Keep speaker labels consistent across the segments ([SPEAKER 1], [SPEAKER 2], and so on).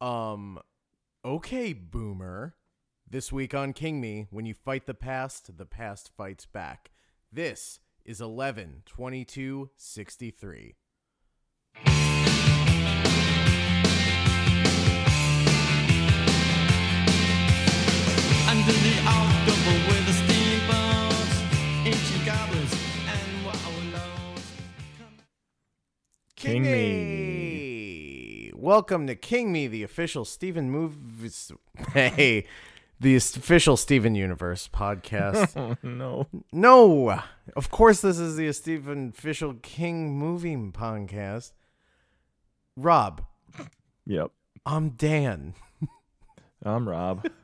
[SPEAKER 1] Um, okay, Boomer. This week on King Me, when you fight the past, the past fights back. This is 11 22 63.
[SPEAKER 2] Under the October with the steamboats, ancient goblins, and wallows.
[SPEAKER 3] King
[SPEAKER 1] Me. Welcome to King Me, the official Steven movies. Hey, the official Steven Universe podcast.
[SPEAKER 3] Oh no.
[SPEAKER 1] no, of course this is the Steven official King movie podcast. Rob,
[SPEAKER 3] Yep.
[SPEAKER 1] I'm Dan.
[SPEAKER 3] I'm Rob.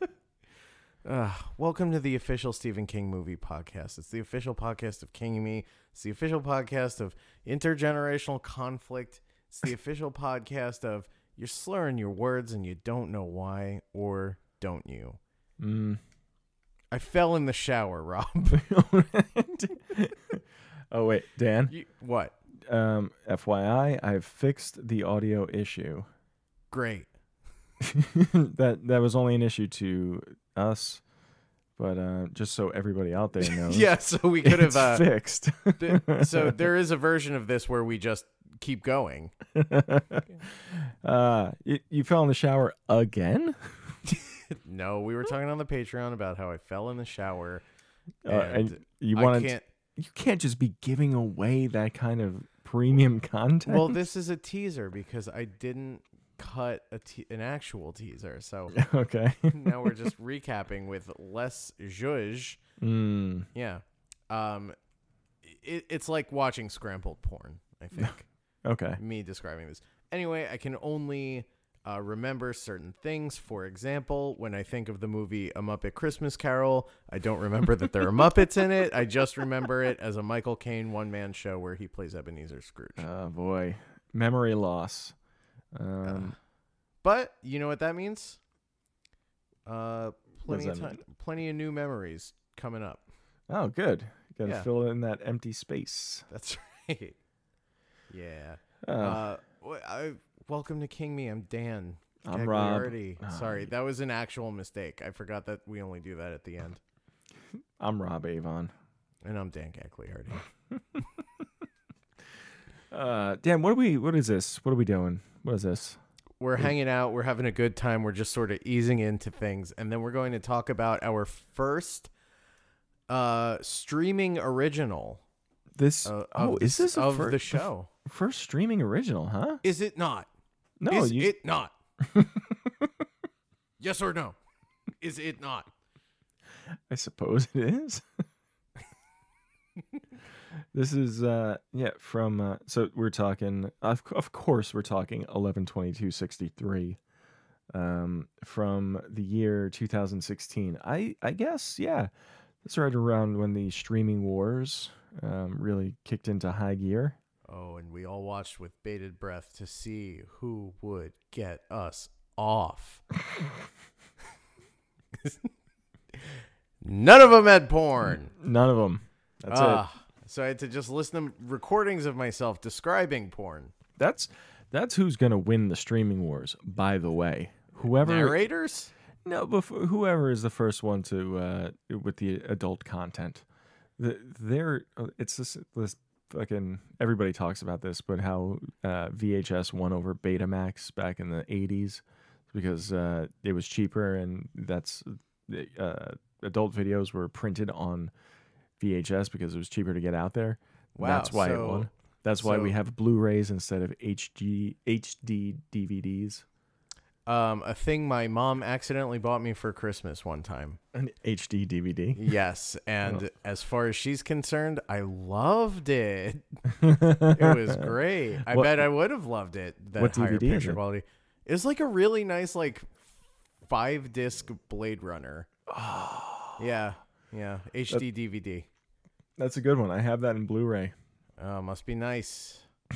[SPEAKER 1] Uh, welcome to the official Stephen King movie podcast. It's the official podcast of King and Me. It's the official podcast of intergenerational conflict. It's the official podcast of you're slurring your words and you don't know why, or don't you?
[SPEAKER 3] Mm.
[SPEAKER 1] I fell in the shower, Rob.
[SPEAKER 3] oh wait, Dan.
[SPEAKER 1] You- what?
[SPEAKER 3] Um, FYI, I've fixed the audio issue.
[SPEAKER 1] Great.
[SPEAKER 3] that that was only an issue to us, but uh, just so everybody out there knows.
[SPEAKER 1] Yeah, so we could have.
[SPEAKER 3] it's
[SPEAKER 1] Uh,
[SPEAKER 3] fixed.
[SPEAKER 1] th- so there is a version of this where we just keep going.
[SPEAKER 3] uh, you, you fell in the shower again.
[SPEAKER 1] No, we were talking on the Patreon about how I fell in the shower.
[SPEAKER 3] Uh, and
[SPEAKER 1] And
[SPEAKER 3] you
[SPEAKER 1] I
[SPEAKER 3] wanted
[SPEAKER 1] can't.
[SPEAKER 3] you can't just be giving away that kind of premium content.
[SPEAKER 1] Well, this is a teaser because I didn't cut a te- an actual teaser. So
[SPEAKER 3] okay.
[SPEAKER 1] now we're just recapping with less zhuzh.
[SPEAKER 3] mm.
[SPEAKER 1] Yeah. Um it, it's like watching scrambled porn, I think.
[SPEAKER 3] Okay.
[SPEAKER 1] me describing this. Anyway, I can only uh, remember certain things. For example, when I think of the movie A Muppet Christmas Carol, I don't remember that there are Muppets in it. I just remember it as a Michael Caine one man show where he plays Ebenezer Scrooge.
[SPEAKER 3] Oh boy, memory loss. Um,
[SPEAKER 1] But you know what that means? Uh,
[SPEAKER 3] does
[SPEAKER 1] plenty of
[SPEAKER 3] that
[SPEAKER 1] time, plenty of new memories coming up.
[SPEAKER 3] oh, good. Got to
[SPEAKER 1] yeah.
[SPEAKER 3] fill in that empty space.
[SPEAKER 1] That's right. Yeah.
[SPEAKER 3] Oh,
[SPEAKER 1] Uh, w- I, welcome to King Me. I'm Dan.
[SPEAKER 3] I'm Rob.
[SPEAKER 1] Gagliardi.
[SPEAKER 3] Ah,
[SPEAKER 1] Sorry, that was an actual mistake. I forgot that we only do that at the end.
[SPEAKER 3] I'm Rob Avon.
[SPEAKER 1] And I'm Dan Gagliardi.
[SPEAKER 3] Uh, Dan, what are we? What is this? What are we doing? What is this?
[SPEAKER 1] We're hanging out. We're having a good time. We're just sort of easing into things, and then we're going to talk about our first uh streaming original.
[SPEAKER 3] This?
[SPEAKER 1] Uh,
[SPEAKER 3] oh,
[SPEAKER 1] of
[SPEAKER 3] is
[SPEAKER 1] the-
[SPEAKER 3] this a
[SPEAKER 1] of
[SPEAKER 3] fir-
[SPEAKER 1] the show?
[SPEAKER 3] f- first streaming original? Huh?
[SPEAKER 1] Is it not?
[SPEAKER 3] No,
[SPEAKER 1] is
[SPEAKER 3] you.
[SPEAKER 1] it not? yes or no? Is it not?
[SPEAKER 3] I suppose it is. this is uh yeah from uh, so we're talking of c- of course we're talking 112263 um from the year 2016. I I guess yeah. That's right around when the streaming wars um really kicked into high gear.
[SPEAKER 1] Oh, and we all watched with bated breath to see who would get us off. None of them had porn.
[SPEAKER 3] None of them. That's it.
[SPEAKER 1] Ah, So I had to just listen to recordings of myself describing porn.
[SPEAKER 3] That's that's who's going to win the streaming wars by the way. Whoever
[SPEAKER 1] Narrators?
[SPEAKER 3] No, before, whoever is the first one to uh, with the adult content, the, they're uh, it's this this fucking everybody talks about this, but how uh, VHS won over Betamax back in the '80s because uh, it was cheaper, and that's uh, adult videos were printed on VHS because it was cheaper to get out there.
[SPEAKER 1] Wow,
[SPEAKER 3] that's why
[SPEAKER 1] so-
[SPEAKER 3] it won. That's why we
[SPEAKER 1] so-
[SPEAKER 3] have Blu-rays instead of HD HD DVDs.
[SPEAKER 1] Um, a thing my mom accidentally bought me for Christmas one time.
[SPEAKER 3] An HD DVD.
[SPEAKER 1] Yes, and as far as she's concerned, I loved it. It was great. I
[SPEAKER 3] What-
[SPEAKER 1] bet I would have loved it. That
[SPEAKER 3] what
[SPEAKER 1] higher
[SPEAKER 3] DVD is
[SPEAKER 1] picture
[SPEAKER 3] it?
[SPEAKER 1] quality. It was like a really nice, like five disc Blade Runner. Yeah, yeah, HD DVD.
[SPEAKER 3] That's a good one. I have that in Blu-ray.
[SPEAKER 1] Oh, must be nice.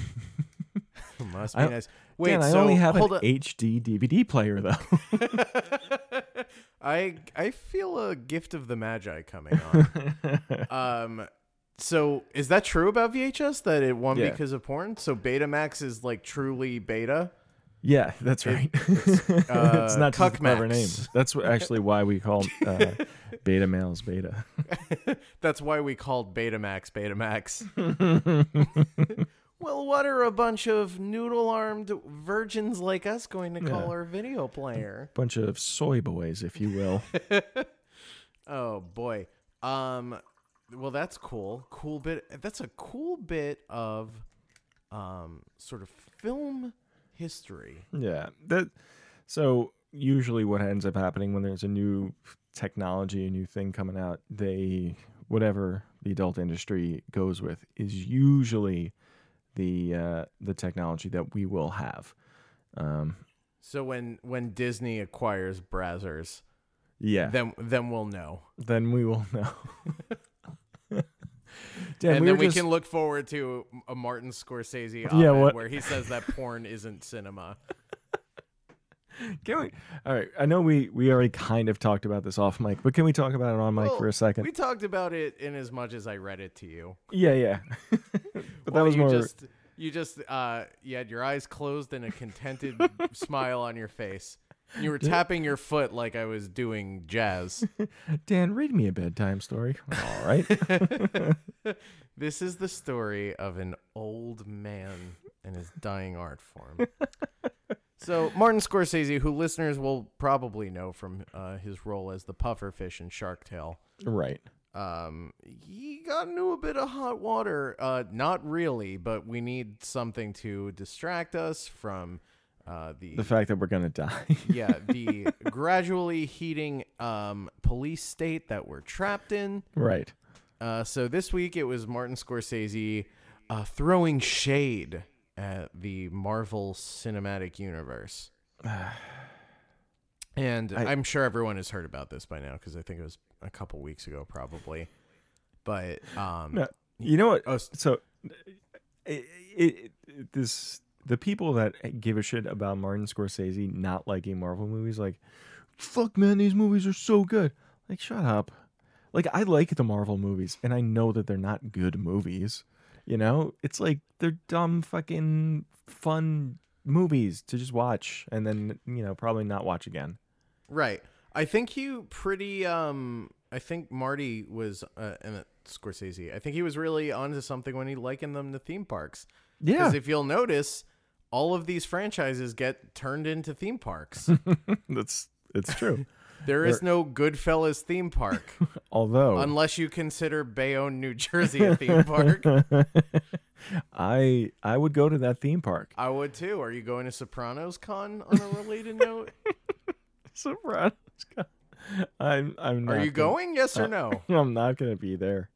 [SPEAKER 1] must be
[SPEAKER 3] I-
[SPEAKER 1] nice. Wait,
[SPEAKER 3] Dan, I
[SPEAKER 1] so
[SPEAKER 3] only have an
[SPEAKER 1] hold on.
[SPEAKER 3] HD DVD player though.
[SPEAKER 1] I I feel a gift of the magi coming on. um, so is that true about VHS that it won
[SPEAKER 3] Yeah.
[SPEAKER 1] because of porn? So Betamax is like truly beta.
[SPEAKER 3] Yeah, that's right. It's,
[SPEAKER 1] uh,
[SPEAKER 3] not just a
[SPEAKER 1] Cuckmax.
[SPEAKER 3] clever name. That's wh- actually why we call uh, beta males beta.
[SPEAKER 1] That's why we called Betamax Betamax. well, what are a bunch of noodle armed virgins like us going to call
[SPEAKER 3] Yeah.
[SPEAKER 1] our video player?
[SPEAKER 3] Bunch of soy boys, if you will.
[SPEAKER 1] Oh boy. Um well that's cool. Cool bit that's a cool bit of um sort of film history.
[SPEAKER 3] Yeah. That so usually what ends up happening when there's a new technology, a new thing coming out, they whatever the adult industry goes with is usually the uh, the technology that we will have. Um,
[SPEAKER 1] So when when Disney acquires Brazzers,
[SPEAKER 3] yeah.
[SPEAKER 1] then then we'll know.
[SPEAKER 3] then we will know.
[SPEAKER 1] And,
[SPEAKER 3] Damn, we
[SPEAKER 1] then
[SPEAKER 3] were
[SPEAKER 1] we
[SPEAKER 3] just-
[SPEAKER 1] can look forward to a Martin Scorsese
[SPEAKER 3] Yeah,
[SPEAKER 1] op-ed
[SPEAKER 3] what-
[SPEAKER 1] where he says that porn isn't cinema.
[SPEAKER 3] Can we? All right. I know we we already kind of talked about this off mic, but can we talk about it on mic
[SPEAKER 1] Well,
[SPEAKER 3] for a second?
[SPEAKER 1] We talked about it in as much as I read it to you.
[SPEAKER 3] Yeah, yeah. but that
[SPEAKER 1] Well,
[SPEAKER 3] was
[SPEAKER 1] you
[SPEAKER 3] more.
[SPEAKER 1] Just, you just uh, you had your eyes closed and a contented smile on your face. You were tapping your foot like I was doing jazz.
[SPEAKER 3] Dan, read me a bedtime story. All right.
[SPEAKER 1] this is the story of an old man and his dying art form. So Martin Scorsese, who listeners will probably know from uh, his role as the pufferfish in Shark Tale,
[SPEAKER 3] right.
[SPEAKER 1] um, he got into a bit of hot water. Uh, not really, but we need something to distract us from uh, the,
[SPEAKER 3] The fact that we're gonna die.
[SPEAKER 1] yeah the gradually heating um, police state that we're trapped in.
[SPEAKER 3] right.
[SPEAKER 1] Uh, so this week it was Martin Scorsese uh, throwing shade at the Marvel Cinematic Universe. And I, am sure everyone has heard about this by now because I think it was a couple weeks ago, probably. But um,
[SPEAKER 3] No, you know what?
[SPEAKER 1] Oh, s-
[SPEAKER 3] So, it, it, it, this the people that give a shit about Martin Scorsese not liking Marvel movies, like, fuck man, these movies are so good. Like, shut up. Like, I like the Marvel movies, and I know that they're not good movies. You know, it's like they're dumb, fucking fun movies to just watch, and then you know probably not watch again.
[SPEAKER 1] Right. I think you pretty. Um, I think Marty was, uh, and uh, Scorsese. I think he was really onto something when he likened them to theme parks.
[SPEAKER 3] Yeah,
[SPEAKER 1] Because if you'll notice, all of these franchises get turned into theme parks.
[SPEAKER 3] that's it's true.
[SPEAKER 1] there is no Goodfellas theme park
[SPEAKER 3] Although
[SPEAKER 1] unless you consider Bayonne, New Jersey a theme park.
[SPEAKER 3] I I would go to that theme park.
[SPEAKER 1] I would too. Are you going to Sopranos Con on a related note?
[SPEAKER 3] Sopranos. Con. I'm I'm not
[SPEAKER 1] Are you
[SPEAKER 3] gonna- uh,
[SPEAKER 1] going? Yes or no?
[SPEAKER 3] I'm not gonna be there.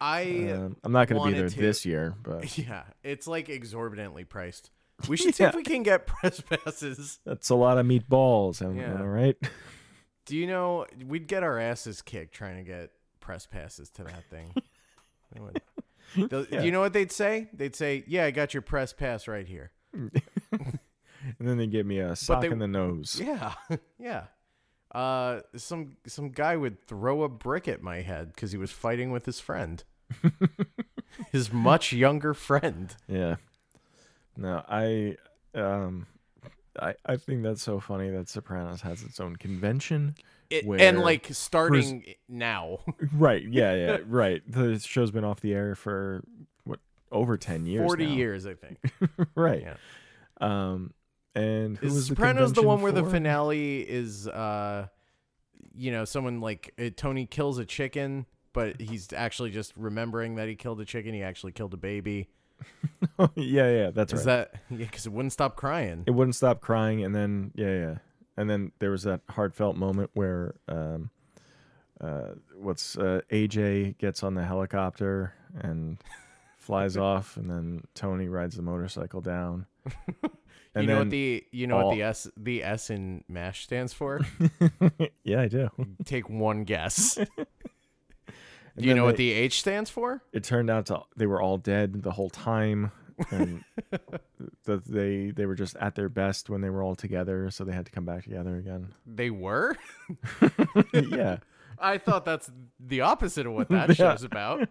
[SPEAKER 1] I
[SPEAKER 3] Um, I'm not gonna be
[SPEAKER 1] wanted
[SPEAKER 3] there
[SPEAKER 1] to-
[SPEAKER 3] this year, but
[SPEAKER 1] Yeah, it's like exorbitantly priced. We should see if
[SPEAKER 3] Yeah.
[SPEAKER 1] we can get press passes.
[SPEAKER 3] that's a lot of meatballs. Am
[SPEAKER 1] Yeah.
[SPEAKER 3] I right?
[SPEAKER 1] Do you know we'd get our asses kicked trying to get press passes to that thing? They would. They'll- Do you know what they'd say? They'd say, "Yeah, I got your press pass right here."
[SPEAKER 3] And then they give me a sock
[SPEAKER 1] they-
[SPEAKER 3] in the nose.
[SPEAKER 1] Yeah, yeah. Uh, some some guy would throw a brick at my head because he was fighting with his friend, his much younger friend.
[SPEAKER 3] Yeah. No, I um I I think that's so funny that Sopranos has its own convention.
[SPEAKER 1] It,
[SPEAKER 3] Where
[SPEAKER 1] and like starting now,
[SPEAKER 3] Right. Yeah, yeah, right. The show's been off the air for what over 10 years.
[SPEAKER 1] forty
[SPEAKER 3] now.
[SPEAKER 1] years, I think.
[SPEAKER 3] Right.
[SPEAKER 1] Yeah.
[SPEAKER 3] Um and who
[SPEAKER 1] Is
[SPEAKER 3] was
[SPEAKER 1] Sopranos the,
[SPEAKER 3] convention
[SPEAKER 1] one where the
[SPEAKER 3] for?
[SPEAKER 1] finale is, uh, you know, someone like uh, Tony kills a chicken, but he's actually just remembering that he killed a chicken. He actually killed a baby.
[SPEAKER 3] yeah, yeah, that's right.
[SPEAKER 1] Is that yeah? Because it wouldn't stop crying.
[SPEAKER 3] it wouldn't stop crying and then yeah yeah and then there was that heartfelt moment where um uh what's uh aj gets on the helicopter and flies off and then tony rides the motorcycle down
[SPEAKER 1] you
[SPEAKER 3] and
[SPEAKER 1] know
[SPEAKER 3] then-
[SPEAKER 1] what the you know what
[SPEAKER 3] all-
[SPEAKER 1] the S the S in Mash stands for?
[SPEAKER 3] yeah i do
[SPEAKER 1] Take one guess. Do you
[SPEAKER 3] then
[SPEAKER 1] know what
[SPEAKER 3] they-
[SPEAKER 1] the H stands for?
[SPEAKER 3] it turned out to, they were all dead the whole time and that they they were just at their best when they were all together so they had to come back together again
[SPEAKER 1] They were.
[SPEAKER 3] yeah
[SPEAKER 1] I thought that's the opposite of what that show's about.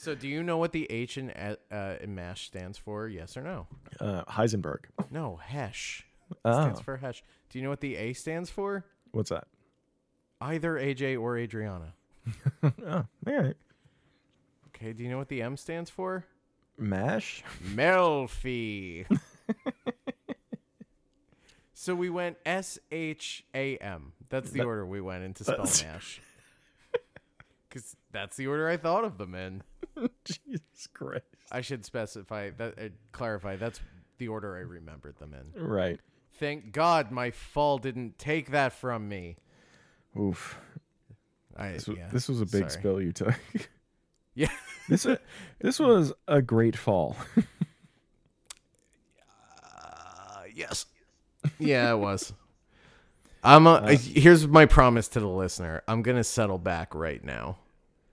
[SPEAKER 1] So, do you know what the H in, uh, uh, in MASH stands for? Yes or no?
[SPEAKER 3] Uh, Heisenberg.
[SPEAKER 1] No, hash. It
[SPEAKER 3] Oh,
[SPEAKER 1] Stands for hash. Do you know what the A stands for?
[SPEAKER 3] what's that?
[SPEAKER 1] Either AJ or Adriana.
[SPEAKER 3] oh, all right.
[SPEAKER 1] Okay, do you know what the M stands for?
[SPEAKER 3] Mash.
[SPEAKER 1] Melfi. so we went S H A M. That's the order we went into spell
[SPEAKER 3] That's-
[SPEAKER 1] mash. Because that's the order I thought of them in.
[SPEAKER 3] Jesus Christ.
[SPEAKER 1] I should specify that, uh, clarify. That's the order I remembered them in.
[SPEAKER 3] Right.
[SPEAKER 1] Thank God my fall didn't take that from me.
[SPEAKER 3] Oof.
[SPEAKER 1] I,
[SPEAKER 3] This was,
[SPEAKER 1] yeah,
[SPEAKER 3] this was a
[SPEAKER 1] sorry.
[SPEAKER 3] big spill you took.
[SPEAKER 1] Yeah.
[SPEAKER 3] this was, this was a great fall.
[SPEAKER 1] Uh, yes. Yeah, it was. I'm a,
[SPEAKER 3] Uh,
[SPEAKER 1] here's my promise to the listener. I'm gonna settle back right now.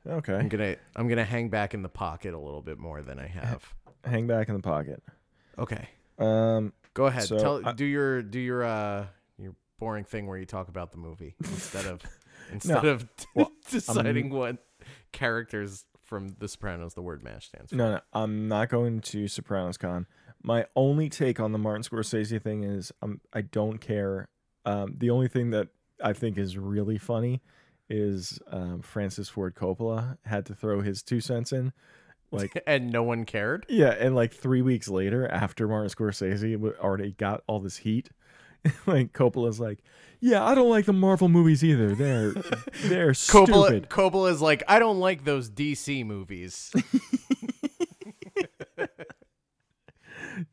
[SPEAKER 1] I'm
[SPEAKER 3] okay.
[SPEAKER 1] gonna I'm gonna hang back in the pocket a little bit more than I have.
[SPEAKER 3] Hang back in the pocket.
[SPEAKER 1] Okay,
[SPEAKER 3] Um,
[SPEAKER 1] go ahead.
[SPEAKER 3] So,
[SPEAKER 1] Tell
[SPEAKER 3] I-
[SPEAKER 1] do your do your uh your boring thing where you talk about the movie instead of instead of
[SPEAKER 3] Well, um,
[SPEAKER 1] deciding what characters from The Sopranos the word mash stands for.
[SPEAKER 3] no, no, I'm not going to Sopranos Con. My only take on the Martin Scorsese thing is um, I don't care. Um, the only thing that I think is really funny is um, Francis Ford Coppola had to throw his two cents in. Like,
[SPEAKER 1] And no one cared.
[SPEAKER 3] Yeah, and like three weeks later, after Martin Scorsese w- already got all this heat, like Coppola's like, "Yeah, I don't like the Marvel movies either. They're they're
[SPEAKER 1] Coppola,
[SPEAKER 3] stupid."
[SPEAKER 1] Coppola's like, I don't like those DC movies.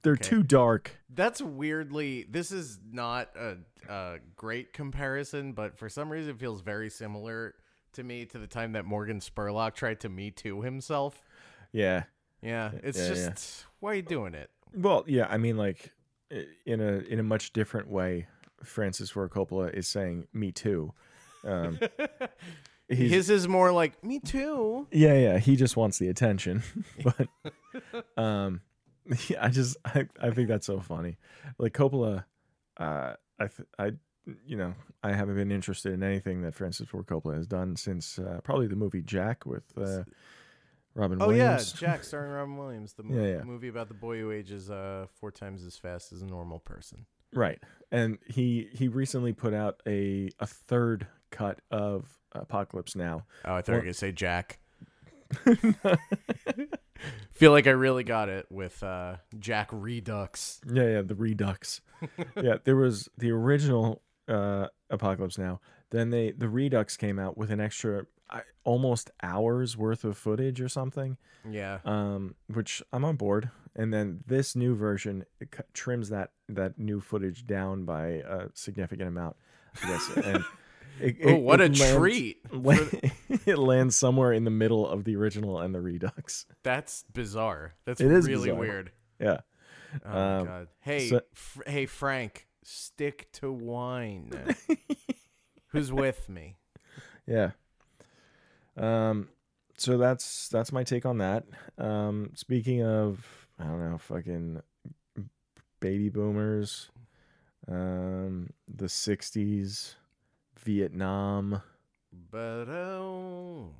[SPEAKER 3] They're
[SPEAKER 1] Okay.
[SPEAKER 3] too dark.
[SPEAKER 1] That's weirdly. This is not a, a great comparison, but for some reason, it feels very similar to me to the time that Morgan Spurlock tried to Me Too himself.
[SPEAKER 3] Yeah.
[SPEAKER 1] Yeah, it's
[SPEAKER 3] Yeah, yeah.
[SPEAKER 1] just why are you doing it?
[SPEAKER 3] Well, yeah, I mean, like i- in a in a much different way, Francis Ford Coppola is saying "Me too." Um, he's,
[SPEAKER 1] His is more like Me Too.
[SPEAKER 3] yeah, yeah, he just wants the attention, but um, yeah, I just I, I think that's so funny. Like Coppola, uh, I th- I you know I haven't been interested in anything that Francis Ford Coppola has done since uh, probably the movie Jack with uh, Robin
[SPEAKER 1] Oh
[SPEAKER 3] Williams.
[SPEAKER 1] yeah, Jack starring Robin Williams, the mo-
[SPEAKER 3] Yeah, yeah.
[SPEAKER 1] movie about the boy who ages uh, four times as fast as a normal person.
[SPEAKER 3] right. And he he recently put out a a third cut of Apocalypse Now.
[SPEAKER 1] Oh, I thought you
[SPEAKER 3] Well-
[SPEAKER 1] were gonna say Jack. Feel like I really got it with uh, Jack Redux.
[SPEAKER 3] Yeah, yeah, the Redux. yeah, there was the original uh, Apocalypse Now. Then they the Redux came out with an extra I, almost hours worth of footage or something,
[SPEAKER 1] Yeah.
[SPEAKER 3] um, which I'm on board. And then this new version it cu- trims that that new footage down by a significant amount. I guess. And it,
[SPEAKER 1] Oh,
[SPEAKER 3] it-
[SPEAKER 1] what
[SPEAKER 3] it
[SPEAKER 1] a
[SPEAKER 3] lands-
[SPEAKER 1] treat.
[SPEAKER 3] it lands somewhere in the middle of the original and the Redux.
[SPEAKER 1] That's bizarre. That's
[SPEAKER 3] It is
[SPEAKER 1] really
[SPEAKER 3] bizarre.
[SPEAKER 1] weird.
[SPEAKER 3] Yeah.
[SPEAKER 1] Oh my
[SPEAKER 3] Um,
[SPEAKER 1] god. Hey,
[SPEAKER 3] so-
[SPEAKER 1] fr- hey Frank, stick to wine. Who's with me?
[SPEAKER 3] Yeah. Um so that's that's my take on that. Um speaking of I don't know, fucking baby boomers, um the 60s, Vietnam.
[SPEAKER 1] Ba-dum,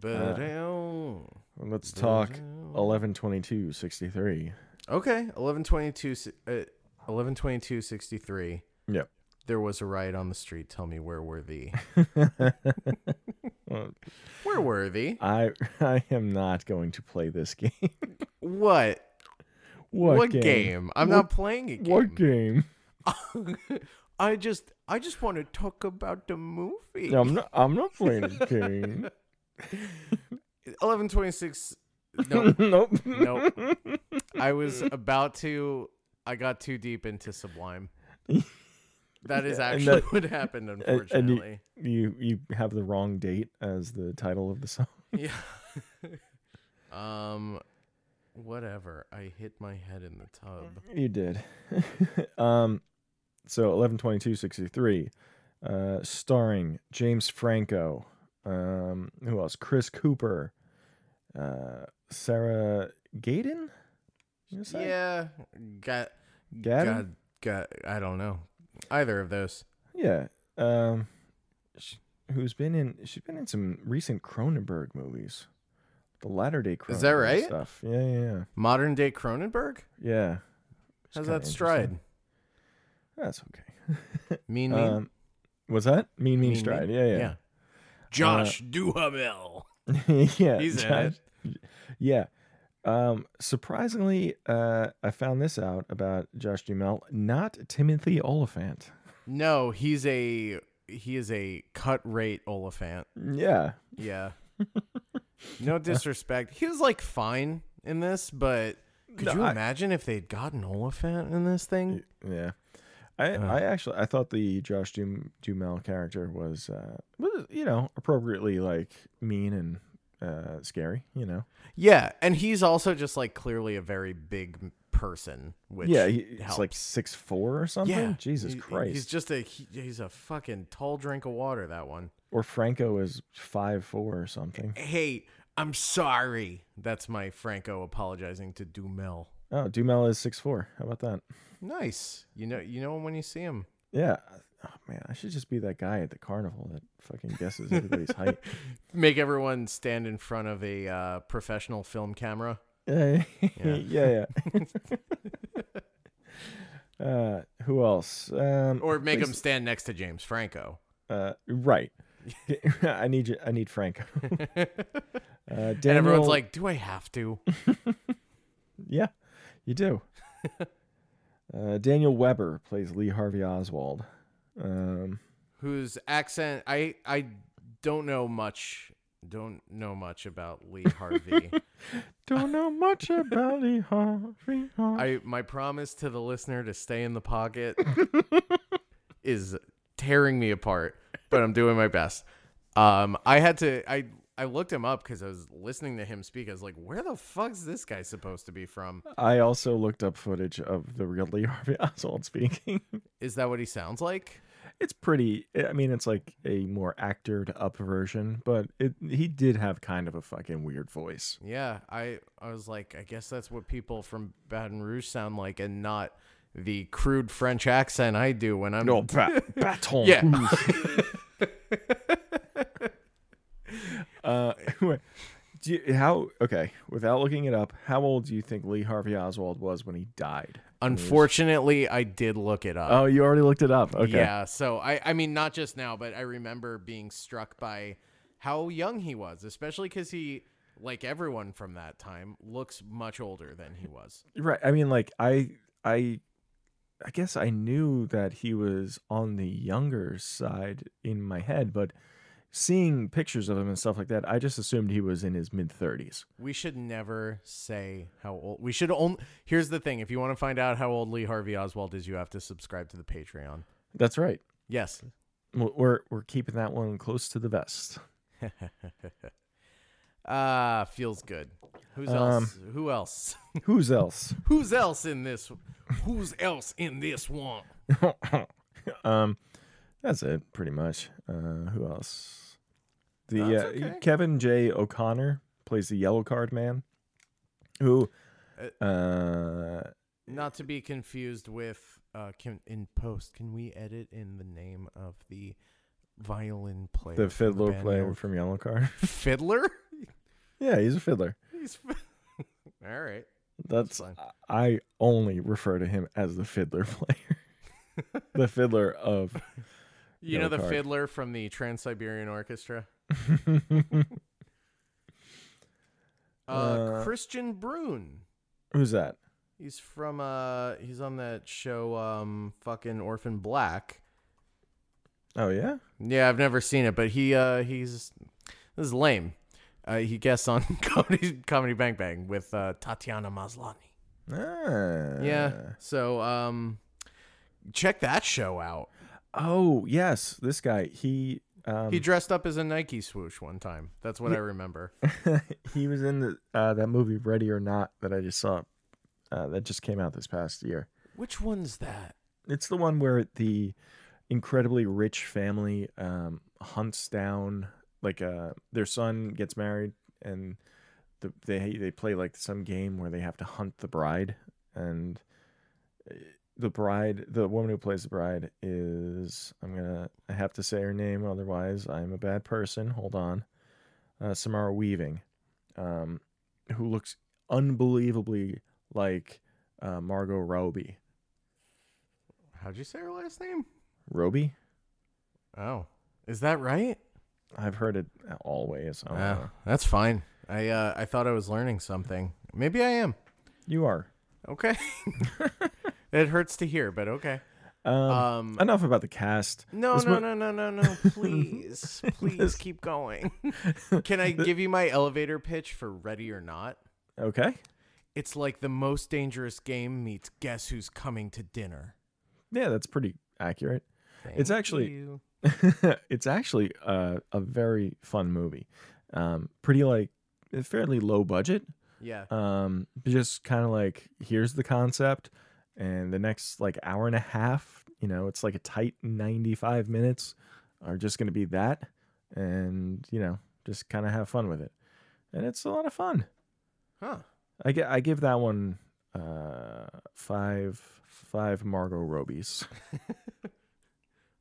[SPEAKER 1] ba-dum,
[SPEAKER 3] Let's Uh, talk
[SPEAKER 1] ba-dum.
[SPEAKER 3] 1122 63.
[SPEAKER 1] Okay, 1122 si- uh, 1122 63.
[SPEAKER 3] Yep.
[SPEAKER 1] There was a riot on the street. Tell me where were thee?
[SPEAKER 3] Well,
[SPEAKER 1] Where were thee?
[SPEAKER 3] I I am not going to play this game.
[SPEAKER 1] What?
[SPEAKER 3] what,
[SPEAKER 1] game? I'm not playing a game.
[SPEAKER 3] What game?
[SPEAKER 1] I just I just want to talk about the movie.
[SPEAKER 3] I'm not I'm not playing a game.
[SPEAKER 1] Eleven twenty six. No,
[SPEAKER 3] nope.
[SPEAKER 1] no. I was about to. I got too deep into Sublime. That is
[SPEAKER 3] Yeah, and
[SPEAKER 1] actually
[SPEAKER 3] that-
[SPEAKER 1] what happened,
[SPEAKER 3] and you-
[SPEAKER 1] unfortunately.
[SPEAKER 3] you you have the wrong date as the title of the song.
[SPEAKER 1] yeah. um. Whatever. I hit my head in the tub.
[SPEAKER 3] You did. um, so eleven twenty two sixty three, uh, starring James Franco. Um, who else? Chris Cooper, uh, Sarah Gaydon. You say?
[SPEAKER 1] Yeah. Got.
[SPEAKER 3] Gaddon?
[SPEAKER 1] God. God. I don't know. Either of those.
[SPEAKER 3] Yeah. Um, sh- who's been in? She's been in some recent Cronenberg movies, the latter day Cronenberg
[SPEAKER 1] Is that right?
[SPEAKER 3] stuff. Yeah, yeah, yeah.
[SPEAKER 1] Modern day Cronenberg?
[SPEAKER 3] yeah. It's
[SPEAKER 1] How's
[SPEAKER 3] kinda
[SPEAKER 1] that stride?
[SPEAKER 3] interesting. That's okay.
[SPEAKER 1] Mean, mean,
[SPEAKER 3] Um, was that mean mean,
[SPEAKER 1] Mean
[SPEAKER 3] stride?
[SPEAKER 1] Mean?
[SPEAKER 3] Yeah, Uh, yeah,
[SPEAKER 1] yeah. Josh Duhamel.
[SPEAKER 3] yeah. yeah
[SPEAKER 1] He's in it.
[SPEAKER 3] Yeah. Um, surprisingly, uh, I found this out about Josh Dumel, not Timothy Oliphant.
[SPEAKER 1] No, he's a he is a cut rate Oliphant.
[SPEAKER 3] Yeah.
[SPEAKER 1] Yeah. no disrespect. He was like fine in this, but could
[SPEAKER 3] No,
[SPEAKER 1] you
[SPEAKER 3] I-
[SPEAKER 1] imagine if they'd gotten Oliphant in this thing?
[SPEAKER 3] Yeah. I, I actually I thought the Josh Dum- Dumel character was uh was you know appropriately like mean and uh scary you know
[SPEAKER 1] Yeah, and he's also just like clearly a very big m- person, which
[SPEAKER 3] yeah he, it's
[SPEAKER 1] helps.
[SPEAKER 3] like six four or something
[SPEAKER 1] yeah,
[SPEAKER 3] Jesus
[SPEAKER 1] He-
[SPEAKER 3] Christ
[SPEAKER 1] he's just a he- he's a fucking tall drink of water. That one.
[SPEAKER 3] or Franco is five four or something
[SPEAKER 1] Hey, I'm sorry. That's my Franco apologizing to Dumel.
[SPEAKER 3] oh Dumel is six four how about that
[SPEAKER 1] Nice. You know you know him when you see him.
[SPEAKER 3] yeah oh man I should just be that guy at the carnival that fucking guesses everybody's height
[SPEAKER 1] Make everyone stand in front of a uh, professional film camera.
[SPEAKER 3] yeah yeah yeah uh who else um
[SPEAKER 1] Or make
[SPEAKER 3] let's-
[SPEAKER 1] him stand next to James Franco.
[SPEAKER 3] Uh, right. I need you. I need Franco. uh,
[SPEAKER 1] And everyone's
[SPEAKER 3] Daniel-
[SPEAKER 1] like, do I have to?
[SPEAKER 3] yeah, you do. uh, Daniel Weber plays Lee Harvey Oswald. Um,
[SPEAKER 1] Whose accent I I don't know much don't know much about Lee Harvey.
[SPEAKER 3] don't know much about Lee Harvey. Oswald.
[SPEAKER 1] I my promise to the listener to stay in the pocket is tearing me apart, but I'm doing my best. Um, I had to I I looked him up because I was listening to him speak. I was like, where the fuck's this guy supposed to be from?
[SPEAKER 3] I also looked up footage of the real Lee Harvey Oswald speaking.
[SPEAKER 1] Is that what he sounds like?
[SPEAKER 3] it's pretty. I mean, it's like a more actored up version, but it he did have kind of a fucking weird voice.
[SPEAKER 1] Yeah, I I was like, I guess that's what people from Baton Rouge sound like, and not the crude French accent I do when I'm
[SPEAKER 3] No, ba- baton.
[SPEAKER 1] Yeah.
[SPEAKER 3] uh, wait, do you, how? Okay, without looking it up, how old do you think Lee Harvey Oswald was when he
[SPEAKER 1] Uh,
[SPEAKER 3] died?
[SPEAKER 1] Unfortunately, I did look it up.
[SPEAKER 3] Oh, you already looked it up. Okay.
[SPEAKER 1] Yeah, so I I mean not just now, but I remember being struck by how young he was, especially cuz he like everyone from that time looks much older than he was.
[SPEAKER 3] Right. I mean, like I, I, I guess I knew that he was on the younger side in my head, but seeing pictures of him and stuff like that, I just assumed he was in his mid thirties.
[SPEAKER 1] We should never say how old. We should only Here's the thing, if you want to find out how old Lee Harvey Oswald is, you have to subscribe to the Patreon.
[SPEAKER 3] That's right.
[SPEAKER 1] Yes.
[SPEAKER 3] We're- We're we're keeping that one close to the vest.
[SPEAKER 1] Ah, feels good. Who's
[SPEAKER 3] Um,
[SPEAKER 1] else? Who else?
[SPEAKER 3] Who's else?
[SPEAKER 1] Who's else in this? Who's else in this one?
[SPEAKER 3] um, that's it, pretty much. Uh, who else? The
[SPEAKER 1] That's
[SPEAKER 3] uh,
[SPEAKER 1] okay.
[SPEAKER 3] Kevin J. O'Connor plays the yellow card man, who, uh,
[SPEAKER 1] Not to be confused with uh, can in post. Can we edit in the name of the violin player?
[SPEAKER 3] the
[SPEAKER 1] from
[SPEAKER 3] fiddler
[SPEAKER 1] band
[SPEAKER 3] player
[SPEAKER 1] Yellow-
[SPEAKER 3] from Yellow Card.
[SPEAKER 1] Fiddler.
[SPEAKER 3] yeah, he's a fiddler.
[SPEAKER 1] He's f- all right.
[SPEAKER 3] That's
[SPEAKER 1] fine.
[SPEAKER 3] I only refer to him as the fiddler player, the fiddler of.
[SPEAKER 1] You know
[SPEAKER 3] Yellow
[SPEAKER 1] the
[SPEAKER 3] card.
[SPEAKER 1] fiddler from the Trans Siberian Orchestra. Uh,
[SPEAKER 3] Uh,
[SPEAKER 1] Christian Brune.
[SPEAKER 3] Who's that?
[SPEAKER 1] He's from uh he's on that show um fucking Orphan Black.
[SPEAKER 3] Oh yeah,
[SPEAKER 1] Yeah, I've never seen it, but he uh he's this is lame. Uh, he guests on comedy comedy Bang Bang with uh, Tatiana Maslany.
[SPEAKER 3] Ah.
[SPEAKER 1] Yeah, so um, check that show out.
[SPEAKER 3] Oh yes, this guy. He um,
[SPEAKER 1] He dressed up as a Nike swoosh one time. That's what I remember.
[SPEAKER 3] he was in the, uh, that movie Ready or Not that I just saw uh, that just came out this past year.
[SPEAKER 1] Which one's that?
[SPEAKER 3] It's the one where the incredibly rich family um, hunts down like uh, their son gets married and the, they they play like some game where they have to hunt the bride and uh, the bride the woman who plays the bride is I'm gonna I have to say her name otherwise I'm a bad person hold on uh, Samara Weaving um, who looks unbelievably like uh, Margot Robbie.
[SPEAKER 1] How'd you say her last name?
[SPEAKER 3] Robbie?
[SPEAKER 1] Oh, is that right?
[SPEAKER 3] I've heard it always. I don't
[SPEAKER 1] Yeah,
[SPEAKER 3] know.
[SPEAKER 1] that's fine. I uh, I thought I was learning something. Maybe I am.
[SPEAKER 3] You are.
[SPEAKER 1] Okay. it hurts to hear, but okay.
[SPEAKER 3] Um,
[SPEAKER 1] Um,
[SPEAKER 3] enough about the cast.
[SPEAKER 1] No,
[SPEAKER 3] This
[SPEAKER 1] no,
[SPEAKER 3] mo-
[SPEAKER 1] no, no, no, no. Please, please keep going. Can I give you my elevator pitch for Ready or Not?
[SPEAKER 3] Okay.
[SPEAKER 1] It's like the most dangerous game meets Guess Who's Coming to Dinner.
[SPEAKER 3] Yeah, that's pretty accurate. It's
[SPEAKER 1] Thank
[SPEAKER 3] actually-
[SPEAKER 1] you.
[SPEAKER 3] it's actually uh, a very fun movie. Um, pretty like fairly low budget.
[SPEAKER 1] Yeah.
[SPEAKER 3] Um, just kind of like here's the concept, and the next like hour and a half, you know, it's like a tight ninety-five minutes are just going to be that, and you know, just kind of have fun with it, and it's a lot of fun.
[SPEAKER 1] Huh.
[SPEAKER 3] I get I give that one uh five five Margot Robies.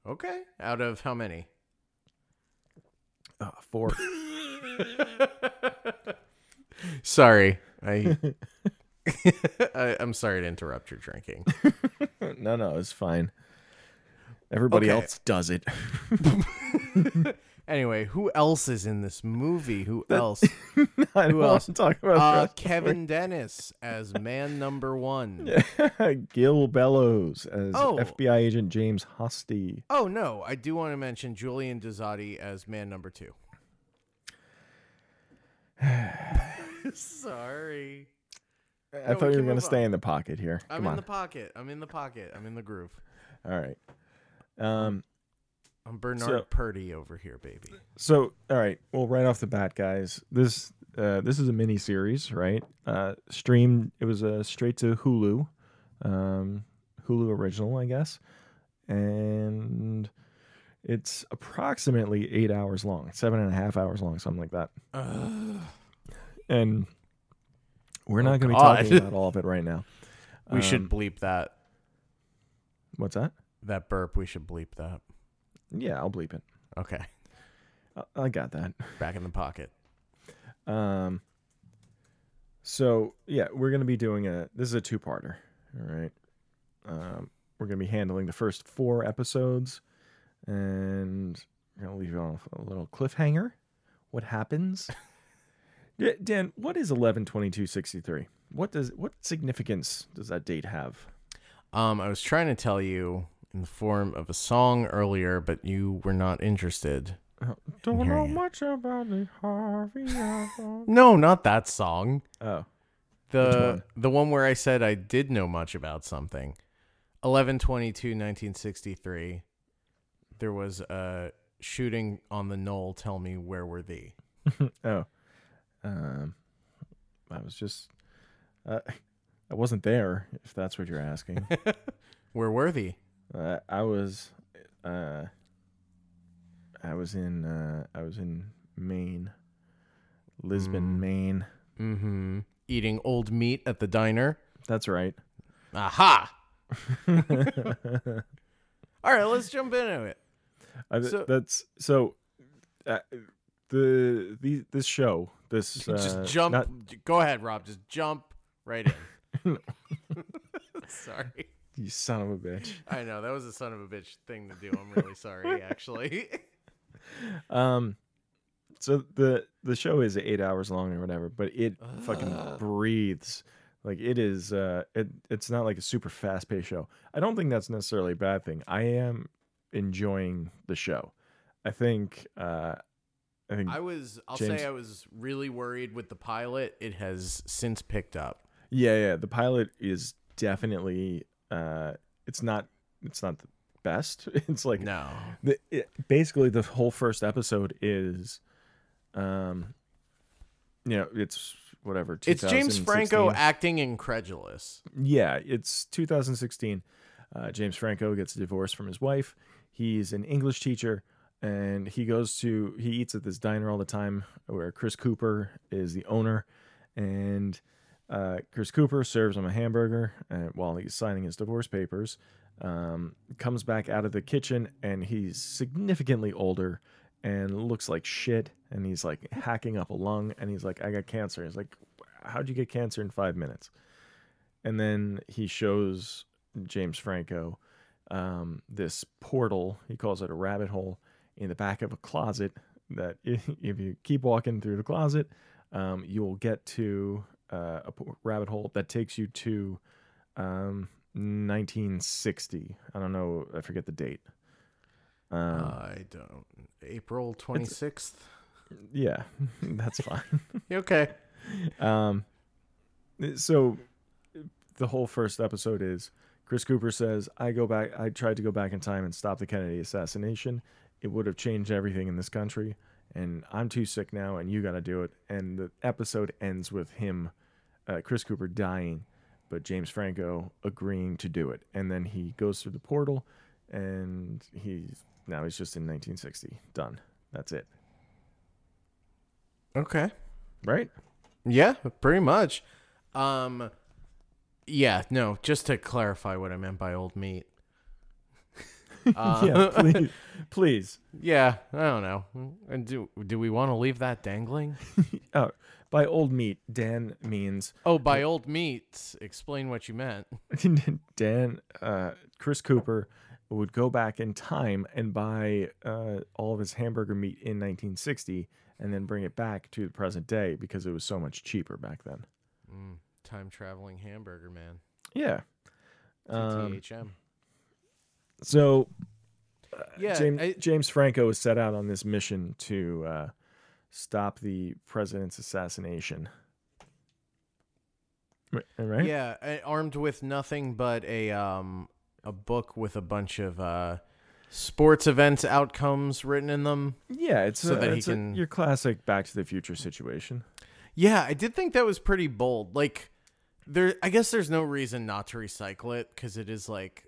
[SPEAKER 1] Okay. Out of how many?
[SPEAKER 3] Uh, four.
[SPEAKER 1] Sorry. I, I I'm sorry to interrupt your drinking.
[SPEAKER 3] no, no, it's fine. Everybody
[SPEAKER 1] Okay.
[SPEAKER 3] else does it.
[SPEAKER 1] Anyway, who else is in this movie? Who else?
[SPEAKER 3] I
[SPEAKER 1] Who
[SPEAKER 3] Who
[SPEAKER 1] else?
[SPEAKER 3] else? Talk about
[SPEAKER 1] Uh,
[SPEAKER 3] that.
[SPEAKER 1] Kevin Dennis as man number one.
[SPEAKER 3] Uh, Gil Bellows as
[SPEAKER 1] Oh.
[SPEAKER 3] FBI agent James Hosty.
[SPEAKER 1] Oh no, I do want to mention Julian Dazati as man number two. Sorry.
[SPEAKER 3] I
[SPEAKER 1] we
[SPEAKER 3] thought you
[SPEAKER 1] can
[SPEAKER 3] were going
[SPEAKER 1] move
[SPEAKER 3] to stay in the pocket here.
[SPEAKER 1] I'm
[SPEAKER 3] Come
[SPEAKER 1] in
[SPEAKER 3] on.
[SPEAKER 1] the pocket. I'm in the pocket. I'm in the groove.
[SPEAKER 3] All right. Um.
[SPEAKER 1] I'm Bernard
[SPEAKER 3] So-
[SPEAKER 1] Purdy over here, baby.
[SPEAKER 3] So, all right. Well, right off the bat, guys, this uh, this is a mini series, right? Uh, streamed. It was uh, straight to Hulu, um, Hulu original, I guess, and it's approximately eight hours long, seven and a half hours long, something like that. and we're not going to be talking
[SPEAKER 1] Oh, God.
[SPEAKER 3] about all of it right now.
[SPEAKER 1] We should
[SPEAKER 3] Um,
[SPEAKER 1] bleep that.
[SPEAKER 3] What's that?
[SPEAKER 1] That burp, we should bleep that.
[SPEAKER 3] Yeah, I'll bleep it.
[SPEAKER 1] Okay.
[SPEAKER 3] I, I got that.
[SPEAKER 1] Back in the pocket.
[SPEAKER 3] Um. So yeah, we're gonna be doing a. This is a two-parter. All right. Um, we're gonna be handling the first four episodes, and we're gonna leave you on with a little cliffhanger. What happens? Yeah, Dan, what is eleven twenty-two sixty-three? What does what significance does that date have?
[SPEAKER 1] Um, I was trying to tell you in the form of a song earlier, but you were not interested.
[SPEAKER 3] Don't
[SPEAKER 1] hear know ya.
[SPEAKER 3] much about the Harvey.
[SPEAKER 1] No, not that song.
[SPEAKER 3] oh,
[SPEAKER 1] The the one where I said I did know much about something. 11-22-1963, There was a shooting on the knoll. Tell me where were thee?
[SPEAKER 3] oh. Um, I was just, uh, I wasn't there. If that's what you're asking,
[SPEAKER 1] Where were thee?
[SPEAKER 3] uh, I was, uh, I was in, uh, I was in Maine, Lisbon,
[SPEAKER 1] Mm.
[SPEAKER 3] Maine.
[SPEAKER 1] Mm-hmm. Eating old meat at the diner.
[SPEAKER 3] That's right.
[SPEAKER 1] Aha! All right, let's jump into it.
[SPEAKER 3] I,
[SPEAKER 1] So-
[SPEAKER 3] that's so. Uh, the the this show this uh,
[SPEAKER 1] just jump.
[SPEAKER 3] not-
[SPEAKER 1] Go ahead, Rob. Just jump right in. sorry.
[SPEAKER 3] you son of a bitch.
[SPEAKER 1] I know that was a son of a bitch thing to do. I'm really sorry, actually.
[SPEAKER 3] Um, so the the show is eight hours long or whatever, but it fucking breathes. Like it is. Uh, it it's not like a super fast paced show. I don't think that's necessarily a bad thing. I am enjoying the show. I think. Uh, I think.
[SPEAKER 1] I was. I'll
[SPEAKER 3] James-
[SPEAKER 1] say I was really worried with the pilot. It has since picked up.
[SPEAKER 3] yeah, yeah. The pilot is definitely. Uh, it's not. It's not the best. It's like
[SPEAKER 1] No.
[SPEAKER 3] the, it, basically the whole first episode is um you know it's whatever
[SPEAKER 1] It's James
[SPEAKER 3] 2016.
[SPEAKER 1] Franco acting incredulous.
[SPEAKER 3] yeah it's 2016 uh, james franco gets divorced from his wife he's an english teacher and he goes to he eats at this diner all the time where chris cooper is the owner and uh, chris cooper serves him a hamburger uh, while he's signing his divorce papers um, comes back out of the kitchen and he's significantly older and looks like shit and he's like hacking up a lung and he's like i got cancer he's like how'd you get cancer in five minutes and then he shows james franco um, this portal he calls it a rabbit hole in the back of a closet that if, if you keep walking through the closet um, you will get to uh, a p- rabbit hole that takes you to um, 1960 i don't know i forget the date um,
[SPEAKER 1] Uh, I don't. April 26th.
[SPEAKER 3] yeah that's fine
[SPEAKER 1] okay.
[SPEAKER 3] Um, so the whole first episode is Chris Cooper says, "I go back. I tried to go back in time and stop the Kennedy assassination. It would have changed everything in this country. And I'm too sick now, and you got to do it." And the episode ends with him, uh, Chris Cooper dying, but James Franco agreeing to do it. And then he goes through the portal, and he's now he's just in 1960. Done. That's it.
[SPEAKER 1] Okay.
[SPEAKER 3] Right?
[SPEAKER 1] Yeah, pretty much. Um yeah, no, just to clarify what I meant by old meat.
[SPEAKER 3] yeah. Please, please.
[SPEAKER 1] Yeah, I don't know. And do do we want to leave that dangling?
[SPEAKER 3] Oh, by old meat, Dan means
[SPEAKER 1] Oh, by old meat, explain what you meant.
[SPEAKER 3] Dan. Uh, Chris Cooper would go back in time and buy uh, all of his hamburger meat in 1960, and then bring it back to the present day because it was so much cheaper back then.
[SPEAKER 1] Mm, Time traveling hamburger man.
[SPEAKER 3] Yeah. Um,
[SPEAKER 1] TTHM.
[SPEAKER 3] so
[SPEAKER 1] yeah,
[SPEAKER 3] uh, James,
[SPEAKER 1] I-
[SPEAKER 3] James Franco was set out on this mission to uh, stop the president's assassination. Right- Right?
[SPEAKER 1] Yeah, a- armed with nothing but a um a book with a bunch of uh sports events outcomes written in them.
[SPEAKER 3] Yeah, it's
[SPEAKER 1] So
[SPEAKER 3] a,
[SPEAKER 1] that he
[SPEAKER 3] it's a-
[SPEAKER 1] can-
[SPEAKER 3] your classic Back to the Future situation.
[SPEAKER 1] Yeah, I did think that was pretty bold. Like there I guess there's no reason not to recycle it cuz it is like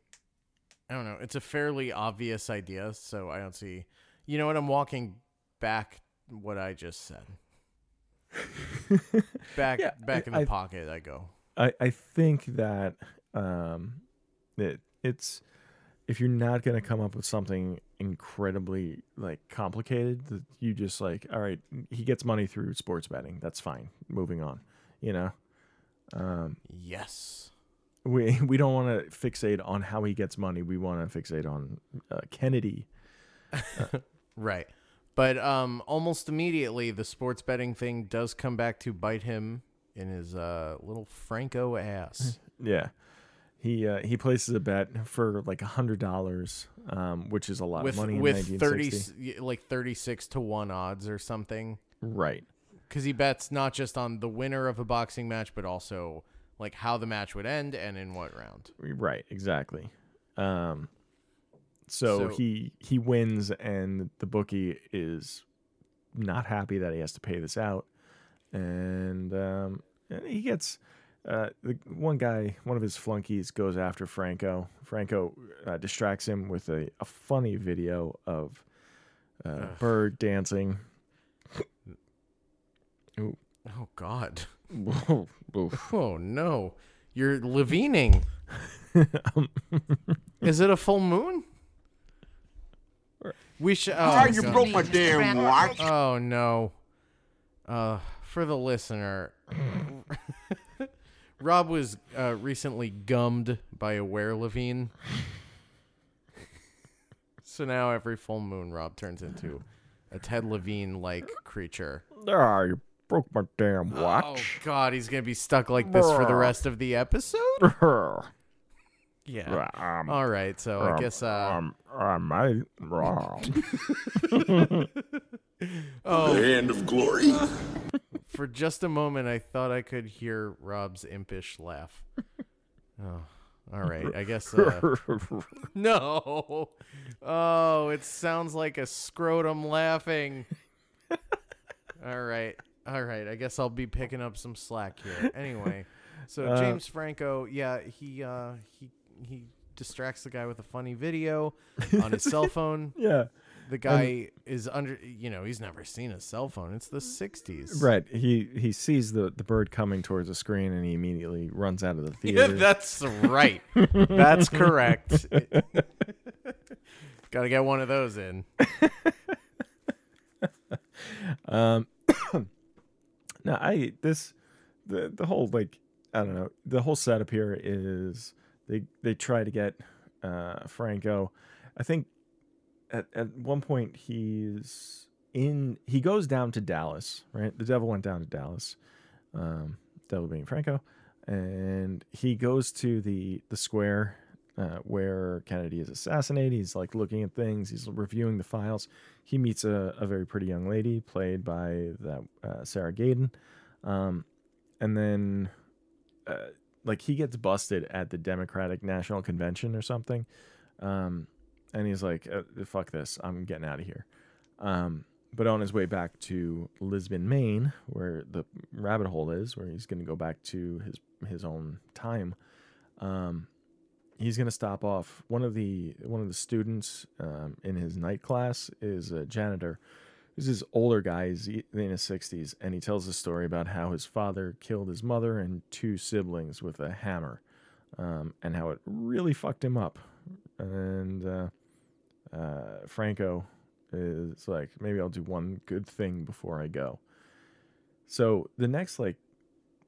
[SPEAKER 1] I don't know, it's a fairly obvious idea, so I don't see You know what? I'm walking back what I just said. back
[SPEAKER 3] Yeah,
[SPEAKER 1] back
[SPEAKER 3] I-
[SPEAKER 1] in the
[SPEAKER 3] I-
[SPEAKER 1] pocket I go.
[SPEAKER 3] I, I think that um, it it's if you're not gonna come up with something incredibly like complicated, that you just like, all right, he gets money through sports betting. That's fine. Moving on. You know,
[SPEAKER 1] Yes.
[SPEAKER 3] we we don't want to fixate on how he gets money. We want to fixate on uh, Kennedy.
[SPEAKER 1] Right. But um, almost immediately, the sports betting thing does come back to bite him in his uh, little Franco ass.
[SPEAKER 3] Yeah. He, uh, he places a bet for like a hundred dollars, um, which is a lot
[SPEAKER 1] with
[SPEAKER 3] of money. in
[SPEAKER 1] with 30,
[SPEAKER 3] 1960.
[SPEAKER 1] s- like 36 to 1 odds or something.
[SPEAKER 3] right?
[SPEAKER 1] Because he bets not just on the winner of a boxing match, but also like how the match would end and in what round.
[SPEAKER 3] Right, exactly. Um, so,
[SPEAKER 1] So-
[SPEAKER 3] he he wins, and the bookie is not happy that he has to pay this out, and um, and he gets uh, the one guy, one of his flunkies, goes after Franco. Franco uh, distracts him with a, a funny video of uh, bird dancing.
[SPEAKER 1] Oh, God.
[SPEAKER 3] Whoa, whoa.
[SPEAKER 1] Oh, no. You're levining. Is it a full moon? We should. Oh,
[SPEAKER 4] you
[SPEAKER 1] God.
[SPEAKER 4] broke my damn watch.
[SPEAKER 1] Oh no. Uh, for the listener, Rob was uh, recently gummed by a were Levine. so now every full moon, Rob turns into a Ted Levine like creature.
[SPEAKER 3] Ah, you broke my damn
[SPEAKER 1] Oh
[SPEAKER 3] watch.
[SPEAKER 1] God, he's gonna be stuck like this for the rest of the episode. Yeah.
[SPEAKER 3] Um,
[SPEAKER 1] All right, so I guess. Uh,
[SPEAKER 3] um, um, I, um,
[SPEAKER 4] The hand of glory.
[SPEAKER 1] for just a moment, I thought I could hear Rob's impish laugh. Oh, all right. I guess. Uh, no. Oh, it sounds like a scrotum laughing. all right. All right. I guess I'll be picking up some slack here. Anyway, so James Franco, yeah, he uh, he he distracts the guy with a funny video on his cell phone.
[SPEAKER 3] yeah.
[SPEAKER 1] The guy is under, you know, he's never seen a cell phone. It's the '60s,
[SPEAKER 3] Right. He he sees the, the bird coming towards the screen and he immediately runs out of the
[SPEAKER 1] Yeah,
[SPEAKER 3] theater.
[SPEAKER 1] that's right. that's correct. Got to get one of those in.
[SPEAKER 3] Um, no, I this the the whole like I don't know the whole setup here is they they try to get uh, Franco. I think at at one point he's in he goes down to Dallas, right? The devil went down to Dallas. Um, devil being Franco, and he goes to the the square. Uh, where Kennedy is assassinated, he's like looking at things. He's reviewing the files he meets a, a very pretty young lady played by that uh, Sarah Gaydon, um, and then uh, like he gets busted at the Democratic National Convention or something, um, and he's like, uh, "Fuck this, I'm getting out of here." Um, but on his way back to Lisbon, Maine, where the rabbit hole is, where he's going to go back to his his own time, um, he's going to stop off one of the one of the students um, in his night class is a janitor this is older guy he's e, in his 60s and he tells a story about how his father killed his mother and two siblings with a hammer um, and how it really fucked him up and uh, uh, franco is like maybe i'll do one good thing before i go so the next like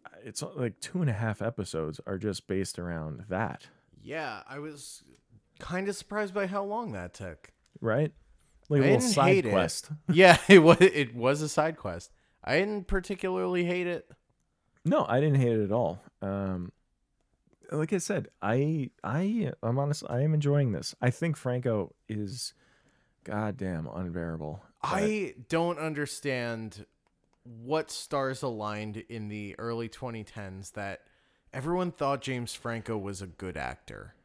[SPEAKER 3] uh, it's like two and a half episodes are just based around that
[SPEAKER 1] Yeah, I was kind of surprised by how long that took.
[SPEAKER 3] right? Like a
[SPEAKER 1] I
[SPEAKER 3] little
[SPEAKER 1] didn't
[SPEAKER 3] side
[SPEAKER 1] hate it.
[SPEAKER 3] quest.
[SPEAKER 1] yeah, it was it was a side quest. I didn't particularly hate it.
[SPEAKER 3] No, I didn't hate it at all. Um, like I said, I I I'm honest. I am enjoying this. I think Franco is goddamn unbearable.
[SPEAKER 1] I don't understand what stars aligned in the early 2010s that everyone thought James Franco was a good actor.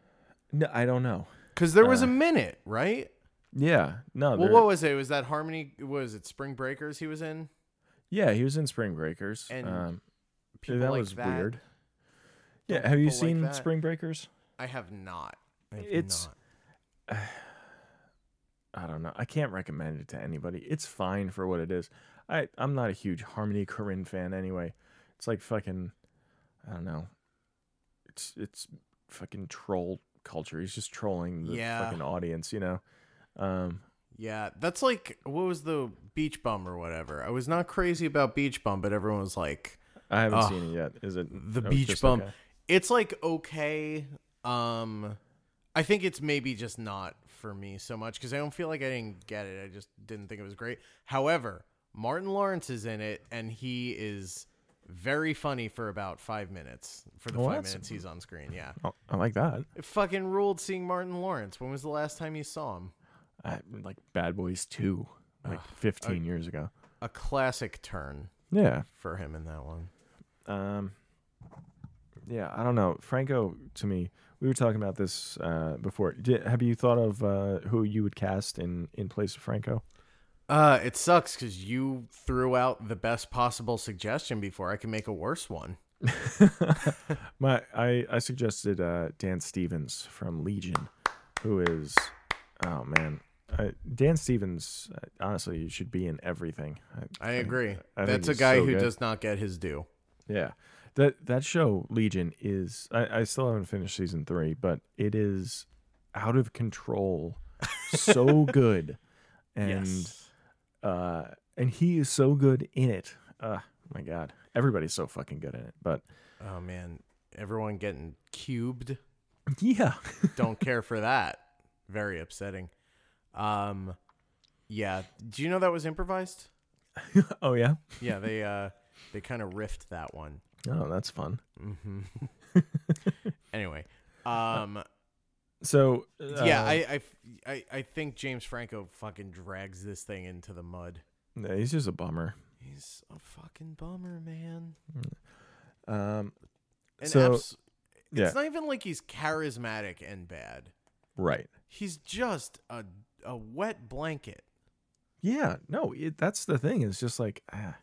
[SPEAKER 3] No, I don't know.
[SPEAKER 1] Cuz there
[SPEAKER 3] Uh.
[SPEAKER 1] was a minute, right?
[SPEAKER 3] Yeah, no.
[SPEAKER 1] Well,
[SPEAKER 3] there-
[SPEAKER 1] what was it? Was that Harmony was it Spring Breakers he was in?
[SPEAKER 3] yeah, he was in Spring Breakers.
[SPEAKER 1] And
[SPEAKER 3] um,
[SPEAKER 1] People
[SPEAKER 3] that
[SPEAKER 1] like
[SPEAKER 3] was
[SPEAKER 1] that?
[SPEAKER 3] weird. Yeah, have you
[SPEAKER 1] people like
[SPEAKER 3] seen
[SPEAKER 1] that?
[SPEAKER 3] Spring Breakers?
[SPEAKER 1] I have not. I have
[SPEAKER 3] It's-
[SPEAKER 1] not.
[SPEAKER 3] I don't know. I can't recommend it to anybody. It's fine for what it is. I I'm not a huge Harmony Korine fan anyway. It's like fucking I don't know. It's it's fucking troll culture. He's just trolling the
[SPEAKER 1] Yeah.
[SPEAKER 3] fucking audience, you know. Um
[SPEAKER 1] Yeah, that's like what was the Beach Bum or whatever. I was not crazy about Beach Bum, but everyone was like
[SPEAKER 3] I haven't
[SPEAKER 1] Ugh.
[SPEAKER 3] seen it yet. Is it
[SPEAKER 1] the
[SPEAKER 3] no, it's
[SPEAKER 1] beach
[SPEAKER 3] just
[SPEAKER 1] bum
[SPEAKER 3] okay?
[SPEAKER 1] it's like okay um i think it's maybe just not for me so much because i don't feel like i didn't get it i just didn't think it was great however martin lawrence is in it and he is very funny for about five minutes for the
[SPEAKER 3] Well,
[SPEAKER 1] five
[SPEAKER 3] that's-
[SPEAKER 1] minutes he's on screen yeah
[SPEAKER 3] Oh, I like that.
[SPEAKER 1] it fucking ruled seeing martin lawrence when was the last time you saw him
[SPEAKER 3] I like Bad Boys 2 like 15
[SPEAKER 1] Oh,
[SPEAKER 3] years ago.
[SPEAKER 1] a classic turn
[SPEAKER 3] Yeah.
[SPEAKER 1] for him in that one
[SPEAKER 3] Um, yeah, I don't know. Franco, to me, we were talking about this uh, before. Did, have you thought of uh, who you would cast in, in place of Franco?
[SPEAKER 1] uh it sucks because you threw out the best possible suggestion before i can make a worse one
[SPEAKER 3] My, I, I suggested uh, Dan Stevens from Legion, who is, oh man, I, Dan Stevens. uh, Honestly, you should be in everything.
[SPEAKER 1] I agree.
[SPEAKER 3] I think
[SPEAKER 1] That's a
[SPEAKER 3] he's
[SPEAKER 1] guy
[SPEAKER 3] so
[SPEAKER 1] who
[SPEAKER 3] good.
[SPEAKER 1] does not get his due.
[SPEAKER 3] Yeah. That that show Legion is I, I still haven't finished season three, but it is out of control. so good. And uh and he is so good in it. Uh my god. Everybody's so fucking good in it. But
[SPEAKER 1] Oh man, everyone getting cubed.
[SPEAKER 3] yeah.
[SPEAKER 1] Don't care for that. Very upsetting. Um, yeah. Do you know that was improvised?
[SPEAKER 3] oh yeah.
[SPEAKER 1] Yeah, they uh, they kind of riffed that one.
[SPEAKER 3] Oh, that's fun.
[SPEAKER 1] Anyway, um,
[SPEAKER 3] So
[SPEAKER 1] yeah,
[SPEAKER 3] uh,
[SPEAKER 1] I, I I I think James Franco fucking drags this thing into the mud.
[SPEAKER 3] no, he's just a bummer.
[SPEAKER 1] He's a fucking bummer, man.
[SPEAKER 3] Um
[SPEAKER 1] And
[SPEAKER 3] So,
[SPEAKER 1] abs-
[SPEAKER 3] yeah.
[SPEAKER 1] it's not even like he's charismatic and bad.
[SPEAKER 3] right.
[SPEAKER 1] He's just a a wet blanket.
[SPEAKER 3] Yeah, no, it, that's the thing. It's just like ah,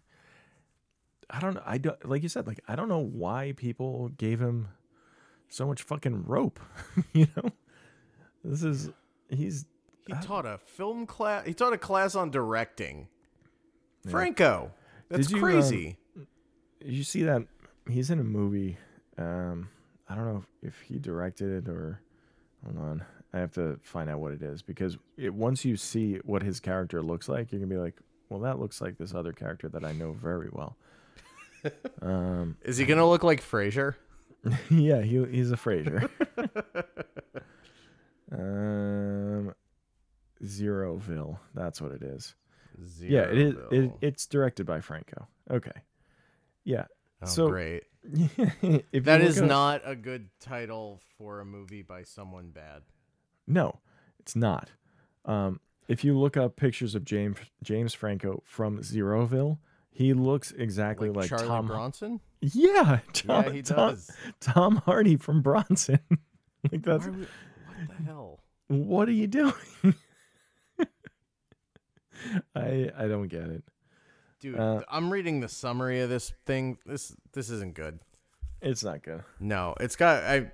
[SPEAKER 3] I don't I don't like you said like I don't know why people gave him so much fucking rope, you know? This is he's
[SPEAKER 1] He
[SPEAKER 3] Uh-huh.
[SPEAKER 1] taught a film class. He taught a class on directing. Franco, that's
[SPEAKER 3] Did you, um,
[SPEAKER 1] crazy.
[SPEAKER 3] you see that he's in a movie um I don't know if, if he directed it or hold on. I have to find out what it is because it, once you see what his character looks like, you're going to be like, well, that looks like this other character that I know very well. um,
[SPEAKER 1] Is he gonna look like Frasier?
[SPEAKER 3] yeah, he, he's a Frasier. um, Zeroville. That's what it is. yeah, it is. It,
[SPEAKER 1] Zeroville.
[SPEAKER 3] it's directed by Franco. Okay. Yeah.
[SPEAKER 1] oh,
[SPEAKER 3] so-
[SPEAKER 1] great.
[SPEAKER 3] if you
[SPEAKER 1] That
[SPEAKER 3] look
[SPEAKER 1] is
[SPEAKER 3] up-
[SPEAKER 1] not a good title for a movie by someone bad.
[SPEAKER 3] No, it's not. Um, if you look up pictures of James James Franco from Zeroville, he looks exactly
[SPEAKER 1] Like
[SPEAKER 3] like,
[SPEAKER 1] Charlie
[SPEAKER 3] Tom.
[SPEAKER 1] Bronson?
[SPEAKER 3] yeah, Tom,
[SPEAKER 1] yeah, he
[SPEAKER 3] Tom-
[SPEAKER 1] does.
[SPEAKER 3] Tom Hardy from Bronson. like that's
[SPEAKER 1] Why would- what the hell?
[SPEAKER 3] what are you doing? I I don't get it.
[SPEAKER 1] Dude,
[SPEAKER 3] Uh,
[SPEAKER 1] th- I'm reading the summary of this thing. This this isn't good.
[SPEAKER 3] It's not good.
[SPEAKER 1] No, it's got I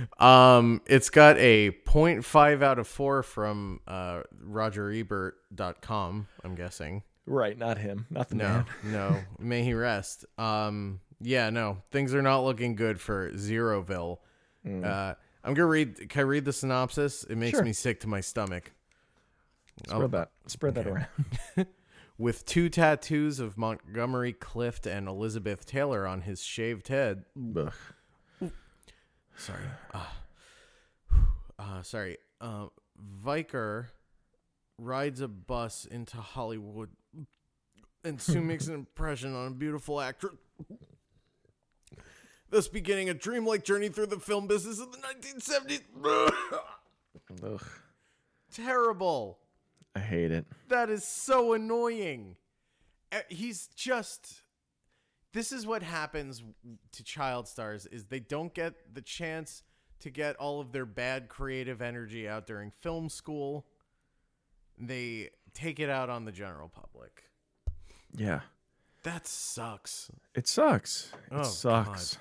[SPEAKER 1] um it's got a 0.5 out of 4 from uh rogerebert.com, I'm guessing.
[SPEAKER 3] Right, not him. Not the
[SPEAKER 1] No,
[SPEAKER 3] man.
[SPEAKER 1] no. May he rest. Um, yeah, no. Things are not looking good for Zeroville. Uh, I'm gonna read. Can I read the synopsis? It makes
[SPEAKER 3] Hmm. Sure.
[SPEAKER 1] me sick to my stomach.
[SPEAKER 3] Spread that. Spread that around.
[SPEAKER 1] With two tattoos of Montgomery Clift and Elizabeth Taylor on his shaved head. Sorry. Uh, uh, sorry. Uh, Viker rides a bus into Hollywood and soon makes an impression on a beautiful actress. Thus beginning a dreamlike journey through the film business of the 1970s.
[SPEAKER 3] Ugh,
[SPEAKER 1] Terrible.
[SPEAKER 3] I hate it.
[SPEAKER 1] That is so annoying. Uh, He's just this is what happens to child stars is they don't get the chance to get all of their bad creative energy out during film school. They take it out on the general public.
[SPEAKER 3] Yeah,
[SPEAKER 1] That sucks.
[SPEAKER 3] it sucks. It
[SPEAKER 1] Oh,
[SPEAKER 3] sucks.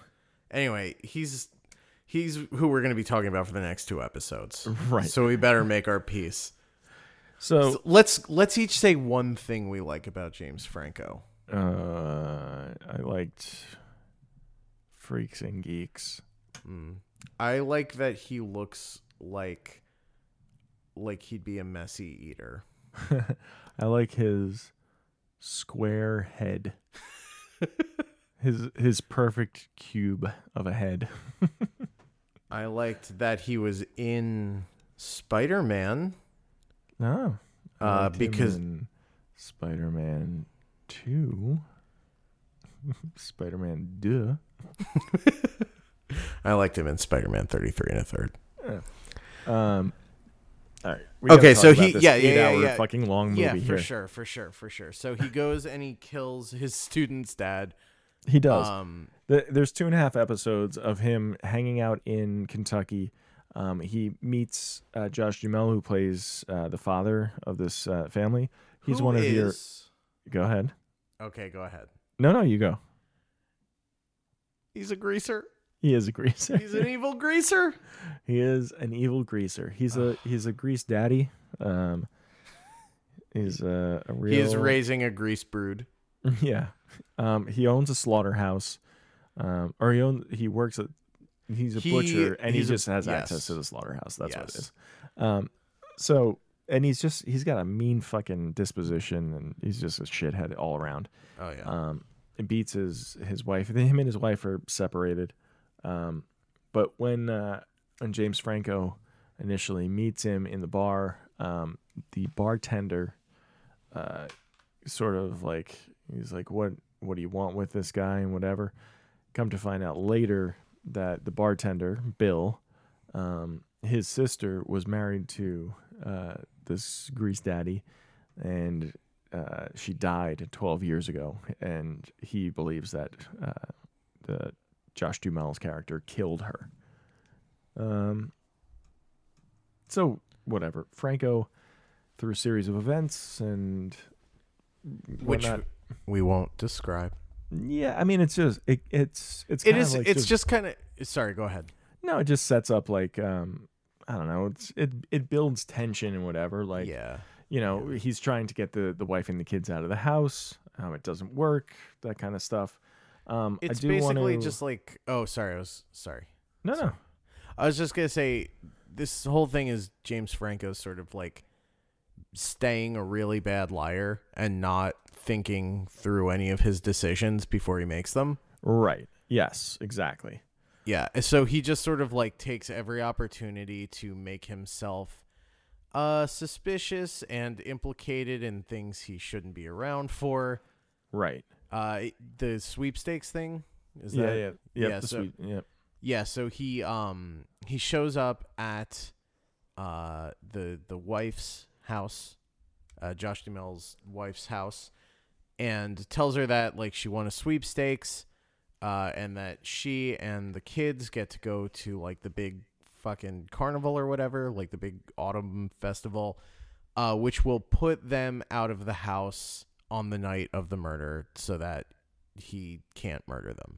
[SPEAKER 1] Anyway, he's he's who we're going to be talking about for the next two episodes.
[SPEAKER 3] Right.
[SPEAKER 1] So we better make our peace.
[SPEAKER 3] So
[SPEAKER 1] So let's let's each say one thing we like about James Franco.
[SPEAKER 3] Uh, I liked Freaks and Geeks.
[SPEAKER 1] I like that he looks like like he'd be a messy eater.
[SPEAKER 3] I like his square head. his his perfect cube of a head.
[SPEAKER 1] I liked that he was in Spider-Man.
[SPEAKER 3] Oh. I
[SPEAKER 1] Uh,
[SPEAKER 3] liked him
[SPEAKER 1] because-
[SPEAKER 3] in Spider-Man 2 Spider-Man duh.
[SPEAKER 1] I liked him in Spider-Man 33 and a third.
[SPEAKER 3] Um all right. we
[SPEAKER 1] Okay,
[SPEAKER 3] gotta
[SPEAKER 1] so
[SPEAKER 3] talk about
[SPEAKER 1] he-
[SPEAKER 3] this
[SPEAKER 1] yeah, yeah, yeah,
[SPEAKER 3] eight-hour
[SPEAKER 1] yeah.
[SPEAKER 3] fucking long movie
[SPEAKER 1] yeah, for
[SPEAKER 3] here.
[SPEAKER 1] sure, for sure, for sure. So he goes and he kills his student's dad.
[SPEAKER 3] He does.
[SPEAKER 1] Um
[SPEAKER 3] The, there's two and a half episodes of him hanging out in Kentucky. Um, he meets uh, Josh Duhamel, who plays uh, the father of this uh, family. He's
[SPEAKER 1] who
[SPEAKER 3] one of your.
[SPEAKER 1] is-
[SPEAKER 3] Go ahead.
[SPEAKER 1] Okay, go ahead.
[SPEAKER 3] No, no, you go.
[SPEAKER 1] He's a greaser.
[SPEAKER 3] He is a greaser.
[SPEAKER 1] He's an evil greaser.
[SPEAKER 3] he is an evil greaser. He's a he's a grease daddy. Um, he's a, a real.
[SPEAKER 1] He is raising a grease brood.
[SPEAKER 3] Yeah. Um, he owns a slaughterhouse, um, or he owns, he works at he's a
[SPEAKER 1] He-
[SPEAKER 3] butcher and he
[SPEAKER 1] he's a-
[SPEAKER 3] just has
[SPEAKER 1] yes.
[SPEAKER 3] access to the slaughterhouse. That's what it
[SPEAKER 1] Yes.
[SPEAKER 3] is. Um, so and he's just he's got a mean fucking disposition and he's just a shithead all around.
[SPEAKER 1] Oh yeah.
[SPEAKER 3] Um, it beats his his wife. Him and his wife are separated. Um, but when uh, when James Franco initially meets him in the bar, um, the bartender uh, sort of like he's like, "What what do you want with this guy?" and whatever. Come to find out later that the bartender Bill, um, his sister was married to uh, this grease daddy, and uh, she died 12 years ago, and he believes that uh, the Josh Duhamel's character killed her. Um, so whatever. Franco, through a series of events and
[SPEAKER 1] Which
[SPEAKER 3] whatnot-
[SPEAKER 1] we won't describe.
[SPEAKER 3] yeah, I mean, it's just it, it's it's
[SPEAKER 1] It
[SPEAKER 3] kinda
[SPEAKER 1] is
[SPEAKER 3] like
[SPEAKER 1] it's just kind of sorry, go ahead.
[SPEAKER 3] no, it just sets up like um, I don't know, it's it it builds tension and whatever. Like
[SPEAKER 1] yeah.
[SPEAKER 3] you know, he's trying to get the the wife and the kids out of the house. Um, it doesn't work, that kind of stuff. Um,
[SPEAKER 1] It's
[SPEAKER 3] I do
[SPEAKER 1] basically
[SPEAKER 3] wanna...
[SPEAKER 1] just like oh sorry, I was sorry.
[SPEAKER 3] no, no,
[SPEAKER 1] I was just gonna say this whole thing is James Franco's sort of like staying a really bad liar and not thinking through any of his decisions before he makes them.
[SPEAKER 3] Right. Yes, exactly.
[SPEAKER 1] Yeah. So he just sort of like takes every opportunity to make himself uh suspicious and implicated in things he shouldn't be around for.
[SPEAKER 3] Right.
[SPEAKER 1] Uh the sweepstakes thing is
[SPEAKER 3] yeah,
[SPEAKER 1] that
[SPEAKER 3] yeah. Yep,
[SPEAKER 1] yeah,
[SPEAKER 3] the
[SPEAKER 1] so-
[SPEAKER 3] sweet- yep.
[SPEAKER 1] yeah, so he um he shows up at uh the the wife's house, uh Josh Duhamel's wife's house, and tells her that like she won a sweepstakes, uh, and that she and the kids get to go to like the big fucking carnival or whatever, like the big autumn festival, uh, which will put them out of the house on the night of the murder so that he can't murder them.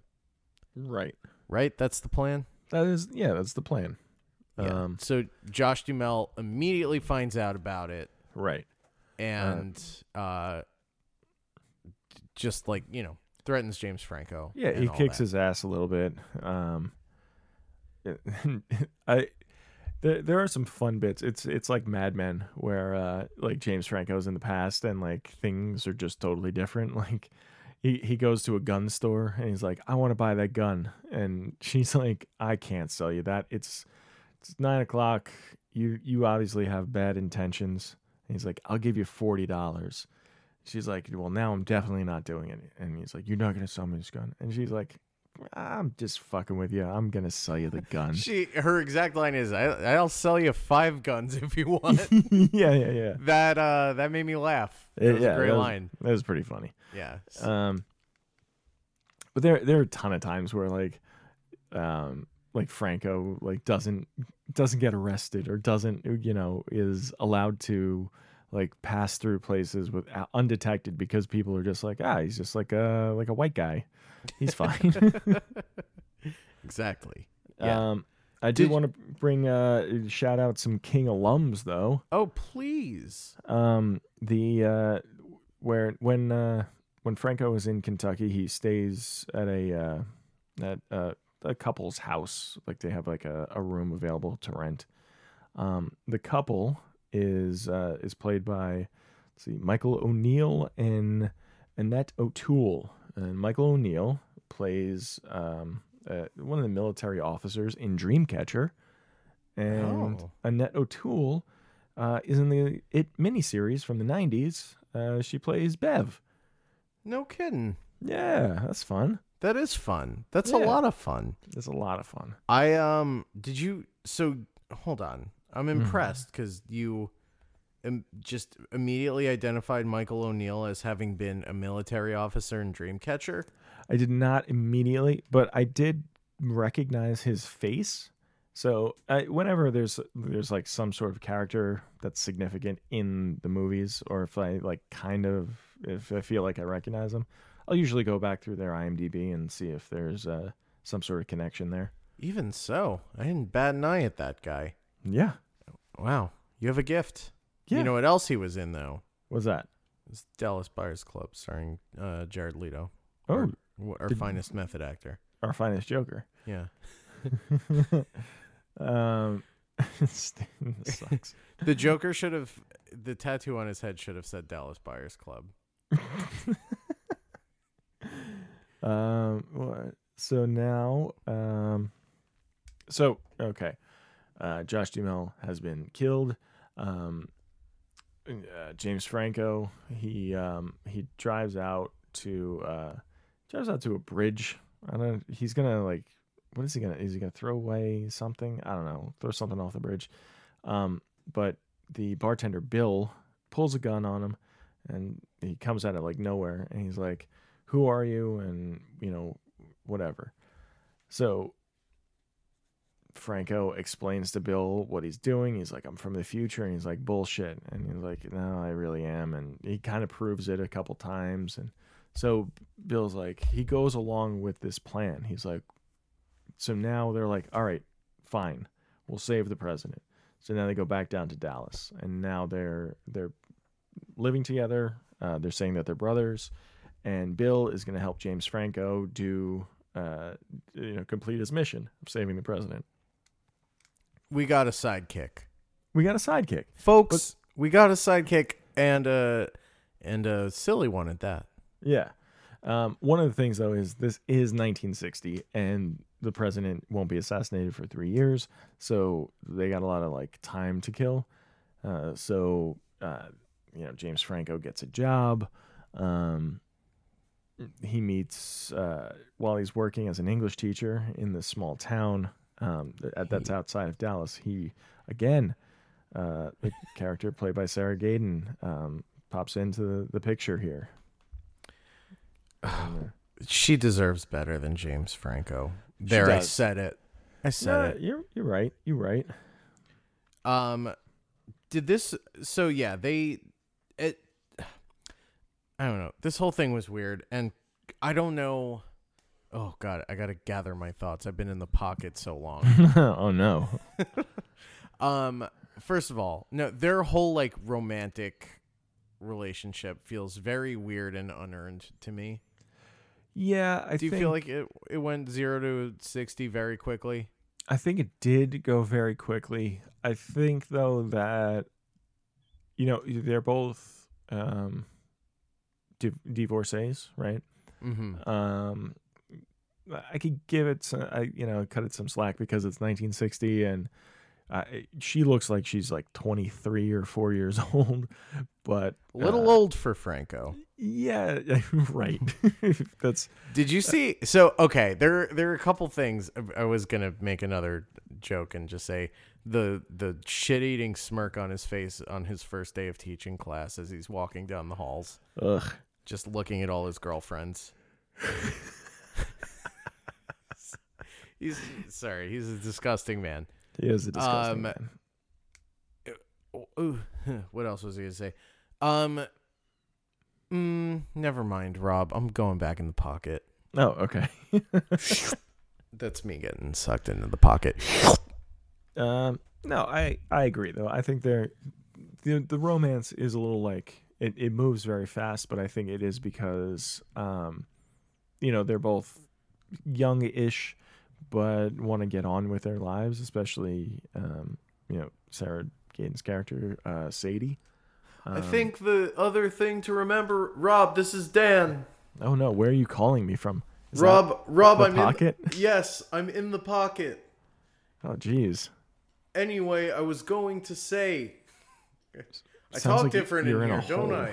[SPEAKER 3] Right.
[SPEAKER 1] Right? That's the plan?
[SPEAKER 3] That is yeah, that's the plan.
[SPEAKER 1] Yeah.
[SPEAKER 3] Um
[SPEAKER 1] so Josh Dumel immediately finds out about it
[SPEAKER 3] right.
[SPEAKER 1] and uh, just like, you know, threatens James Franco.
[SPEAKER 3] Yeah,
[SPEAKER 1] and
[SPEAKER 3] he
[SPEAKER 1] all
[SPEAKER 3] kicks
[SPEAKER 1] that.
[SPEAKER 3] his ass a little bit. Um, I there there are some fun bits. It's it's like Mad Men where uh, like James Franco's in the past and like things are just totally different. Like he he goes to a gun store and he's like, I want to buy that gun, and she's like, I can't sell you that. It's it's nine o'clock. You you obviously have bad intentions. And he's like, I'll give you forty dollars. She's like, well, now I'm definitely not doing it. And he's like, you're not gonna sell me this gun. And she's like, I'm just fucking with you. I'm gonna sell you the gun.
[SPEAKER 1] She, her exact line is, I, I'll sell you five guns if you want.
[SPEAKER 3] yeah, yeah, yeah.
[SPEAKER 1] that uh, that made me laugh. That was
[SPEAKER 3] yeah,
[SPEAKER 1] a great
[SPEAKER 3] that was-
[SPEAKER 1] line.
[SPEAKER 3] That was pretty funny.
[SPEAKER 1] Yeah. S-
[SPEAKER 3] Um, but there there are a ton of times where like, um, like Franco like doesn't doesn't get arrested or doesn't you know is allowed to like pass through places with uh, undetected because people are just like ah he's just like a like a white guy, he's fine.
[SPEAKER 1] exactly. Yeah.
[SPEAKER 3] Um, I do
[SPEAKER 1] Did-
[SPEAKER 3] want to bring uh shout out some King alums though.
[SPEAKER 1] oh, please.
[SPEAKER 3] Um, the uh, where when uh, when Franco is in Kentucky, he stays at a uh, at uh, a couple's house. Like they have like a, a room available to rent. Um, the couple is uh, is played by let's see Michael O'Neill and Annette O'Toole. And Michael O'Neill plays um, uh, one of the military officers in Dreamcatcher, and
[SPEAKER 1] Oh.
[SPEAKER 3] Annette O'Toole uh, is in the It miniseries from the 90s. Uh, she plays Bev.
[SPEAKER 1] No kidding.
[SPEAKER 3] Yeah, that's fun.
[SPEAKER 1] That is fun. That's a
[SPEAKER 3] Yeah.
[SPEAKER 1] lot of fun.
[SPEAKER 3] It's a lot of fun.
[SPEAKER 1] I um did you so hold on. I'm
[SPEAKER 3] Mm-hmm.
[SPEAKER 1] impressed cuz you im- just immediately identified Michael O'Neill as having been a military officer in Dreamcatcher.
[SPEAKER 3] I did not immediately, but I did recognize his face. So I, whenever there's there's like some sort of character that's significant in the movies, or if I like kind of if I feel like I recognize them, I'll usually go back through their IMDb and see if there's uh, some sort of connection there.
[SPEAKER 1] Even so, I didn't bat an eye at that guy.
[SPEAKER 3] Yeah,
[SPEAKER 1] Wow, you have a gift.
[SPEAKER 3] Yeah.
[SPEAKER 1] You know what else he was in though?
[SPEAKER 3] what's that?
[SPEAKER 1] It's Dallas Buyers Club starring uh, Jared Leto,
[SPEAKER 3] Oh,
[SPEAKER 1] wh- our
[SPEAKER 3] Did-
[SPEAKER 1] finest method actor.
[SPEAKER 3] our finest Joker.
[SPEAKER 1] Yeah.
[SPEAKER 3] um, Stan, this sucks.
[SPEAKER 1] The Joker should have the tattoo on his head should have said Dallas Buyers Club.
[SPEAKER 3] um, what- so now, um, so okay, uh, Josh Duhamel has been killed. Um, uh, James Franco he um he drives out to uh drives out to a bridge. I don't. He's gonna like. What is he gonna? Is he gonna throw away something? I don't know. Throw something off the bridge. Um, but the bartender Bill pulls a gun on him, and he comes out of like nowhere, and he's like, "Who are you?" And you know, whatever. So Franco explains to Bill what he's doing. He's like, "I'm from the future," and he's like, "Bullshit," and he's like, "No, I really am." And he kind of proves it a couple times, and so Bill's like, he goes along with this plan. He's like, so now they're like, all right, fine, we'll save the president. So now they go back down to Dallas, and now they're they're living together. Uh, they're saying that they're brothers, and Bill is going to help James Franco do uh, you know complete his mission of saving the president.
[SPEAKER 1] We got a sidekick.
[SPEAKER 3] We got a sidekick.
[SPEAKER 1] Folks, we got a sidekick and uh and uh silly one at that.
[SPEAKER 3] Yeah. Um, one of the things though is this is 1960, and the president won't be assassinated for three years, so they got a lot of like time to kill. Uh, so uh, you know, James Franco gets a job. Um, he meets uh, while he's working as an English teacher in this small town um, th- that's outside of Dallas. He again, uh, the character played by Sarah Gaydon, um, pops into the, the picture here. uh,
[SPEAKER 1] She deserves better than James Franco. There I
[SPEAKER 3] does.
[SPEAKER 1] said it. I said
[SPEAKER 3] No,
[SPEAKER 1] it.
[SPEAKER 3] you're you're right. You're right.
[SPEAKER 1] Um, did this? So yeah, they. It. I don't know. This whole thing was weird, and I don't know. Oh God, I gotta gather my thoughts. I've been in the pocket so long.
[SPEAKER 3] oh no.
[SPEAKER 1] um, first of all, no, their whole like romantic relationship feels very weird and unearned to me.
[SPEAKER 3] Yeah, I
[SPEAKER 1] Do you
[SPEAKER 3] think,
[SPEAKER 1] feel like it? It went zero to sixty very quickly.
[SPEAKER 3] I think it did go very quickly. I think though that you know they're both um, di- divorcees, right?
[SPEAKER 1] Mm-hmm.
[SPEAKER 3] Um, I could give it, some, I you know, cut it some slack because it's 1960 and. Uh, she looks like she's like 23 or 4 years old but
[SPEAKER 1] Little
[SPEAKER 3] uh,
[SPEAKER 1] old for Franco.
[SPEAKER 3] yeah right that's
[SPEAKER 1] Did you see? So okay, there there are a couple things. I- I was gonna make another joke and just say the the shit eating smirk on his face on his first day of teaching class as he's walking down the halls,
[SPEAKER 3] ugh
[SPEAKER 1] just looking at all his girlfriends. he's sorry. He's a disgusting man.
[SPEAKER 3] He is a disgusting
[SPEAKER 1] Um,
[SPEAKER 3] man.
[SPEAKER 1] Oh, Ooh, what else was he gonna say? Um, mm, never mind, Rob. I'm going back in the pocket.
[SPEAKER 3] Oh, okay.
[SPEAKER 1] That's me getting sucked into the pocket.
[SPEAKER 3] um, no, I I agree though. I think they're the the romance is a little like it, it moves very fast, but I think it is because um, you know, they're both young-ish, but want to get on with their lives, especially um, you know, Sarah Gaten's character, uh, Sadie. Um,
[SPEAKER 1] I think the other thing to remember, Rob, this is Dan.
[SPEAKER 3] Oh no, where are you calling me from? Is that-
[SPEAKER 1] Rob, Rob,
[SPEAKER 3] the
[SPEAKER 1] I'm
[SPEAKER 3] pocket?
[SPEAKER 1] in. Yes, I'm in the pocket.
[SPEAKER 3] oh, jeez.
[SPEAKER 1] Anyway, I was going to say, I
[SPEAKER 3] Sounds
[SPEAKER 1] talk
[SPEAKER 3] like
[SPEAKER 1] different in
[SPEAKER 3] you're in
[SPEAKER 1] here,
[SPEAKER 3] a
[SPEAKER 1] don't
[SPEAKER 3] hole.
[SPEAKER 1] I?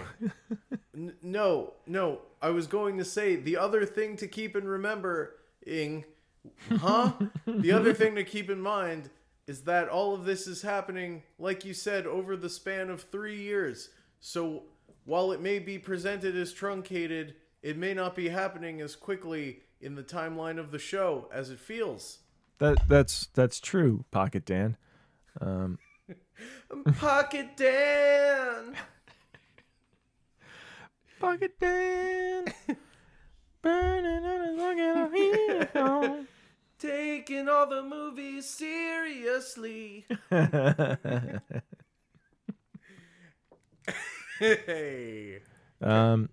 [SPEAKER 1] N- no, no, I was going to say the other thing to keep in remembering, huh? the other thing to keep in mind is that all of this is happening, like you said, over the span of three years. So while it may be presented as truncated, it may not be happening as quickly in the timeline of the show as it feels.
[SPEAKER 3] That that's that's true, Pocket Dan.
[SPEAKER 1] Pocket Dan!
[SPEAKER 3] Pocket Dan. Burning on a bucket
[SPEAKER 1] Taking all the movies seriously. hey.
[SPEAKER 3] of Um.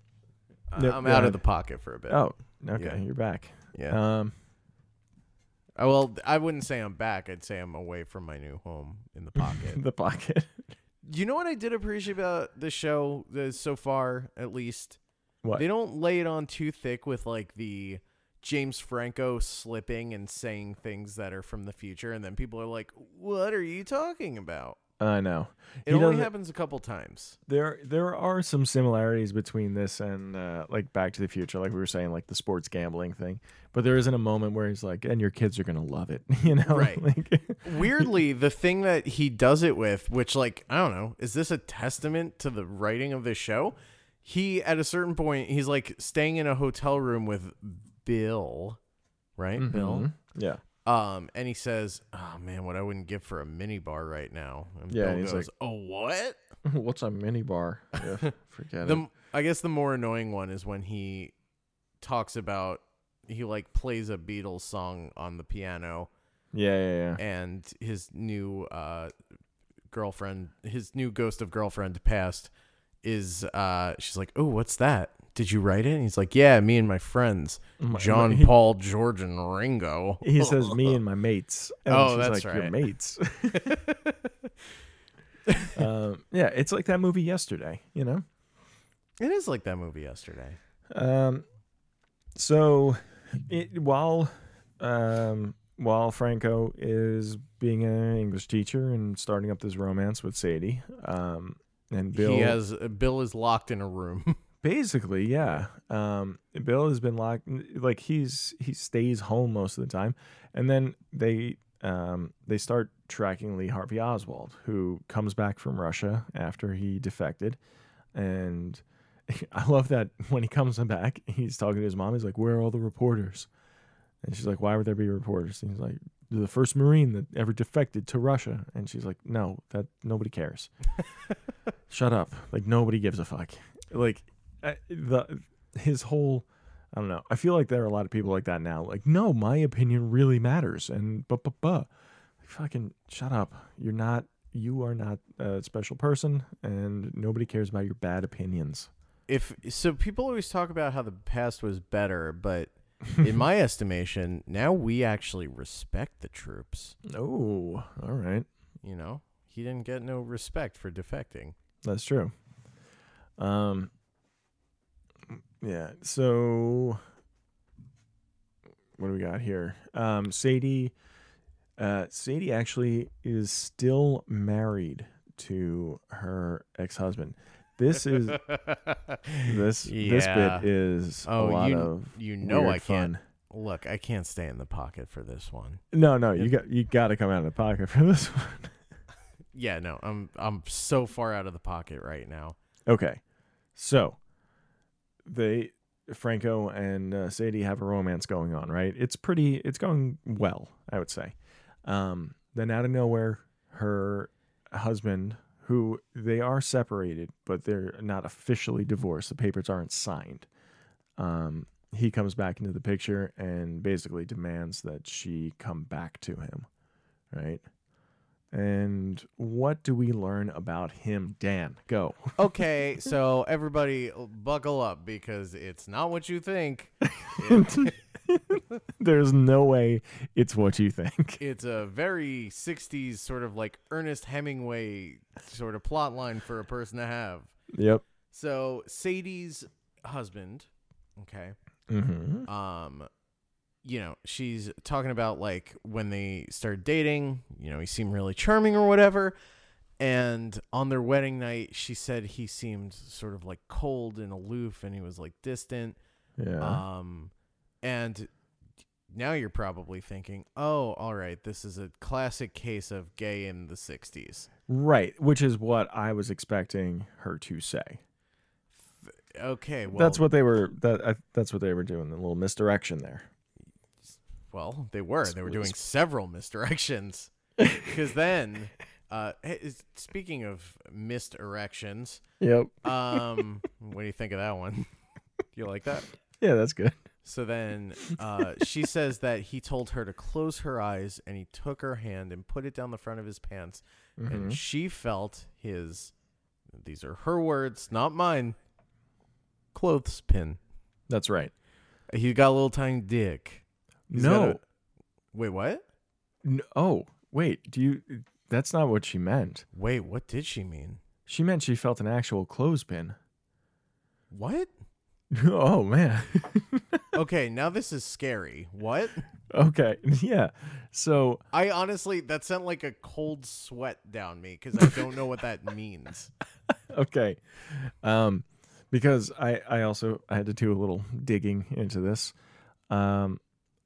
[SPEAKER 3] no,
[SPEAKER 1] I'm
[SPEAKER 3] go
[SPEAKER 1] out of
[SPEAKER 3] ahead.
[SPEAKER 1] the pocket for a bit.
[SPEAKER 3] Oh, okay,
[SPEAKER 1] Yeah.
[SPEAKER 3] you're back.
[SPEAKER 1] yeah.
[SPEAKER 3] Um.
[SPEAKER 1] I- well, I wouldn't say I'm back. I'd say I'm away from my new home in the pocket.
[SPEAKER 3] The pocket.
[SPEAKER 1] you know what I did appreciate about the show uh, so far, at least?
[SPEAKER 3] What?
[SPEAKER 1] They don't lay it on too thick with like the James Franco slipping and saying things that are from the future, and then people are like, "What are you talking about?"
[SPEAKER 3] I know.
[SPEAKER 1] It
[SPEAKER 3] He
[SPEAKER 1] only
[SPEAKER 3] doesn't-
[SPEAKER 1] happens a couple times.
[SPEAKER 3] There, there are some similarities between this and uh, like Back to the Future, like we were saying, like the sports gambling thing. But there isn't a moment where he's like, "And your kids are gonna love it," you know?
[SPEAKER 1] Right.
[SPEAKER 3] Like,
[SPEAKER 1] Weirdly, the thing that he does it with, which like I don't know, is this a testament to the writing of this show? He at a certain point, he's like staying in a hotel room with Bill, right?
[SPEAKER 3] Mm-hmm.
[SPEAKER 1] Bill.
[SPEAKER 3] yeah.
[SPEAKER 1] Um, and he says, "Oh man, what I wouldn't give for a mini bar right now." And
[SPEAKER 3] Yeah,
[SPEAKER 1] Bill
[SPEAKER 3] he's
[SPEAKER 1] goes,
[SPEAKER 3] like-
[SPEAKER 1] "Oh what?"
[SPEAKER 3] What's a mini bar? Yeah, forget it.
[SPEAKER 1] The I guess the more annoying one is when he talks about he like plays a Beatles song on the piano
[SPEAKER 3] Yeah, yeah, yeah.
[SPEAKER 1] and his new uh, girlfriend, his new ghost of girlfriend past is uh, she's like, oh, what's that? Did you write it? And he's like, yeah, me and my friends, John,
[SPEAKER 3] my-
[SPEAKER 1] Paul, George, and Ringo.
[SPEAKER 3] He says me and my mates. And
[SPEAKER 1] Oh,
[SPEAKER 3] she's
[SPEAKER 1] that's
[SPEAKER 3] like,
[SPEAKER 1] right.
[SPEAKER 3] Your mates. um, yeah, it's like that movie yesterday, you know?
[SPEAKER 1] It is like that movie yesterday.
[SPEAKER 3] Um, so it, while um, while Franco is being an English teacher and starting up this romance with Sadie, um, and Bill
[SPEAKER 1] He has uh, Bill is locked in a room.
[SPEAKER 3] basically yeah, um, Bill has been locked like he's he stays home most of the time, and then they um, they start tracking Lee Harvey Oswald, who comes back from Russia after he defected, and I love that when he comes back, he's talking to his mom. He's like, "Where are all the reporters?" And she's like, "Why would there be reporters?" And he's like, "The first Marine that ever defected to Russia." And she's like, "No, that nobody cares. Shut up. Like nobody gives a fuck. Like I- the his whole." I don't know. I feel like there are a lot of people like that now. Like, no, my opinion really matters, and but but but, fucking shut up. You're not. You are not a special person, and nobody cares about your bad opinions.
[SPEAKER 1] if so people always talk about how the past was better, but in my estimation, now we actually respect the troops,
[SPEAKER 3] Oh, all right.
[SPEAKER 1] you know? He didn't get no respect for defecting.
[SPEAKER 3] That's true. Um yeah, so what do we got here? Um Sadie uh Sadie actually is still married to her ex-husband. This is this this
[SPEAKER 1] Yeah.
[SPEAKER 3] bit is
[SPEAKER 1] Oh,
[SPEAKER 3] a lot
[SPEAKER 1] you-
[SPEAKER 3] of
[SPEAKER 1] you know
[SPEAKER 3] weird
[SPEAKER 1] I can't.
[SPEAKER 3] fun.
[SPEAKER 1] Look, I can't stay in the pocket for this one.
[SPEAKER 3] No, no, you got you got to come out of the pocket for this one.
[SPEAKER 1] Yeah, no, I'm I'm so far out of the pocket right now.
[SPEAKER 3] Okay. So they Franco and uh, Sadie have a romance going on, right? It's pretty it's going well, I would say. Um then out of nowhere her husband who they are separated, but they're not officially divorced. The papers aren't signed. Um he comes back into the picture and basically demands that she come back to him, right? And what do we learn about him, Dan? Go.
[SPEAKER 1] Okay, so everybody buckle up because it's not what you think.
[SPEAKER 3] There's no way it's what you think.
[SPEAKER 1] It's a very 60s sort of like Ernest Hemingway sort of plot line for a person to have.
[SPEAKER 3] Yep.
[SPEAKER 1] So Sadie's husband, okay,
[SPEAKER 3] Mm-hmm.
[SPEAKER 1] um you know she's talking about like when they started dating you know he seemed really charming or whatever and on their wedding night she said he seemed sort of like cold and aloof and he was like distant
[SPEAKER 3] Yeah.
[SPEAKER 1] um and now you're probably thinking oh all right this is a classic case of gay in the 60s
[SPEAKER 3] right, which is what I was expecting her to say.
[SPEAKER 1] okay well
[SPEAKER 3] that's what they were. That I, that's what they were doing. The little misdirection there.
[SPEAKER 1] Well, they were. They were doing several misdirections. Because then, uh, hey, is- speaking of misdirections,
[SPEAKER 3] Yep.
[SPEAKER 1] um, what do you think of that one? Do you like that?
[SPEAKER 3] Yeah, that's good.
[SPEAKER 1] So then uh, she says that he told her to close her eyes and he took her hand and put it down the front of his pants. And she felt his, these are her words, not mine, clothespin.
[SPEAKER 3] That's right.
[SPEAKER 1] He got a little tiny dick. He's got
[SPEAKER 3] No.
[SPEAKER 1] a- wait, what?
[SPEAKER 3] N- oh, wait. Do you? That's not what she meant.
[SPEAKER 1] Wait, what did she mean?
[SPEAKER 3] She meant she felt an actual clothespin.
[SPEAKER 1] What?
[SPEAKER 3] oh man.
[SPEAKER 1] Okay, now this is scary. What?
[SPEAKER 3] okay. Yeah. So
[SPEAKER 1] I honestly, that sent like a cold sweat down me because I don't know what that means.
[SPEAKER 3] okay um because i i also i had to do a little digging into this um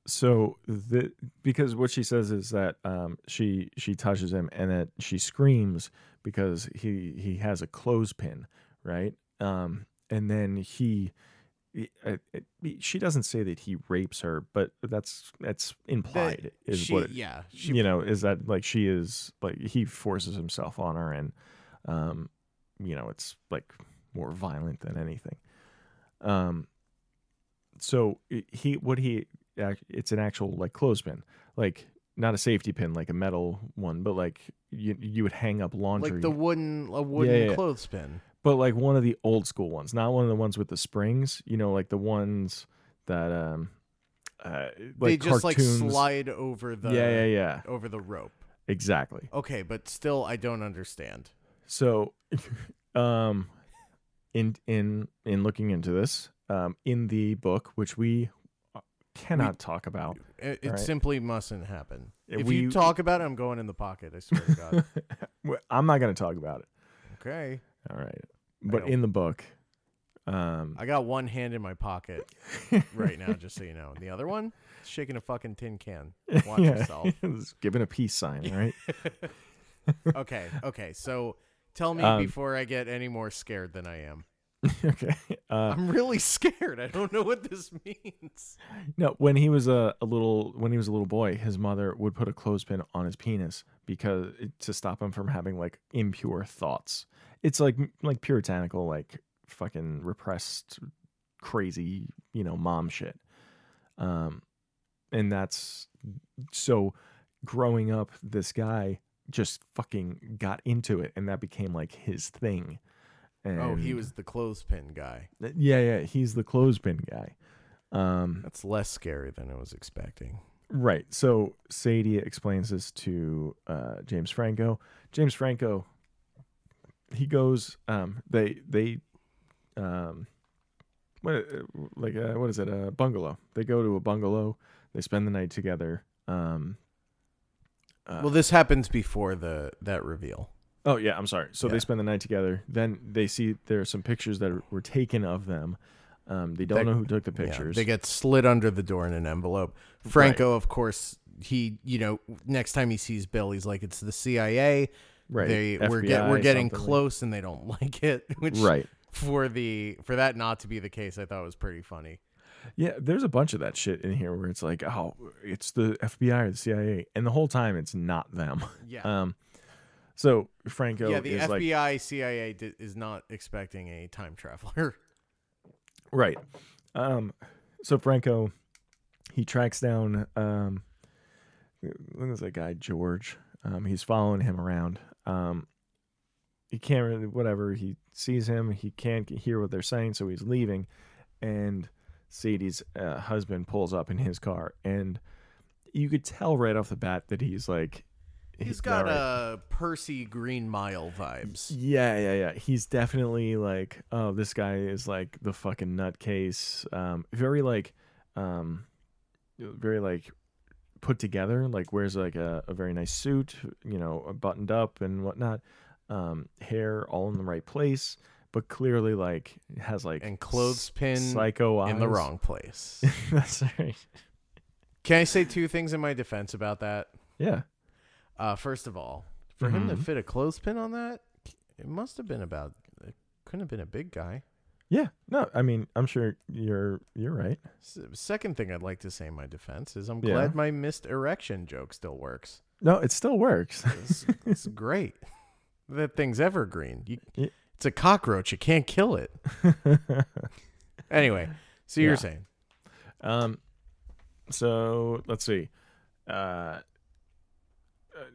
[SPEAKER 3] so the because what she says is that um she she touches him and that she screams because he he has a clothespin right um and then he he- I- I- she doesn't say that he rapes her, but that's that's implied. Is
[SPEAKER 1] she,
[SPEAKER 3] what it,
[SPEAKER 1] yeah, she,
[SPEAKER 3] you know is that like she is like he forces himself on her and um you know it's like more violent than anything um so i- he what he act- it's an actual like clothespin like not a safety pin like a metal one but like you you would hang up laundry
[SPEAKER 1] like the wooden, a wooden
[SPEAKER 3] Yeah, yeah.
[SPEAKER 1] clothespin.
[SPEAKER 3] but like one of the old school ones, not one of the ones with the springs. You know, like the ones that um, uh, like
[SPEAKER 1] they just
[SPEAKER 3] cartoons.
[SPEAKER 1] like slide over the,
[SPEAKER 3] yeah, yeah, yeah,
[SPEAKER 1] over the rope.
[SPEAKER 3] exactly.
[SPEAKER 1] Okay, but still, I don't understand.
[SPEAKER 3] So, um, in in in looking into this, um, in the book, which we uh, cannot talk about,
[SPEAKER 1] It, it
[SPEAKER 3] Right.
[SPEAKER 1] simply mustn't happen.
[SPEAKER 3] Yeah,
[SPEAKER 1] If
[SPEAKER 3] Uh, we-
[SPEAKER 1] you talk about it, I'm going in the pocket. I swear to God.
[SPEAKER 3] Well, I'm not going to talk about it.
[SPEAKER 1] Okay,
[SPEAKER 3] All right, but
[SPEAKER 1] don't-
[SPEAKER 3] in the book, um,
[SPEAKER 1] I got one hand in my pocket right now, just so you know. And the other one, shaking a fucking tin can. Watch yourself.
[SPEAKER 3] it's given a peace sign, right?
[SPEAKER 1] Okay, okay. So tell me
[SPEAKER 3] Um,
[SPEAKER 1] before I get any more scared than I am.
[SPEAKER 3] okay. Uh,
[SPEAKER 1] I'm really scared. I don't know what this means.
[SPEAKER 3] No, when he was a, a little when he was a little boy, his mother would put a clothespin on his penis because to stop him from having like impure thoughts. It's like like puritanical, like fucking repressed, crazy, you know, mom shit. Um, and that's so growing up, this guy just fucking got into it, and that became like his thing. And
[SPEAKER 1] Oh, he was the clothespin guy.
[SPEAKER 3] yeah, yeah. He's the clothespin guy. Um,
[SPEAKER 1] That's less scary than I was expecting.
[SPEAKER 3] Right. So Sadie explains this to uh, James Franco. James Franco, he goes. Um, they they, um, what like uh, what is it? A bungalow. They go to a bungalow. They spend the night together. Um, Uh,
[SPEAKER 1] well, this happens before the that reveal.
[SPEAKER 3] Oh yeah, I'm sorry. So
[SPEAKER 1] Yeah.
[SPEAKER 3] they spend the night together. Then they see there are some pictures that were taken of them. Um, they don't
[SPEAKER 1] That-
[SPEAKER 3] know who took the
[SPEAKER 1] Yeah,
[SPEAKER 3] pictures.
[SPEAKER 1] they get slid under the door in an envelope. Franco, of course, he you know next time he sees Bill, he's like, "It's the CIA."
[SPEAKER 3] Right,
[SPEAKER 1] They we're get
[SPEAKER 3] FBI,
[SPEAKER 1] we're getting
[SPEAKER 3] something like-
[SPEAKER 1] close, and they don't like it. Which
[SPEAKER 3] Right.
[SPEAKER 1] for the for that not to be the case, I thought was pretty funny.
[SPEAKER 3] Yeah, there's a bunch of that shit in here where it's like, oh, it's the FBI or the CIA, and the whole time it's not them.
[SPEAKER 1] Yeah.
[SPEAKER 3] Um, so Franco
[SPEAKER 1] yeah, the
[SPEAKER 3] is like,
[SPEAKER 1] FBI, CIA di- is not expecting a time traveler.
[SPEAKER 3] right. Um, so Franco, he tracks down um, what is that guy George? Um, he's following him around. Um, he can't really, whatever. He sees him. He can't hear what they're saying, so he's leaving. And Sadie's uh, husband pulls up in his car, and you could tell right off the bat that he's like,
[SPEAKER 1] He's got
[SPEAKER 3] all right.
[SPEAKER 1] a Percy Green Mile vibes.
[SPEAKER 3] Yeah, yeah, yeah. He's definitely like, oh, this guy is like the fucking nutcase. Um, very like, um, very like put together. Like wears like a, a very nice suit, you know, uh, buttoned up and whatnot. Um, hair all in the right place, but clearly like has like
[SPEAKER 1] And clothespin
[SPEAKER 3] s- psycho
[SPEAKER 1] in the
[SPEAKER 3] eyes.
[SPEAKER 1] wrong place.
[SPEAKER 3] That's right.
[SPEAKER 1] Can I say two things in my defense about that?
[SPEAKER 3] Yeah.
[SPEAKER 1] Uh, first of all, for him to fit a clothespin on that, it must have been about. It couldn't have been a big guy.
[SPEAKER 3] Yeah. No, I mean, I'm sure you're you're right.
[SPEAKER 1] S- Second thing I'd like to say in my defense is I'm
[SPEAKER 3] Yeah.
[SPEAKER 1] glad my missed erection joke still works.
[SPEAKER 3] No, it still works.
[SPEAKER 1] It's, it's great. That thing's evergreen. You,
[SPEAKER 3] Ye-
[SPEAKER 1] It's a cockroach. You can't kill it. Anyway, so you're
[SPEAKER 3] Yeah.
[SPEAKER 1] saying
[SPEAKER 3] Um, so let's see. Uh, uh,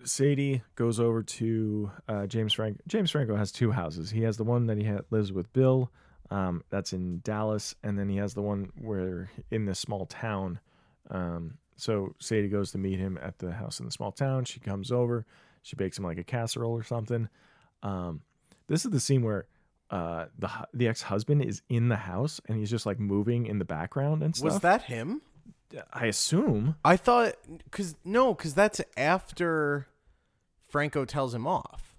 [SPEAKER 3] Sadie goes over to uh, James Franco. James Franco has two houses. He has the one that he ha- lives with Bill. Um, that's in Dallas, and then he has the one where in this small town. Um, so Sadie goes to meet him at the house in the small town. She comes over. She bakes him like a casserole or something. Um, this is the scene where uh, the hu- the ex husband is in the house and he's just like moving in the background and stuff.
[SPEAKER 1] was that him?
[SPEAKER 3] I assume.
[SPEAKER 1] I thought because no, because that's after Franco tells him off.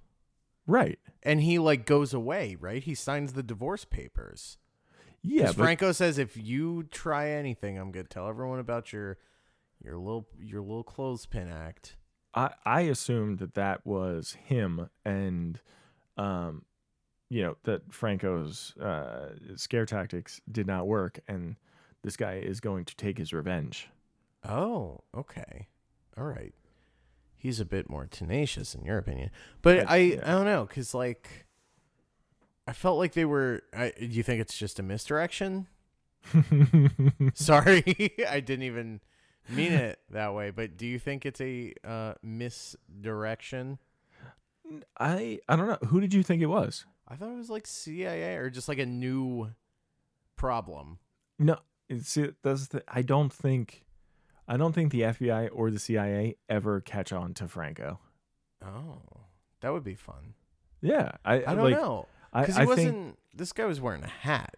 [SPEAKER 3] Right.
[SPEAKER 1] and he like goes away, right? He signs the divorce papers.
[SPEAKER 3] Yeah.
[SPEAKER 1] 'Cause
[SPEAKER 3] but-
[SPEAKER 1] Franco says if you try anything, I'm gonna tell everyone about your your little your little clothespin act.
[SPEAKER 3] I I assumed that that was him and um you know that Franco's uh scare tactics did not work and this guy is going to take his revenge.
[SPEAKER 1] Oh, okay, all right. He's a bit more tenacious in your opinion, but I I,
[SPEAKER 3] yeah.
[SPEAKER 1] don't know because like I felt like they were. I, do you think it's just a misdirection? Sorry, I didn't even mean it that way. But do you think it's a uh, misdirection?
[SPEAKER 3] I I don't know who did you think it was?
[SPEAKER 1] I thought it was like CIA or just like a new problem.
[SPEAKER 3] No, see that's the, I don't think I don't think the FBI or the CIA ever catch on to Franco.
[SPEAKER 1] Oh, that would be fun.
[SPEAKER 3] Yeah, I,
[SPEAKER 1] I don't
[SPEAKER 3] like,
[SPEAKER 1] know
[SPEAKER 3] I-
[SPEAKER 1] because
[SPEAKER 3] I
[SPEAKER 1] he
[SPEAKER 3] think-
[SPEAKER 1] wasn't. This guy was wearing a hat.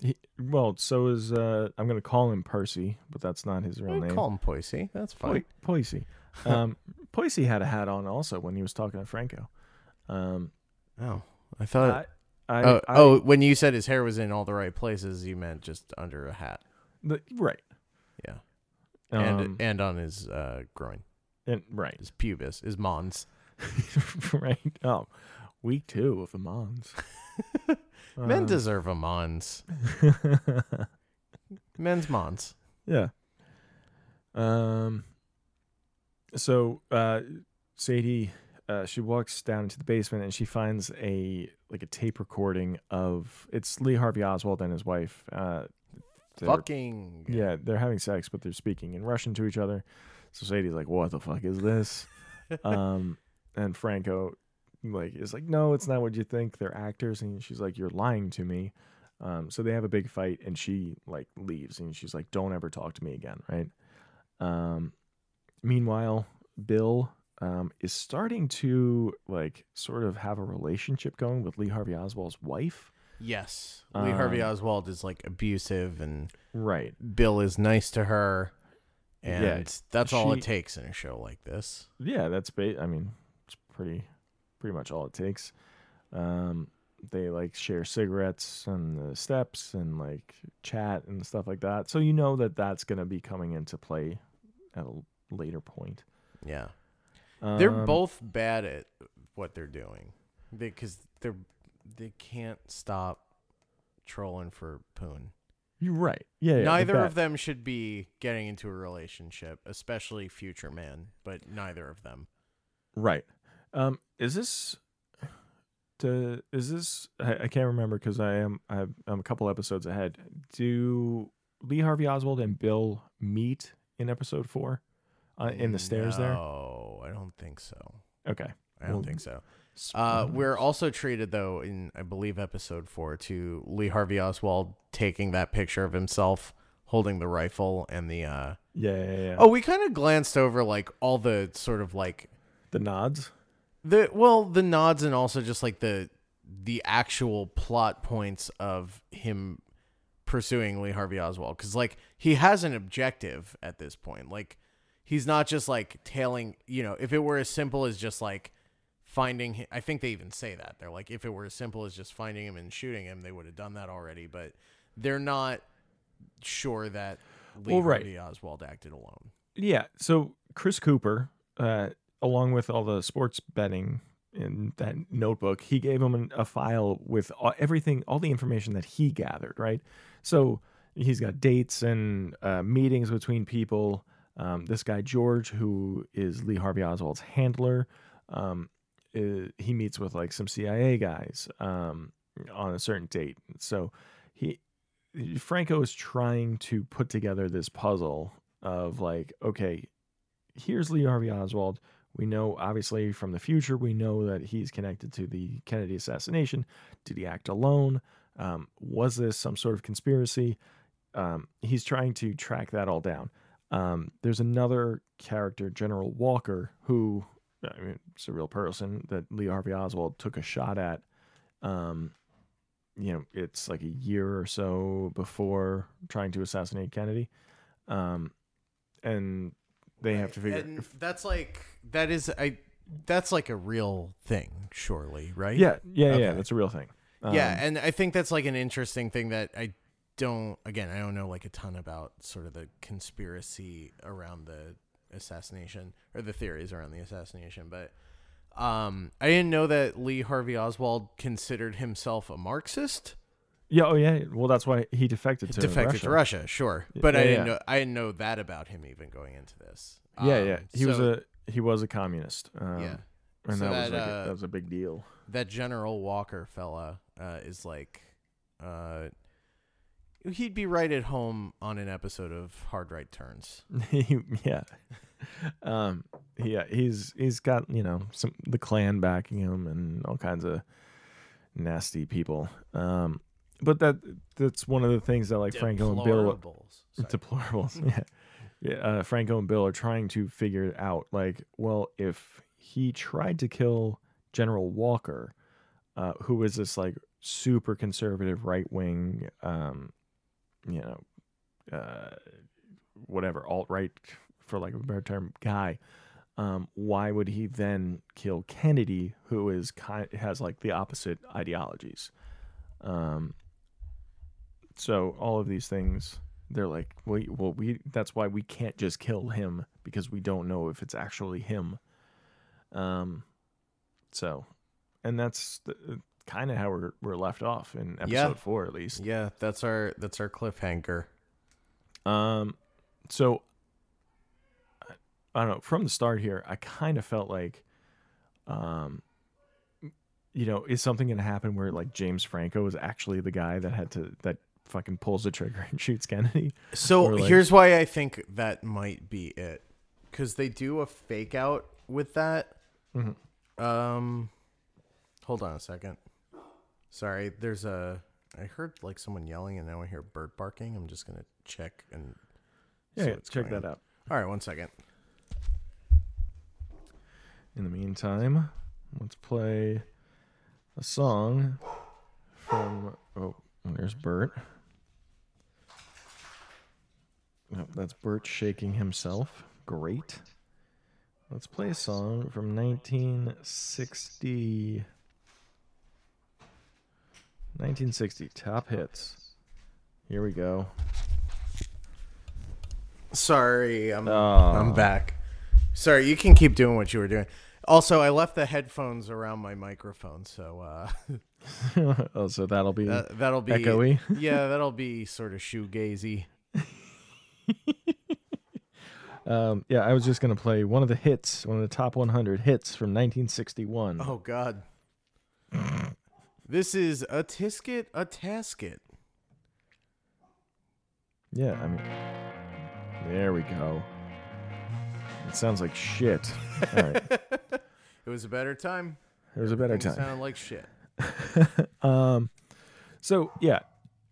[SPEAKER 3] He, well, so is uh, I'm gonna call him Percy, but that's not his real
[SPEAKER 1] We
[SPEAKER 3] name.
[SPEAKER 1] Eh, call him Poisey. That's fine.
[SPEAKER 3] Poi- Poise. Um, Poise had a hat on also when he was talking to Franco. Um,
[SPEAKER 1] Oh, I thought.
[SPEAKER 3] I, I,
[SPEAKER 1] oh,
[SPEAKER 3] I-
[SPEAKER 1] oh, when you said his hair was in all the right places, you meant just under a hat.
[SPEAKER 3] the- right,
[SPEAKER 1] Yeah, and
[SPEAKER 3] um,
[SPEAKER 1] and on his uh, groin,
[SPEAKER 3] and right.
[SPEAKER 1] his pubis, his mons.
[SPEAKER 3] right. Oh, week two of the Mons. um,
[SPEAKER 1] Men deserve a mons. Men's mons.
[SPEAKER 3] yeah. Um. So, uh, Sadie, uh, she walks down into the basement and she finds a like a tape recording of it's Lee Harvey Oswald and his wife. Uh, they're-
[SPEAKER 1] Fucking.
[SPEAKER 3] Yeah, they're having sex, but they're speaking in Russian to each other. So Sadie's like, "What the fuck is this?" um, and Franco, like, is like, "No, it's not what you think. They're actors." And she's like, "You're lying to me." Um, so they have a big fight, and she like leaves, and she's like, "Don't ever talk to me again." Right. Um, meanwhile, Bill um, is starting to like sort of have a relationship going with Lee Harvey Oswald's wife.
[SPEAKER 1] Yes. Lee Harvey
[SPEAKER 3] um,
[SPEAKER 1] Oswald is like abusive, and
[SPEAKER 3] Right.
[SPEAKER 1] Bill is nice to her, and
[SPEAKER 3] Yeah,
[SPEAKER 1] that's all
[SPEAKER 3] she-
[SPEAKER 1] it takes in a show like this.
[SPEAKER 3] yeah, that's ba- I mean, it's pretty pretty much all it takes. Um, they like share cigarettes on the steps and like chat and stuff like that. So you know that that's gonna be coming into play at a l- later point.
[SPEAKER 1] Yeah. They're
[SPEAKER 3] Um,
[SPEAKER 1] both bad at what they're doing because they're they can't stop trolling for poon.
[SPEAKER 3] You're right. Yeah. yeah,
[SPEAKER 1] neither
[SPEAKER 3] like
[SPEAKER 1] of
[SPEAKER 3] that.
[SPEAKER 1] them should be getting into a relationship, especially future man, but neither of them.
[SPEAKER 3] Right. Um, is this? To, is this? I, I can't remember because I am I have, I'm a couple episodes ahead. Do Lee Harvey Oswald and Bill meet in episode four? Uh, in the stairs there.
[SPEAKER 1] No, I don't think so.
[SPEAKER 3] Okay.
[SPEAKER 1] I don't
[SPEAKER 3] Well,
[SPEAKER 1] think so. Uh, we're also treated though in I believe episode four to Lee Harvey Oswald taking that picture of himself holding the rifle and the. Uh...
[SPEAKER 3] Yeah, yeah, yeah.
[SPEAKER 1] Oh, we kind of glanced over like all the sort of like
[SPEAKER 3] the nods.
[SPEAKER 1] the well the nods and also just like the the actual plot points of him pursuing Lee Harvey Oswald because like he has an objective at this point like he's not just like tailing you know if it were as simple as just like finding hi- I think they even say that they're like if it were as simple as just finding him and shooting him they would have done that already but they're not sure that Lee
[SPEAKER 3] Well, right.
[SPEAKER 1] Harvey Oswald acted alone
[SPEAKER 3] Yeah. So Chris Cooper, uh, along with all the sports betting in that notebook, he gave him an, a file with all, everything, all the information that he gathered. Right. So he's got dates and uh, meetings between people. Um, this guy George, who is Lee Harvey Oswald's handler, um, uh, he meets with like some CIA guys um, on a certain date. So he Franco is trying to put together this puzzle of like, okay, here's Lee Harvey Oswald. We know obviously from the future, we know that he's connected to the Kennedy assassination. Did he act alone? Um, was this some sort of conspiracy? Um, he's trying to track that all down. Um, there's another character, General Walker, who I mean, it's a real person that Lee Harvey Oswald took a shot at. Um, you know, it's like a year or so before trying to assassinate Kennedy. Um, and they have to figure
[SPEAKER 1] and that's like that is I that's like a real thing surely right
[SPEAKER 3] Yeah, yeah, yeah.
[SPEAKER 1] Okay.
[SPEAKER 3] That's a real thing.
[SPEAKER 1] yeah
[SPEAKER 3] Um,
[SPEAKER 1] and I think that's like an interesting thing that I don't again I don't know like a ton about sort of the conspiracy around the assassination or the theories around the assassination but um I didn't know that Lee Harvey Oswald considered himself a Marxist
[SPEAKER 3] yeah. Oh, yeah. Well, that's why he defected to
[SPEAKER 1] defected
[SPEAKER 3] Russia.
[SPEAKER 1] to Russia sure but I
[SPEAKER 3] yeah,
[SPEAKER 1] didn't
[SPEAKER 3] yeah.
[SPEAKER 1] know I didn't know that about him even going into this
[SPEAKER 3] Yeah, yeah.
[SPEAKER 1] Um,
[SPEAKER 3] He was
[SPEAKER 1] so-
[SPEAKER 3] a he was a communist. Um,
[SPEAKER 1] Yeah.
[SPEAKER 3] and
[SPEAKER 1] So
[SPEAKER 3] that, was
[SPEAKER 1] that,
[SPEAKER 3] like a,
[SPEAKER 1] uh,
[SPEAKER 3] that was a big deal.
[SPEAKER 1] that General Walker fella uh, is like, uh, he'd be right at home on an episode of Hard Right Turns.
[SPEAKER 3] yeah. Um. Yeah. He's he's got you know some the Klan backing him and all kinds of nasty people. Um. But that that's one of the things that like Franco and Bill
[SPEAKER 1] Deplorables. Sorry.
[SPEAKER 3] deplorables. yeah. Yeah, uh, Franco and Bill are trying to figure it out. Like, well, if he tried to kill General Walker, uh, who was this like super conservative right wing, um, you know, uh, whatever alt right for like a better term guy. Um, why would he then kill Kennedy, who is kind has like the opposite ideologies? Um, so all of these things, they're like, well, well, we that's why we can't just kill him because we don't know if it's actually him. Um, so, and that's the, kind of how we're we're left off in episode
[SPEAKER 1] Yeah.
[SPEAKER 3] four, at least.
[SPEAKER 1] Yeah, that's our that's our cliffhanger.
[SPEAKER 3] Um, so I- I don't know. From the start here, I kind of felt like, um, you know, is something going to happen where like James Franco is actually the guy that had to that fucking pulls the trigger and shoots Kennedy?
[SPEAKER 1] So
[SPEAKER 3] Or, like-
[SPEAKER 1] here's why I think that might be it, because they do a fake out with that. Um, hold on a second. Sorry, there's a. I heard like someone yelling, and now I hear bird barking. I'm just gonna check and
[SPEAKER 3] Yeah,
[SPEAKER 1] see
[SPEAKER 3] yeah,
[SPEAKER 1] what's
[SPEAKER 3] check
[SPEAKER 1] going
[SPEAKER 3] that
[SPEAKER 1] on.
[SPEAKER 3] out.
[SPEAKER 1] All right, one second.
[SPEAKER 3] In the meantime, let's play a song from. Oh, there's Bert. Oh, that's Bert shaking himself. Great. Let's play a song from 1960. 1960 top hits. Here we go.
[SPEAKER 1] Sorry, I'm
[SPEAKER 3] Oh,
[SPEAKER 1] I'm back. Sorry, you can keep doing what you were doing. Also, I left the headphones around my microphone, so uh,
[SPEAKER 3] oh so that'll be.
[SPEAKER 1] that, that'll be
[SPEAKER 3] Echoey?
[SPEAKER 1] yeah, that'll be sort of shoegazy.
[SPEAKER 3] Um, yeah, I was just gonna play one of the hits, one of the top 100 hits from 1961.
[SPEAKER 1] Oh God. this is a tisket, a tasket.
[SPEAKER 3] Yeah, I mean, there we go. It sounds like shit. All right,
[SPEAKER 1] It was a better time.
[SPEAKER 3] there's a better
[SPEAKER 1] It
[SPEAKER 3] time.
[SPEAKER 1] sounded like shit.
[SPEAKER 3] Um, so yeah,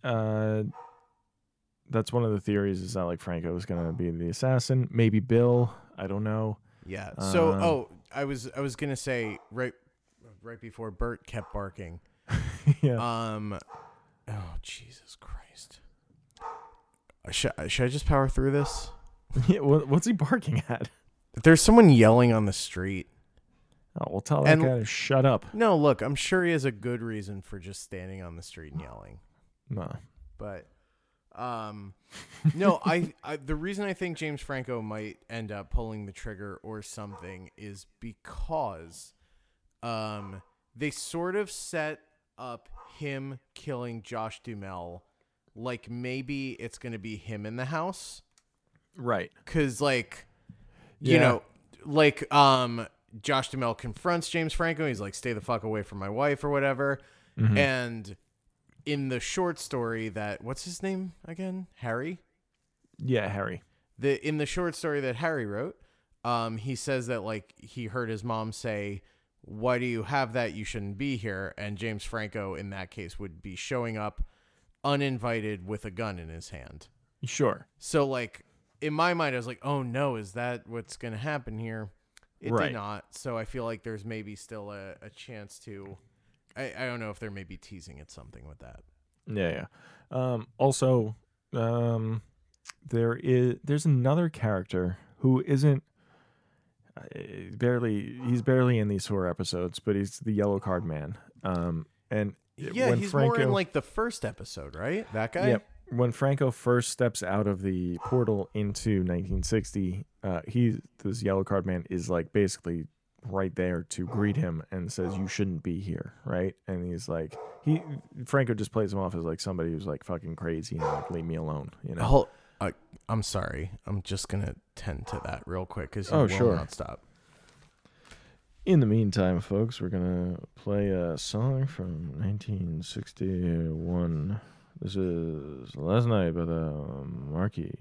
[SPEAKER 3] uh, that's one of the theories is that like Franco is gonna be the assassin, maybe Bill. I don't know.
[SPEAKER 1] Yeah. So,
[SPEAKER 3] Um,
[SPEAKER 1] oh, I was I was gonna say right right before Bert kept barking.
[SPEAKER 3] yeah.
[SPEAKER 1] Um, oh Jesus Christ. Uh, Should, should I just power through this?
[SPEAKER 3] yeah. wha- What's he barking at?
[SPEAKER 1] There's someone yelling on the street.
[SPEAKER 3] Oh, well, tell that
[SPEAKER 1] And-
[SPEAKER 3] guy to shut up.
[SPEAKER 1] No, look, I'm sure he has a good reason for just standing on the street and yelling.
[SPEAKER 3] No.
[SPEAKER 1] but um no I, I the reason i think james franco might end up pulling the trigger or something is because um they sort of set up him killing josh dumel like maybe it's gonna be him in the house
[SPEAKER 3] Right.
[SPEAKER 1] because like you
[SPEAKER 3] Yeah.
[SPEAKER 1] know like um josh dumel confronts james franco he's like stay the fuck away from my wife or whatever and in the short story that what's his name again harry
[SPEAKER 3] Yeah, Harry.
[SPEAKER 1] the in the short story that harry wrote um he says that like he heard his mom say why do you have that you shouldn't be here and james franco in that case would be showing up uninvited with a gun in his hand
[SPEAKER 3] Sure.
[SPEAKER 1] so like in my mind, I was like, "Oh no, is that what's going to happen here?" It
[SPEAKER 3] Right.
[SPEAKER 1] did not. So I feel like there's maybe still a, a chance to. I, I don't know if they're maybe teasing at something with that.
[SPEAKER 3] Yeah, yeah. Um, also, um, there is there's another character who isn't uh, barely he's barely in these four episodes, but he's the yellow card man. Um, and
[SPEAKER 1] Yeah,
[SPEAKER 3] when
[SPEAKER 1] he's
[SPEAKER 3] Franco,
[SPEAKER 1] more in like the first episode, right? That guy.
[SPEAKER 3] Yep. When Franco first steps out of the portal into 1960, uh, he this yellow card man is like basically right there to greet him and says, "You shouldn't be here," right? And he's like, he Franco just plays him off as like somebody who's like fucking crazy and like leave me alone, you know?
[SPEAKER 1] Hol- I, I'm sorry. I'm just gonna tend to that real quick because you
[SPEAKER 3] Oh,
[SPEAKER 1] will
[SPEAKER 3] sure.
[SPEAKER 1] not stop.
[SPEAKER 3] In the meantime, folks, we're gonna play a song from 1961. This is "Last Night" by the Marquis.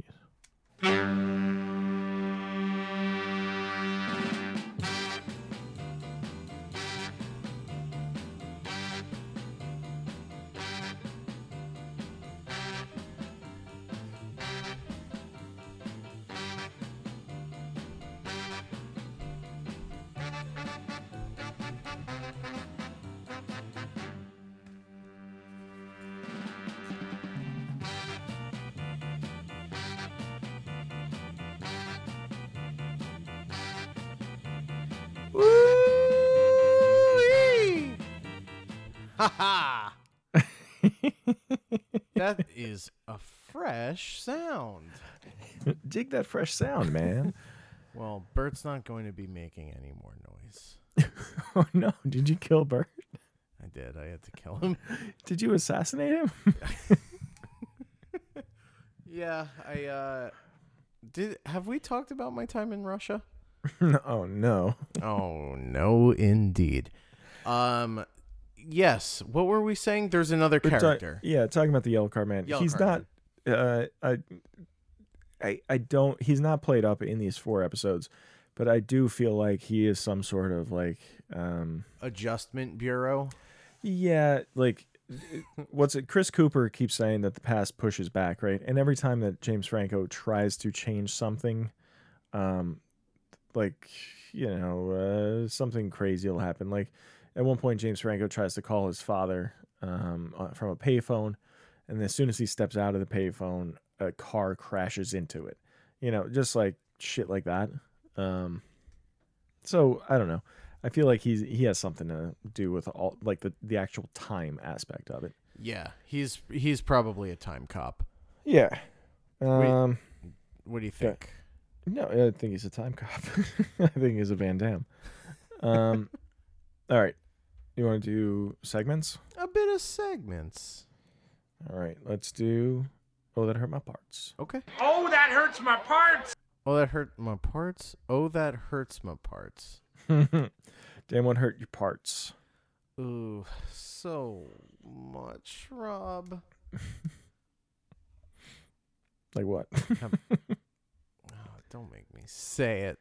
[SPEAKER 1] Ha ha! That is a fresh sound.
[SPEAKER 3] Dig that fresh sound, man.
[SPEAKER 1] Well, Bert's not going to be making any more noise.
[SPEAKER 3] oh no, did you kill Bert?
[SPEAKER 1] I did. I had to kill him.
[SPEAKER 3] Did you assassinate him?
[SPEAKER 1] Yeah, I uh did have we talked about my time in Russia?
[SPEAKER 3] oh no.
[SPEAKER 1] Oh, no indeed. Um yes, what were we saying? There's another
[SPEAKER 3] We're ta-
[SPEAKER 1] character.
[SPEAKER 3] yeah, talking about the yellow card man.
[SPEAKER 1] Yellow
[SPEAKER 3] he's
[SPEAKER 1] card
[SPEAKER 3] not. Uh, I, I, I don't. He's not played up in these four episodes, but I do feel like he is some sort of like, um,
[SPEAKER 1] Adjustment Bureau.
[SPEAKER 3] yeah, like. What's it? Chris Cooper keeps saying that the past pushes back, right? And every time that James Franco tries to change something, um, like you know, uh, something crazy will happen. Like at one point, James Franco tries to call his father um, uh, from a payphone, and as soon as he steps out of the payphone, a car crashes into it. You know, just like shit like that. Um, so I don't know. I feel like he's he has something to do with all like the the actual time aspect of it.
[SPEAKER 1] Yeah, he's he's probably a time cop.
[SPEAKER 3] Yeah. Um.
[SPEAKER 1] What do you
[SPEAKER 3] Yeah.
[SPEAKER 1] think?
[SPEAKER 3] No, I think he's a time cop. I think he's a Van Dam. Um. all right. You want to do segments?
[SPEAKER 1] A bit of segments.
[SPEAKER 3] All right. Let's do. Oh, that hurt my parts.
[SPEAKER 1] Okay.
[SPEAKER 5] Oh, that hurts my parts.
[SPEAKER 1] Oh, that hurt my parts. Oh, that hurts my parts.
[SPEAKER 3] Damn, what hurt your parts?
[SPEAKER 1] Ooh, so much, Rob.
[SPEAKER 3] Like what?
[SPEAKER 1] Oh, don't make me say it.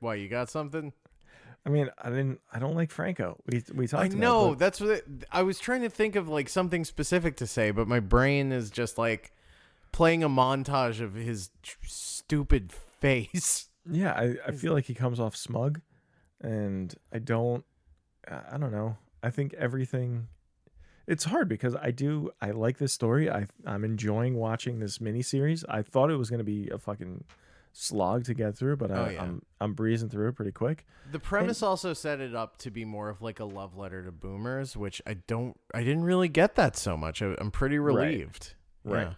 [SPEAKER 1] Why you got something?
[SPEAKER 3] I mean, I didn't. I don't like Franco. We we talked.
[SPEAKER 1] I
[SPEAKER 3] about
[SPEAKER 1] know
[SPEAKER 3] That,
[SPEAKER 1] that's what it, I was trying to think of, like something specific to say, but my brain is just like playing a montage of his tr- stupid face.
[SPEAKER 3] but- yeah, I, I feel like he comes off smug, and I don't. I I don't know. I think everything. It's hard because I do. I like this story. I I'm enjoying watching this miniseries. I thought it was gonna be a fucking slog to get through, but I,
[SPEAKER 1] Oh, yeah.
[SPEAKER 3] I'm I'm breezing through it pretty quick.
[SPEAKER 1] The premise also set it up to be more of like a love letter to boomers, which I don't, I didn't really get that so much. I, I'm pretty
[SPEAKER 3] Right.
[SPEAKER 1] relieved. Yeah.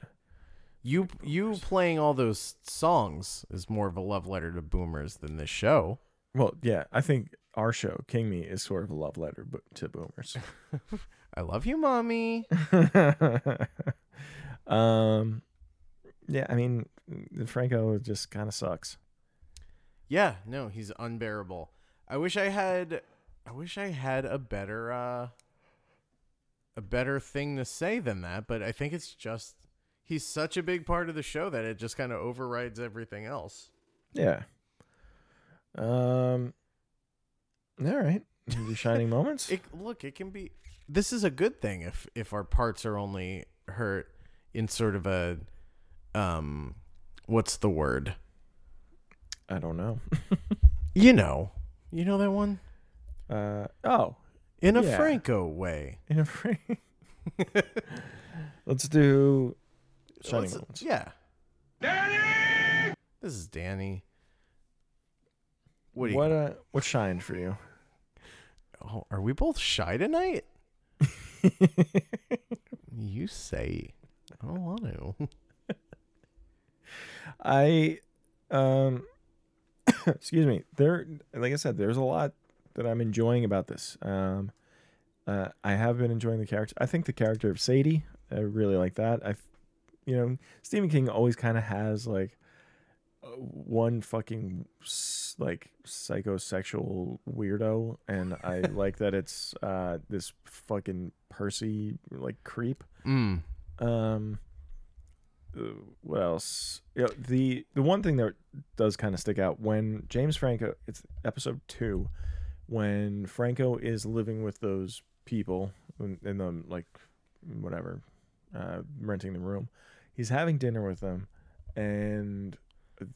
[SPEAKER 1] You you playing all those songs is more of a love letter to boomers than this show.
[SPEAKER 3] Well, yeah. I think our show, King Me, is sort of a love letter bo- to boomers.
[SPEAKER 1] I love you, mommy.
[SPEAKER 3] um, yeah, I mean, Franco just kind of sucks.
[SPEAKER 1] yeah, no, he's unbearable. I wish I had I wish I had a better uh a better thing to say than that, but I think it's just he's such a big part of the show that it just kind of overrides everything else.
[SPEAKER 3] Yeah. Um. All right. Any shining moments.
[SPEAKER 1] It look, it can be. This is a good thing if if our parts are only hurt in sort of a um, what's the word?
[SPEAKER 3] I don't know.
[SPEAKER 1] You know, you know that one
[SPEAKER 3] Uh. Oh,
[SPEAKER 1] in a
[SPEAKER 3] Yeah.
[SPEAKER 1] Franco way.
[SPEAKER 3] in a free. Let's do shining
[SPEAKER 1] Let's-
[SPEAKER 3] moments.
[SPEAKER 1] yeah, this is Danny. What? do you,
[SPEAKER 3] What uh? What shined for you?
[SPEAKER 1] Oh, are we both shy tonight? you say. I don't want to.
[SPEAKER 3] I, um, excuse me. There, like I said, there's a lot that I'm enjoying about this. Um, uh, I have been enjoying the character. I think the character of Sadie, I really like that. I, you know, Stephen King always kind of has like uh, one fucking s- like psychosexual weirdo, and I like that it's uh this fucking Percy like creep.
[SPEAKER 1] Mm.
[SPEAKER 3] Um, uh, what else? You know, the the one thing that does kind of stick out when James Franco, it's episode two, when Franco is living with those people in, in the like whatever, uh, renting the room. He's having dinner with them, and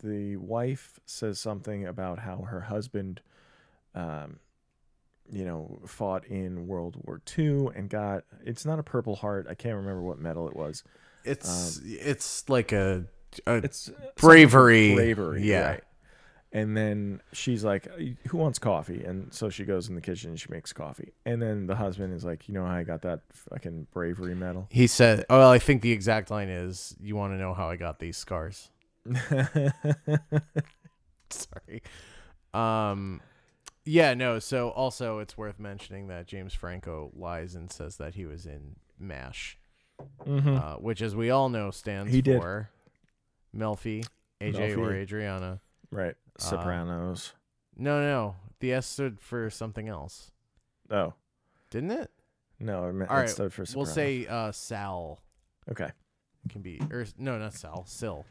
[SPEAKER 3] the wife says something about how her husband, um, you know, fought in World War II and got it's not a Purple Heart. I can't remember what medal it was.
[SPEAKER 1] It's it's like a, a
[SPEAKER 3] Um, It's
[SPEAKER 1] bravery.
[SPEAKER 3] bravery,
[SPEAKER 1] Yeah.
[SPEAKER 3] right. And then she's like, "Who wants coffee?" And so she goes in the kitchen and she makes coffee. And then the husband is like, "You know how I got that fucking bravery medal?"
[SPEAKER 1] He said, "Oh, well, I think the exact line is, you want to know how I got these scars." Sorry. Um yeah, no. So also it's worth mentioning that James Franco lies and says that he was in MASH,
[SPEAKER 3] Mm-hmm.
[SPEAKER 1] uh, which as we all know stands
[SPEAKER 3] Hmm. He did.
[SPEAKER 1] for Melfi, AJ or
[SPEAKER 3] Melfi.
[SPEAKER 1] Adriana.
[SPEAKER 3] Right,
[SPEAKER 1] Uh,
[SPEAKER 3] Sopranos.
[SPEAKER 1] No, no. The S stood for something else.
[SPEAKER 3] oh
[SPEAKER 1] Didn't it?
[SPEAKER 3] no, I meant
[SPEAKER 1] All
[SPEAKER 3] it
[SPEAKER 1] right.
[SPEAKER 3] stood for Sopranos.
[SPEAKER 1] we'll say uh Sal
[SPEAKER 3] okay,
[SPEAKER 1] can be or no, not Sal, Sil.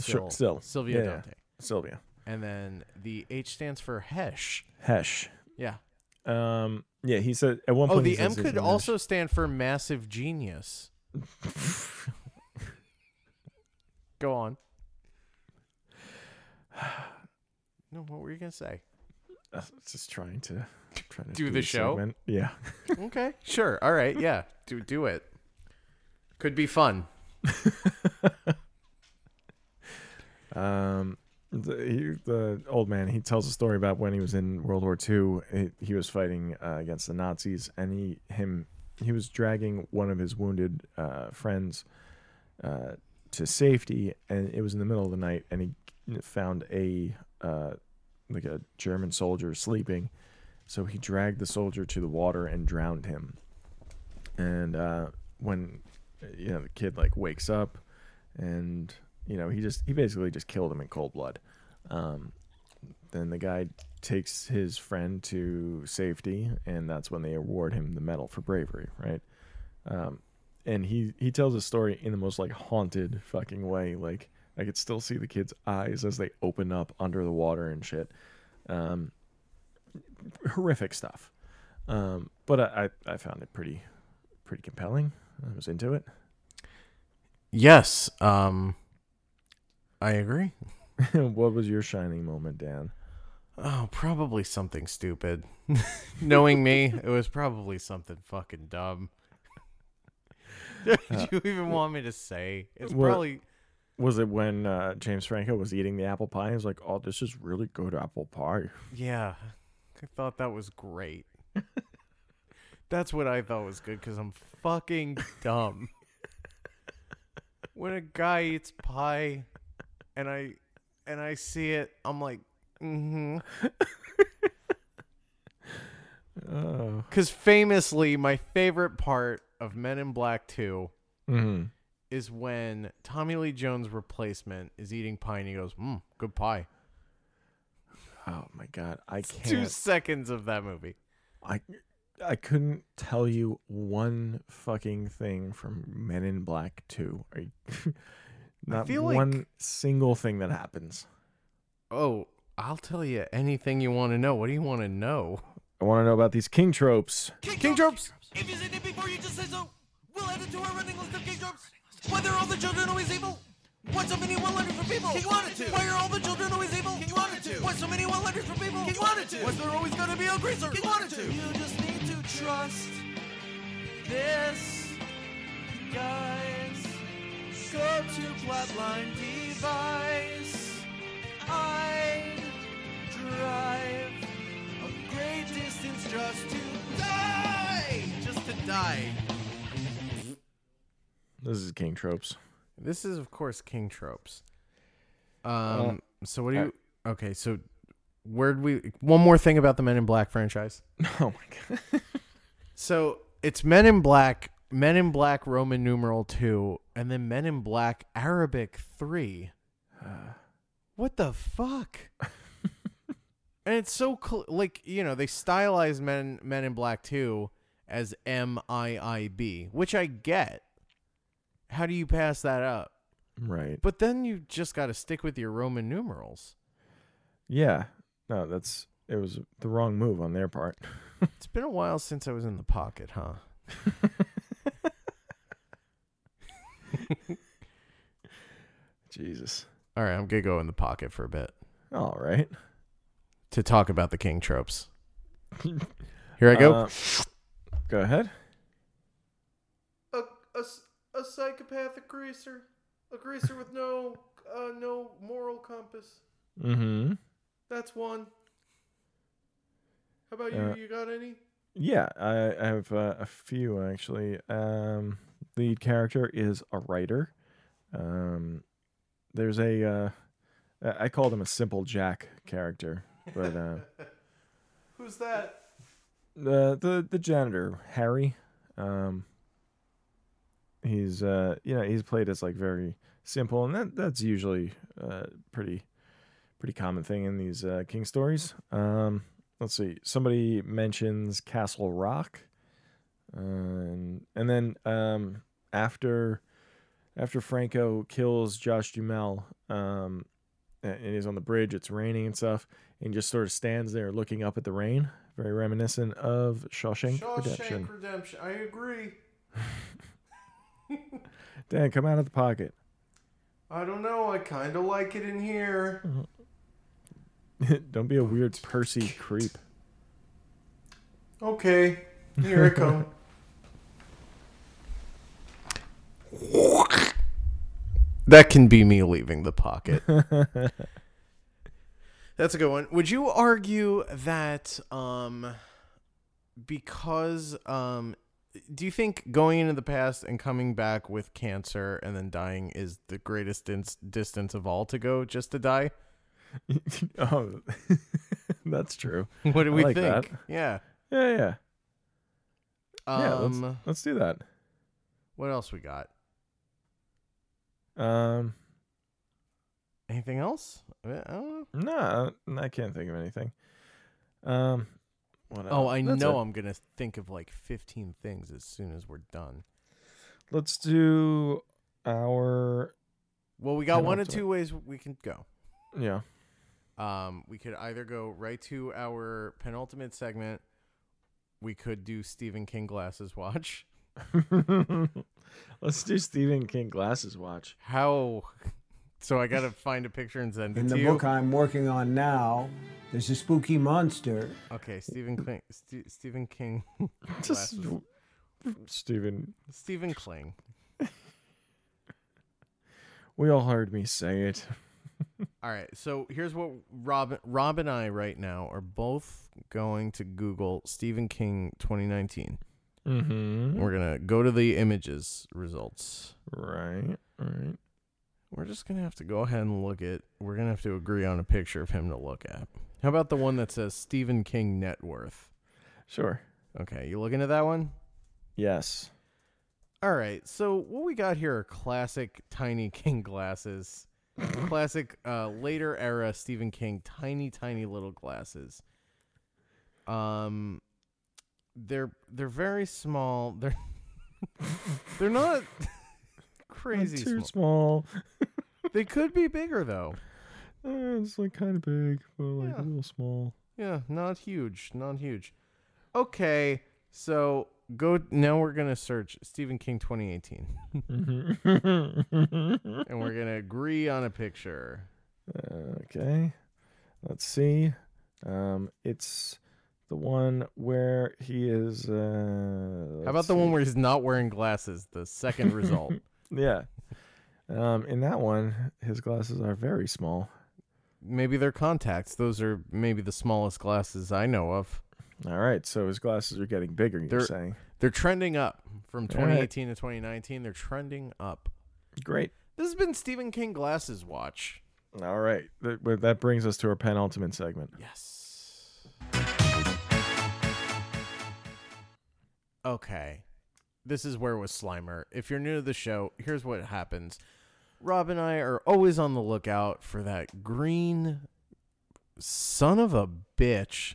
[SPEAKER 3] Sure,
[SPEAKER 1] Sil.
[SPEAKER 3] Sil.
[SPEAKER 1] Sylvia
[SPEAKER 3] Yeah, yeah.
[SPEAKER 1] Dante.
[SPEAKER 3] Sylvia
[SPEAKER 1] And then the H stands for Hesh.
[SPEAKER 3] Hesh.
[SPEAKER 1] Yeah.
[SPEAKER 3] Um, yeah, he said at one
[SPEAKER 1] Oh,
[SPEAKER 3] point. he
[SPEAKER 1] the M
[SPEAKER 3] says he's
[SPEAKER 1] could
[SPEAKER 3] in
[SPEAKER 1] also stand for massive genius. Go on. No, what were you gonna say?
[SPEAKER 3] MASH. Uh, Just trying to trying to
[SPEAKER 1] Do the show?
[SPEAKER 3] segment. Yeah.
[SPEAKER 1] Okay, sure. All right, yeah. Do do it. Could be fun.
[SPEAKER 3] Um, the, he, the old man, he tells a story about when he was in World War II. He, he was fighting uh, against the Nazis, and he him he was dragging one of his wounded uh, friends uh, to safety, and it was in the middle of the night, and he found a uh, like a German soldier sleeping, so he dragged the soldier to the water and drowned him. And uh, when you know the kid like wakes up, and you know he just he basically just killed him in cold blood. Um, then the guy takes his friend to safety, and that's when they award him the medal for bravery, right? Um, and he he tells a story in the most like haunted fucking way. Like I could still see the kid's eyes as they open up under the water and shit. Um, horrific stuff. Um, but I, I I found it pretty pretty compelling. I was into it.
[SPEAKER 1] Yes. Um I agree.
[SPEAKER 3] what was your shining moment, Dan?
[SPEAKER 1] Oh, probably something stupid. Knowing me, it was probably something fucking dumb. Do you even want me to say? It's
[SPEAKER 3] well-
[SPEAKER 1] probably
[SPEAKER 3] Was it when uh, James Franco was eating the apple pie? He was like, "Oh, this is really good apple pie."
[SPEAKER 1] Yeah. I thought that was great. That's what I thought was good because I'm fucking dumb. when a guy eats pie and I and I see it, I'm like, mm-hmm.
[SPEAKER 3] Oh,
[SPEAKER 1] Cause famously my favorite part of Men in Black 2
[SPEAKER 3] hmm
[SPEAKER 1] is when Tommy Lee Jones replacement is eating pie and he goes, mm, good pie.
[SPEAKER 3] oh my god, I can't.
[SPEAKER 1] Two seconds of that movie.
[SPEAKER 3] I I couldn't tell you one fucking thing from Men in Black Two. Are you- Not
[SPEAKER 1] feel like-
[SPEAKER 3] one single thing that happens.
[SPEAKER 1] Oh, I'll tell you anything you want to know. What do you want to know?
[SPEAKER 3] I want to know about these king tropes.
[SPEAKER 1] King Tropes.
[SPEAKER 6] If you seen it before, you just say so. We'll add it to our running list of king tropes. Why are all the children always evil? Why so many one letters for people? King wanted to. Why are all the children always evil? King wanted to. Why so many one letters for people? King wanted to. Why's there always gonna be a greaser? King wanted to. You just need to trust this, guys. Go to flatline device. I drive a great distance just to die. Just to die.
[SPEAKER 3] This is king tropes.
[SPEAKER 1] This is, of course, King Tropes. Um. so what do you? okay. So where'd we? One more thing about the Men in Black franchise.
[SPEAKER 3] Oh my god.
[SPEAKER 1] So it's Men in Black, Men in Black Roman numeral two, and then Men in Black Arabic three. What the fuck? and it's so cl- like you know they stylized Men Men in Black two as M I I B, which I get. How do you pass that up?
[SPEAKER 3] Right.
[SPEAKER 1] But then you just got to stick with your Roman numerals.
[SPEAKER 3] Yeah. No, that's it was the wrong move on their part.
[SPEAKER 1] It's been a while since I was in the pocket, huh?
[SPEAKER 3] Jesus.
[SPEAKER 1] All right, I'm going to go in the pocket for a bit
[SPEAKER 3] All right.
[SPEAKER 1] to talk about the king tropes. Here I go.
[SPEAKER 3] Uh, go ahead.
[SPEAKER 1] a, a, a psychopathic greaser, a greaser with no uh, no moral compass.
[SPEAKER 3] Mm-hmm.
[SPEAKER 1] That's one. How about
[SPEAKER 3] Uh,
[SPEAKER 1] you? You got any?
[SPEAKER 3] Yeah, I, I have uh, a few actually. Um, lead character is a writer. Um, there's a, uh, I I called him a simple Jack character, but uh,
[SPEAKER 1] Who's that?
[SPEAKER 3] the the the janitor Harry. Um, he's uh, you know he's played as like very simple, and that that's usually uh pretty pretty common thing in these uh, King stories. Um, let's see, somebody mentions Castle Rock, uh, and and then um after after Franco kills Josh Dumel, um, a- and he's on the bridge. It's raining and stuff, and he just sort of stands there looking up at the rain. Very reminiscent of Shawshank,
[SPEAKER 1] Shawshank
[SPEAKER 3] Redemption.
[SPEAKER 1] Redemption. I agree.
[SPEAKER 3] Dan, come out of the pocket.
[SPEAKER 1] I don't know. I kind of like it in here.
[SPEAKER 3] Don't be a weird Percy creep.
[SPEAKER 1] Okay. Here I come. That can be me leaving the pocket. That's a good one. Would you argue that um because um do you think going into the past and coming back with cancer and then dying is the greatest dins- distance of all to go just to die?
[SPEAKER 3] oh, that's true.
[SPEAKER 1] What do
[SPEAKER 3] I
[SPEAKER 1] we
[SPEAKER 3] like that.
[SPEAKER 1] think? Yeah.
[SPEAKER 3] Yeah, yeah,
[SPEAKER 1] Um
[SPEAKER 3] yeah. let's let's do that.
[SPEAKER 1] what else we got?
[SPEAKER 3] Um,
[SPEAKER 1] Anything else? I I don't know.
[SPEAKER 3] no, I can't think of anything. Um, what
[SPEAKER 1] Oh,
[SPEAKER 3] else?
[SPEAKER 1] I
[SPEAKER 3] That's
[SPEAKER 1] know
[SPEAKER 3] it.
[SPEAKER 1] I'm gonna think of like 15 things as soon as we're done.
[SPEAKER 3] Let's do our
[SPEAKER 1] Well, we got
[SPEAKER 3] Kinda
[SPEAKER 1] one of
[SPEAKER 3] hope so.
[SPEAKER 1] two ways we can go.
[SPEAKER 3] yeah.
[SPEAKER 1] Um, we could either go right to our penultimate segment. We could do Stephen King glasses watch.
[SPEAKER 3] Let's do Stephen King glasses watch.
[SPEAKER 1] How? So I gotta find a picture and send it
[SPEAKER 7] In
[SPEAKER 1] to
[SPEAKER 7] the
[SPEAKER 1] you.
[SPEAKER 7] book I'm working on now, there's a spooky monster.
[SPEAKER 1] okay, Stephen King. St- Stephen King.
[SPEAKER 3] Just
[SPEAKER 1] glasses.
[SPEAKER 3] Stephen,
[SPEAKER 1] Stephen Kling.
[SPEAKER 3] we all heard me say it.
[SPEAKER 1] All right. So here's what Rob, Rob and I right now are both going to Google Stephen King 2019.
[SPEAKER 3] Mm-hmm.
[SPEAKER 1] We're gonna go to the images results.
[SPEAKER 3] Right, right.
[SPEAKER 1] We're just gonna have to go ahead and look at. We're gonna have to agree on a picture of him to look at. How about the one that says Stephen King net worth?
[SPEAKER 3] Sure.
[SPEAKER 1] Okay, you looking at that one?
[SPEAKER 3] Yes.
[SPEAKER 1] All right. So what we got here are classic Tiny King glasses, classic uh, later era Stephen King tiny, tiny little glasses. Um, they're they're very small. They're they're not crazy
[SPEAKER 3] Too
[SPEAKER 1] small.
[SPEAKER 3] small.
[SPEAKER 1] They could be bigger though.
[SPEAKER 3] Uh, it's like kind of big, but like
[SPEAKER 1] Yeah.
[SPEAKER 3] a little small.
[SPEAKER 1] Yeah, not huge, not huge. Okay, so go now we're going to search Stephen King 2018
[SPEAKER 3] Mhm.
[SPEAKER 1] and we're going to agree on a picture.
[SPEAKER 3] okay. Let's see. Um, it's the one where he is. Uh,
[SPEAKER 1] How about the one where he's not wearing glasses, the second result?
[SPEAKER 3] Yeah. Um, in that one, his glasses are very small.
[SPEAKER 1] maybe they're contacts. Those are maybe the smallest glasses I know of.
[SPEAKER 3] All right, so his glasses are getting bigger. You're
[SPEAKER 1] They're-
[SPEAKER 3] saying
[SPEAKER 1] They're trending up from
[SPEAKER 3] All right.
[SPEAKER 1] 2018 to 2019. They're trending up.
[SPEAKER 3] great.
[SPEAKER 1] This has been Stephen King Glasses Watch.
[SPEAKER 3] All right, that, well, that brings us to our penultimate segment.
[SPEAKER 1] Yes. Okay. This is where was Slimer. If you're new to the show, here's what happens. Rob and I are always on the lookout for that green son of a bitch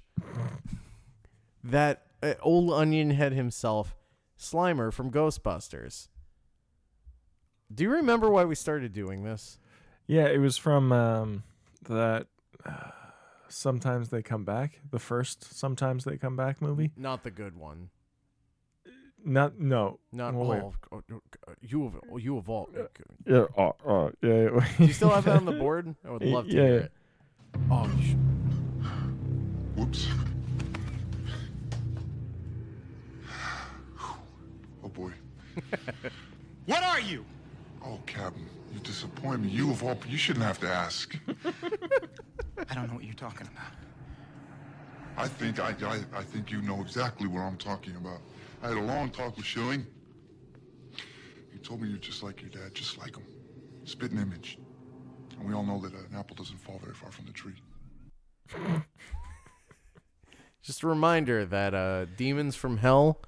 [SPEAKER 1] that uh, old onion head himself, Slimer from Ghostbusters. Do you remember why we started doing this?
[SPEAKER 3] Yeah, it was from um, that. Uh, sometimes they come back. The first sometimes they come back movie.
[SPEAKER 1] Not the good one.
[SPEAKER 3] Not no.
[SPEAKER 1] Not
[SPEAKER 3] well, wait.
[SPEAKER 1] all. Of, uh, you have you have all. uh, Do
[SPEAKER 3] Yeah. Oh, oh, yeah.
[SPEAKER 1] you still have that on the board? I would love to
[SPEAKER 3] Yeah.
[SPEAKER 1] hear it. Oh, you should.
[SPEAKER 4] Whoops. Oh boy.
[SPEAKER 2] What are you?
[SPEAKER 4] Oh, Captain, you disappoint me. You of all, you shouldn't have to ask.
[SPEAKER 2] I don't know what you're talking about.
[SPEAKER 4] I think I, I, I think you know exactly what I'm talking about. I had a long talk with Schilling. He told me you're just like your dad, just like him. Spitting image. And we all know that uh, an apple doesn't fall very far from the tree.
[SPEAKER 1] Just a reminder that uh, demons from hell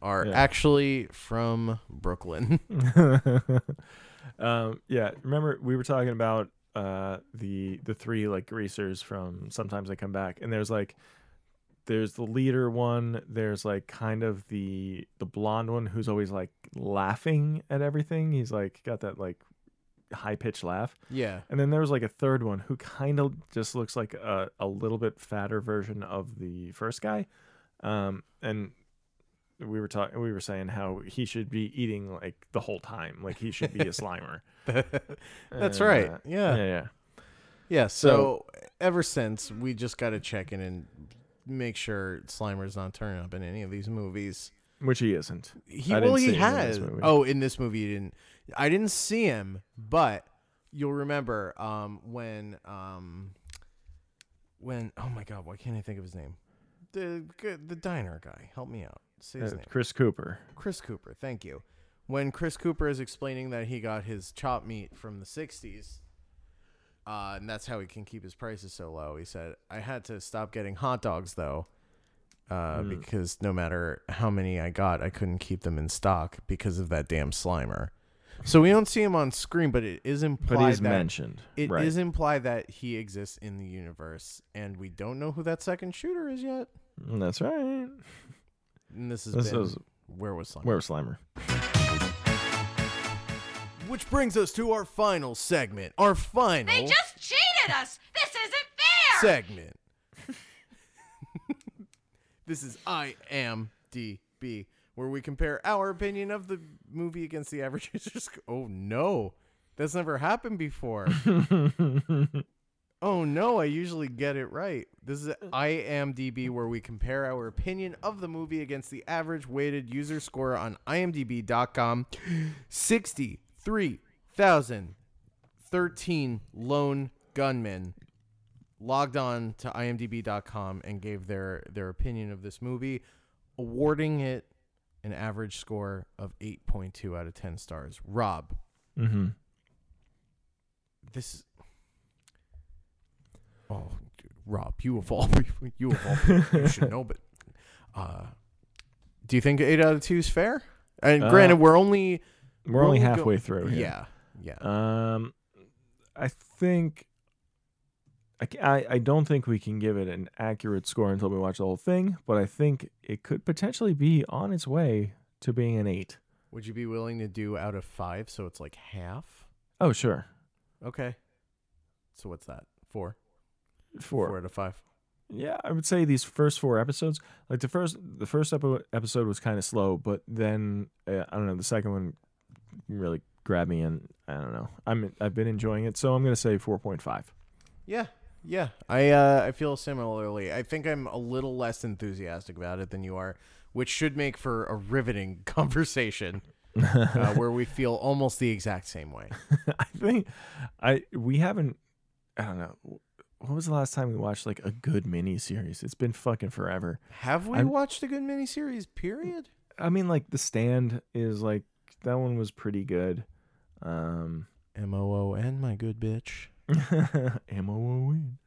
[SPEAKER 1] are
[SPEAKER 3] Yeah.
[SPEAKER 1] actually from Brooklyn.
[SPEAKER 3] um, yeah, remember we were talking about uh, the the three like greasers from sometimes they come back, and there's like there's the leader one, there's like kind of the the blonde one who's always like laughing at everything. He's like got that like high pitched laugh.
[SPEAKER 1] yeah.
[SPEAKER 3] And then there was like a third one who kind of just looks like a, a little bit fatter version of the first guy. Um, and we were talking, we were saying how he should be eating like the whole time, like he should be a slimer.
[SPEAKER 1] That's
[SPEAKER 3] And,
[SPEAKER 1] right.
[SPEAKER 3] uh,
[SPEAKER 1] Yeah.
[SPEAKER 3] yeah,
[SPEAKER 1] yeah.
[SPEAKER 3] yeah.
[SPEAKER 1] So, ever since, we just got to check in and make sure Slimer's not turning up in any of these movies.
[SPEAKER 3] Which he isn't.
[SPEAKER 1] He
[SPEAKER 3] I
[SPEAKER 1] well,
[SPEAKER 3] didn't
[SPEAKER 1] he
[SPEAKER 3] see him in this
[SPEAKER 1] has.
[SPEAKER 3] movie.
[SPEAKER 1] Oh, in this movie, you didn't. I didn't see him, but you'll remember um, when um, when oh my god, why can't I think of his name? The the diner guy, help me out. Say his
[SPEAKER 3] Uh,
[SPEAKER 1] name.
[SPEAKER 3] Chris Cooper.
[SPEAKER 1] Chris Cooper. Thank you. When Chris Cooper is explaining that he got his chop meat from the 60s, uh, and that's how he can keep his prices so low, he said, I had to stop getting hot dogs, though, uh,
[SPEAKER 3] Hmm.
[SPEAKER 1] because no matter how many I got, I couldn't keep them in stock because of that damn Slimer. So we don't see him on screen, but it is implied
[SPEAKER 3] But he's
[SPEAKER 1] that
[SPEAKER 3] mentioned.
[SPEAKER 1] it is
[SPEAKER 3] right.
[SPEAKER 1] implied that he exists in the universe, and we don't know who that second shooter is yet.
[SPEAKER 3] That's right.
[SPEAKER 1] And this is
[SPEAKER 3] This is-
[SPEAKER 1] where was Slimer?
[SPEAKER 3] Where's Slimer?
[SPEAKER 1] Which brings us to our final segment. Our final
[SPEAKER 8] They just cheated us! This isn't fair!
[SPEAKER 1] segment. this is I am DB, where we compare our opinion of the movie against the average user score. Oh no, that's never happened before. oh no, I usually get it right. This is I am DB, where we compare our opinion of the movie against the average weighted user score on IMDb.com. Sixty-three thousand thirteen lone gunmen logged on to imdb.com and gave their their opinion of this movie awarding it an average score of 8.2 out of 10 stars rob
[SPEAKER 3] Mm-hmm.
[SPEAKER 1] this is oh dude, rob you of all people you of all people you should know but uh do you think 8 out of 2 is fair and
[SPEAKER 3] Uh,
[SPEAKER 1] granted we're only
[SPEAKER 3] We're only
[SPEAKER 1] go-
[SPEAKER 3] halfway through. here.
[SPEAKER 1] yeah yeah
[SPEAKER 3] Um, I think I, ca- I I don't think we can give it an accurate score until we watch the whole thing, but I think it could potentially be on its way to being an eight.
[SPEAKER 1] would you be willing to do out of 5 so it's like half
[SPEAKER 3] Oh sure,
[SPEAKER 1] okay so what's that 4
[SPEAKER 3] four.
[SPEAKER 1] out of 5
[SPEAKER 3] Yeah, I would say these first four episodes, like the first the first epi- episode was kind of slow, but then uh, I don't know the second one really grabbed me, and I don't know. I'm I've been enjoying it, so I'm gonna say four point five.
[SPEAKER 1] Yeah, yeah. I uh, I feel similarly. I think I'm a little less enthusiastic about it than you are, which should make for a riveting conversation uh, where we feel almost the exact same way.
[SPEAKER 3] I think I we haven't. I don't know. When was the last time we watched like a good miniseries? It's been fucking forever.
[SPEAKER 1] Have we
[SPEAKER 3] I'm-
[SPEAKER 1] watched a good miniseries? Period.
[SPEAKER 3] I mean, like The Stand is like that one was pretty good. Um,
[SPEAKER 1] M O O N, my good bitch.
[SPEAKER 3] M O O N.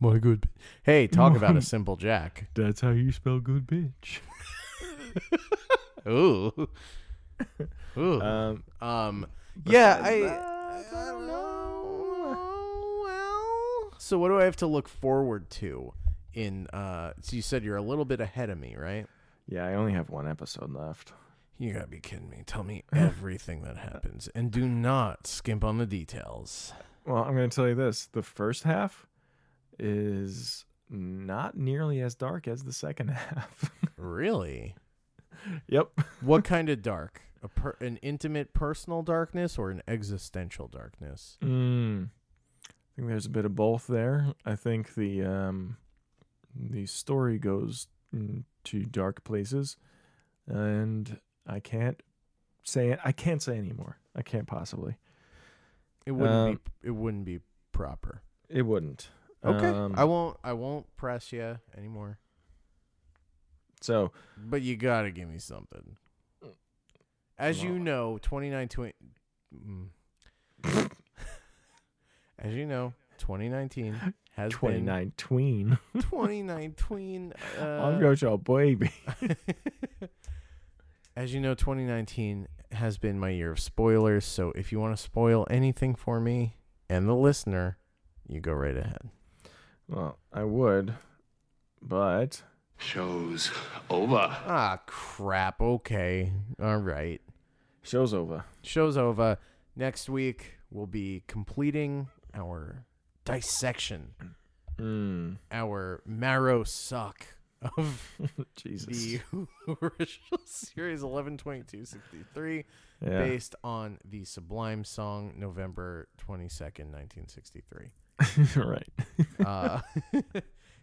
[SPEAKER 1] My good. bi- Hey, talk about a simple jack.
[SPEAKER 3] That's how you spell good bitch.
[SPEAKER 1] Ooh. Ooh.
[SPEAKER 3] Um,
[SPEAKER 1] Um. Yeah, I.
[SPEAKER 3] that, I don't
[SPEAKER 1] know. Well. So what do I have to look forward to? In uh, so you said you're a little bit ahead of me, right?
[SPEAKER 3] yeah, I only have one episode left.
[SPEAKER 1] You gotta be kidding me. Tell me everything that happens, and do not skimp on the details.
[SPEAKER 3] Well, I'm gonna tell you this: the first half is not nearly as dark as the second half.
[SPEAKER 1] Really?
[SPEAKER 3] yep.
[SPEAKER 1] What kind of dark? A per- an intimate, personal darkness, or an existential darkness?
[SPEAKER 3] Mm. I think there's a bit of both there. I think the um, the story goes mm, to dark places, and I can't say I can't say anymore. I can't possibly.
[SPEAKER 1] It wouldn't
[SPEAKER 3] Um,
[SPEAKER 1] be. It wouldn't be proper.
[SPEAKER 3] It wouldn't.
[SPEAKER 1] Okay.
[SPEAKER 3] Um,
[SPEAKER 1] I won't. I won't press you anymore.
[SPEAKER 3] So
[SPEAKER 1] But you gotta give me something. As you know, twenty nine twenty. As you know, twenty nineteen has
[SPEAKER 3] twenty
[SPEAKER 1] been
[SPEAKER 3] nine tween.
[SPEAKER 1] twenty nineteen. Uh,
[SPEAKER 3] I'm going your baby.
[SPEAKER 1] As you know, 2019 has been my year of spoilers. So if you want to spoil anything for me and the listener, you go right ahead.
[SPEAKER 3] Well, I would, but
[SPEAKER 9] Show's over.
[SPEAKER 1] Ah, crap. Okay. All right.
[SPEAKER 3] show's over.
[SPEAKER 1] Show's over. Next week, we'll be completing our dissection,
[SPEAKER 3] Mm.
[SPEAKER 1] our marrow suck of
[SPEAKER 3] Jesus.
[SPEAKER 1] the original series 112263
[SPEAKER 3] Yeah.
[SPEAKER 1] based on the sublime song November 22nd, 1963.
[SPEAKER 3] right.
[SPEAKER 1] Uh,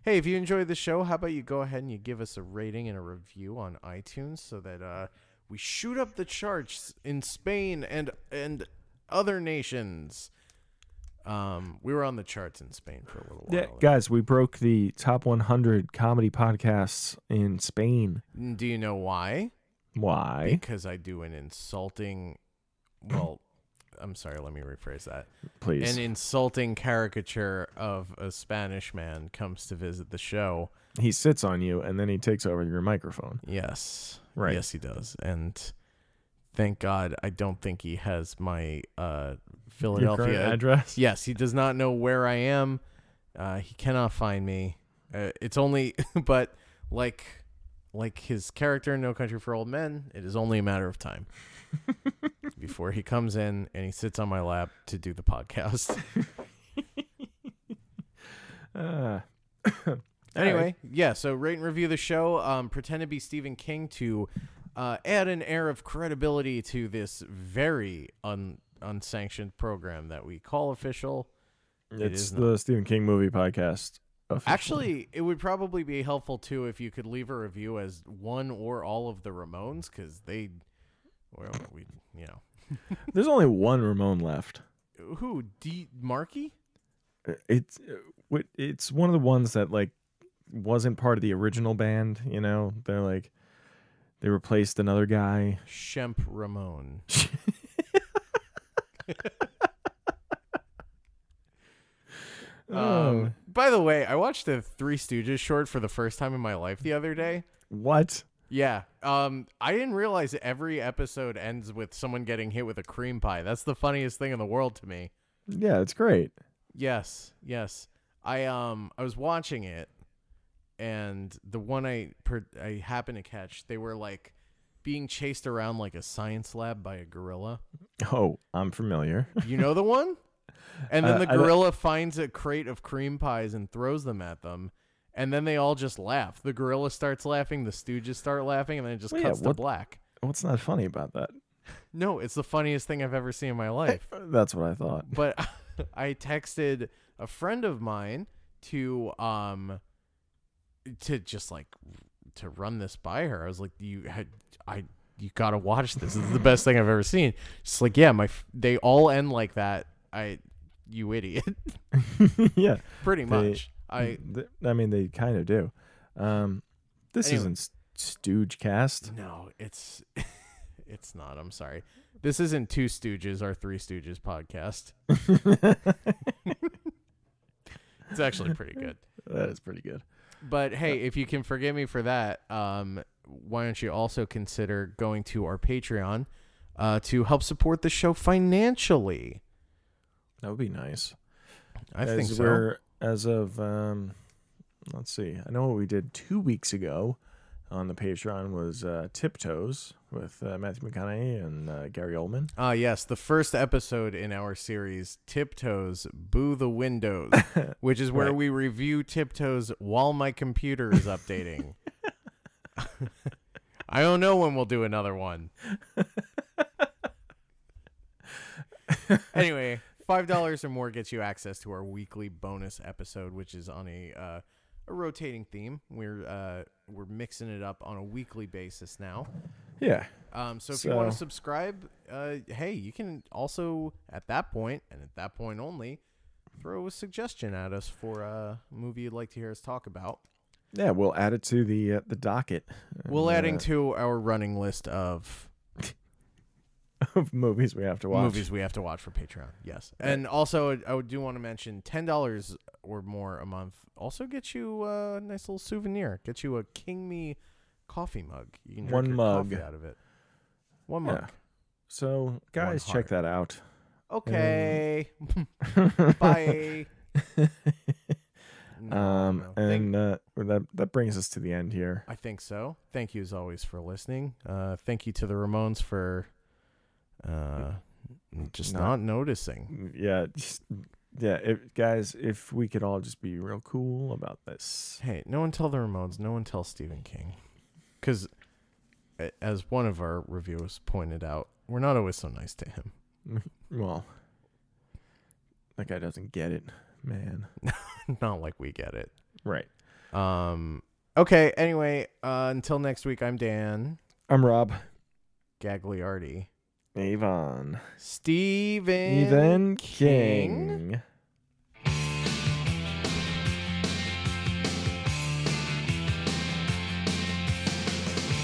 [SPEAKER 1] hey, if you enjoyed the show, how about you go ahead and you give us a rating and a review on iTunes so that uh, we shoot up the charts in Spain and and other nations. Um, we were on the charts in Spain for a little
[SPEAKER 3] Yeah,
[SPEAKER 1] while.
[SPEAKER 3] guys, we broke the top 100 comedy podcasts in Spain.
[SPEAKER 1] Do you know why?
[SPEAKER 3] Why?
[SPEAKER 1] Because I do an insulting. Well, I'm sorry. Let me rephrase that.
[SPEAKER 3] Please.
[SPEAKER 1] An insulting caricature of a Spanish man comes to visit the show.
[SPEAKER 3] he sits on you and then he takes over your microphone.
[SPEAKER 1] Yes.
[SPEAKER 3] Right.
[SPEAKER 1] Yes, he does. And thank God I don't think he has my uh
[SPEAKER 3] Your
[SPEAKER 1] Philadelphia
[SPEAKER 3] current address?
[SPEAKER 1] Yes, he does not know where I am. Uh, he cannot find me. Uh, it's only, but like, like his character in No Country for Old Men, it is only a matter of time before he comes in and he sits on my lap to do the podcast.
[SPEAKER 3] Uh,
[SPEAKER 1] Anyway, yeah. So rate and review the show. Um, pretend to be Stephen King to uh, add an air of credibility to this very un- unsanctioned program that we call official. It
[SPEAKER 3] it's
[SPEAKER 1] is
[SPEAKER 3] the Stephen King movie podcast. officially.
[SPEAKER 1] Actually, it would probably be helpful too if you could leave a review as one or all of the Ramones because they, well, we, you know,
[SPEAKER 3] there's only one Ramon left. Uh,
[SPEAKER 1] who D Markey?
[SPEAKER 3] It's it- it's one of the ones that like wasn't part of the original band. You know, they're like they replaced another guy.
[SPEAKER 1] Shemp Ramone.
[SPEAKER 3] Oh.
[SPEAKER 1] Um, by the way, I watched the Three Stooges short for the first time in my life the other day.
[SPEAKER 3] What?
[SPEAKER 1] Yeah. Um, I didn't realize every episode ends with someone getting hit with a cream pie. That's the funniest thing in the world to me.
[SPEAKER 3] Yeah, it's great.
[SPEAKER 1] Yes, yes. I um I was watching it, and the one I per- I happened to catch, they were like being chased around like a science lab by a gorilla.
[SPEAKER 3] Oh, I'm familiar.
[SPEAKER 1] You know the one? And then
[SPEAKER 3] Uh,
[SPEAKER 1] the
[SPEAKER 3] I don't-
[SPEAKER 1] gorilla finds a crate of cream pies and throws them at them. And then they all just laugh. The gorilla starts laughing, the Stooges start laughing, and then it just
[SPEAKER 3] Well, yeah,
[SPEAKER 1] cuts to
[SPEAKER 3] what-
[SPEAKER 1] black.
[SPEAKER 3] What's not funny about that?
[SPEAKER 1] No, it's the funniest thing I've ever seen in my life.
[SPEAKER 3] That's what I thought.
[SPEAKER 1] but I texted a friend of mine to um to just like to run this by her. I was like, you had I you gotta watch this. This is the best thing I've ever seen. She's like, yeah, my f- they all end like that. I you idiot.
[SPEAKER 3] yeah.
[SPEAKER 1] Pretty
[SPEAKER 3] They-
[SPEAKER 1] much. I
[SPEAKER 3] Th- I mean, they kind of do. Um, this
[SPEAKER 1] Anyway.
[SPEAKER 3] isn't Stooge cast.
[SPEAKER 1] no, it's it's not. I'm sorry. This isn't two Stooges or three Stooges podcast. it's actually pretty good.
[SPEAKER 3] That is pretty good.
[SPEAKER 1] But hey, if you can forgive me for that, um, why don't you also consider going to our Patreon uh, to help support the show financially?
[SPEAKER 3] That would be nice.
[SPEAKER 1] I
[SPEAKER 3] as
[SPEAKER 1] think so.
[SPEAKER 3] we're as of um, let's see. I know what we did two weeks ago on the Patreon was uh, Tiptoes with uh, Matthew McConaughey and uh, Gary Oldman.
[SPEAKER 1] Ah, yes, the first episode in our series, Tiptoes Boo the Windows, which is where
[SPEAKER 3] Right.
[SPEAKER 1] we review Tiptoes while my computer is updating. I don't know when we'll do another one. anyway, $5 or more gets you access to our weekly bonus episode, which is on a uh, a rotating theme. We're uh, we're mixing it up on a weekly basis now.
[SPEAKER 3] Yeah,
[SPEAKER 1] Um, so if you want to
[SPEAKER 3] So-
[SPEAKER 1] subscribe, uh, hey, you can also at that point and at that point only throw a suggestion at us for a movie you'd like to hear us talk about.
[SPEAKER 3] Yeah, we'll add it to the uh, the docket.
[SPEAKER 1] We'll
[SPEAKER 3] and,
[SPEAKER 1] adding
[SPEAKER 3] uh,
[SPEAKER 1] to our running list of
[SPEAKER 3] of movies we have to watch.
[SPEAKER 1] movies we have to watch for Patreon. Yes, and also I would- do want to mention ten dollars or more a month also gets you a nice little souvenir. Gets you a King Me coffee mug. You can drink
[SPEAKER 3] One
[SPEAKER 1] your
[SPEAKER 3] mug.
[SPEAKER 1] coffee out of it. One
[SPEAKER 3] Yeah.
[SPEAKER 1] mug.
[SPEAKER 3] So guys,
[SPEAKER 1] heart.
[SPEAKER 3] check that out.
[SPEAKER 1] Okay. Bye. No,
[SPEAKER 3] Um,
[SPEAKER 1] no. Thank-
[SPEAKER 3] and uh, that that brings us to the end here.
[SPEAKER 1] I think so. Thank you as always for listening. Uh, thank you to the Ramones for uh, just not, noticing.
[SPEAKER 3] Yeah, just, yeah, if, guys, if we could all just be real cool about this.
[SPEAKER 1] Hey, no one tell the Ramones. No one tell Stephen King. Because, as one of our reviewers pointed out, we're not always so nice to him.
[SPEAKER 3] Well, that guy doesn't get it, man.
[SPEAKER 1] not like we get it.
[SPEAKER 3] Right.
[SPEAKER 1] Um. Okay. Anyway, uh, until next week, I'm Dan
[SPEAKER 3] I'm Rob
[SPEAKER 1] Gagliardi.
[SPEAKER 3] Avon.
[SPEAKER 1] Stephen.
[SPEAKER 3] Ethan
[SPEAKER 1] King.
[SPEAKER 3] King.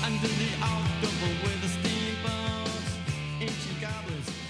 [SPEAKER 6] Under the octopus with the steamboats, ancient goblins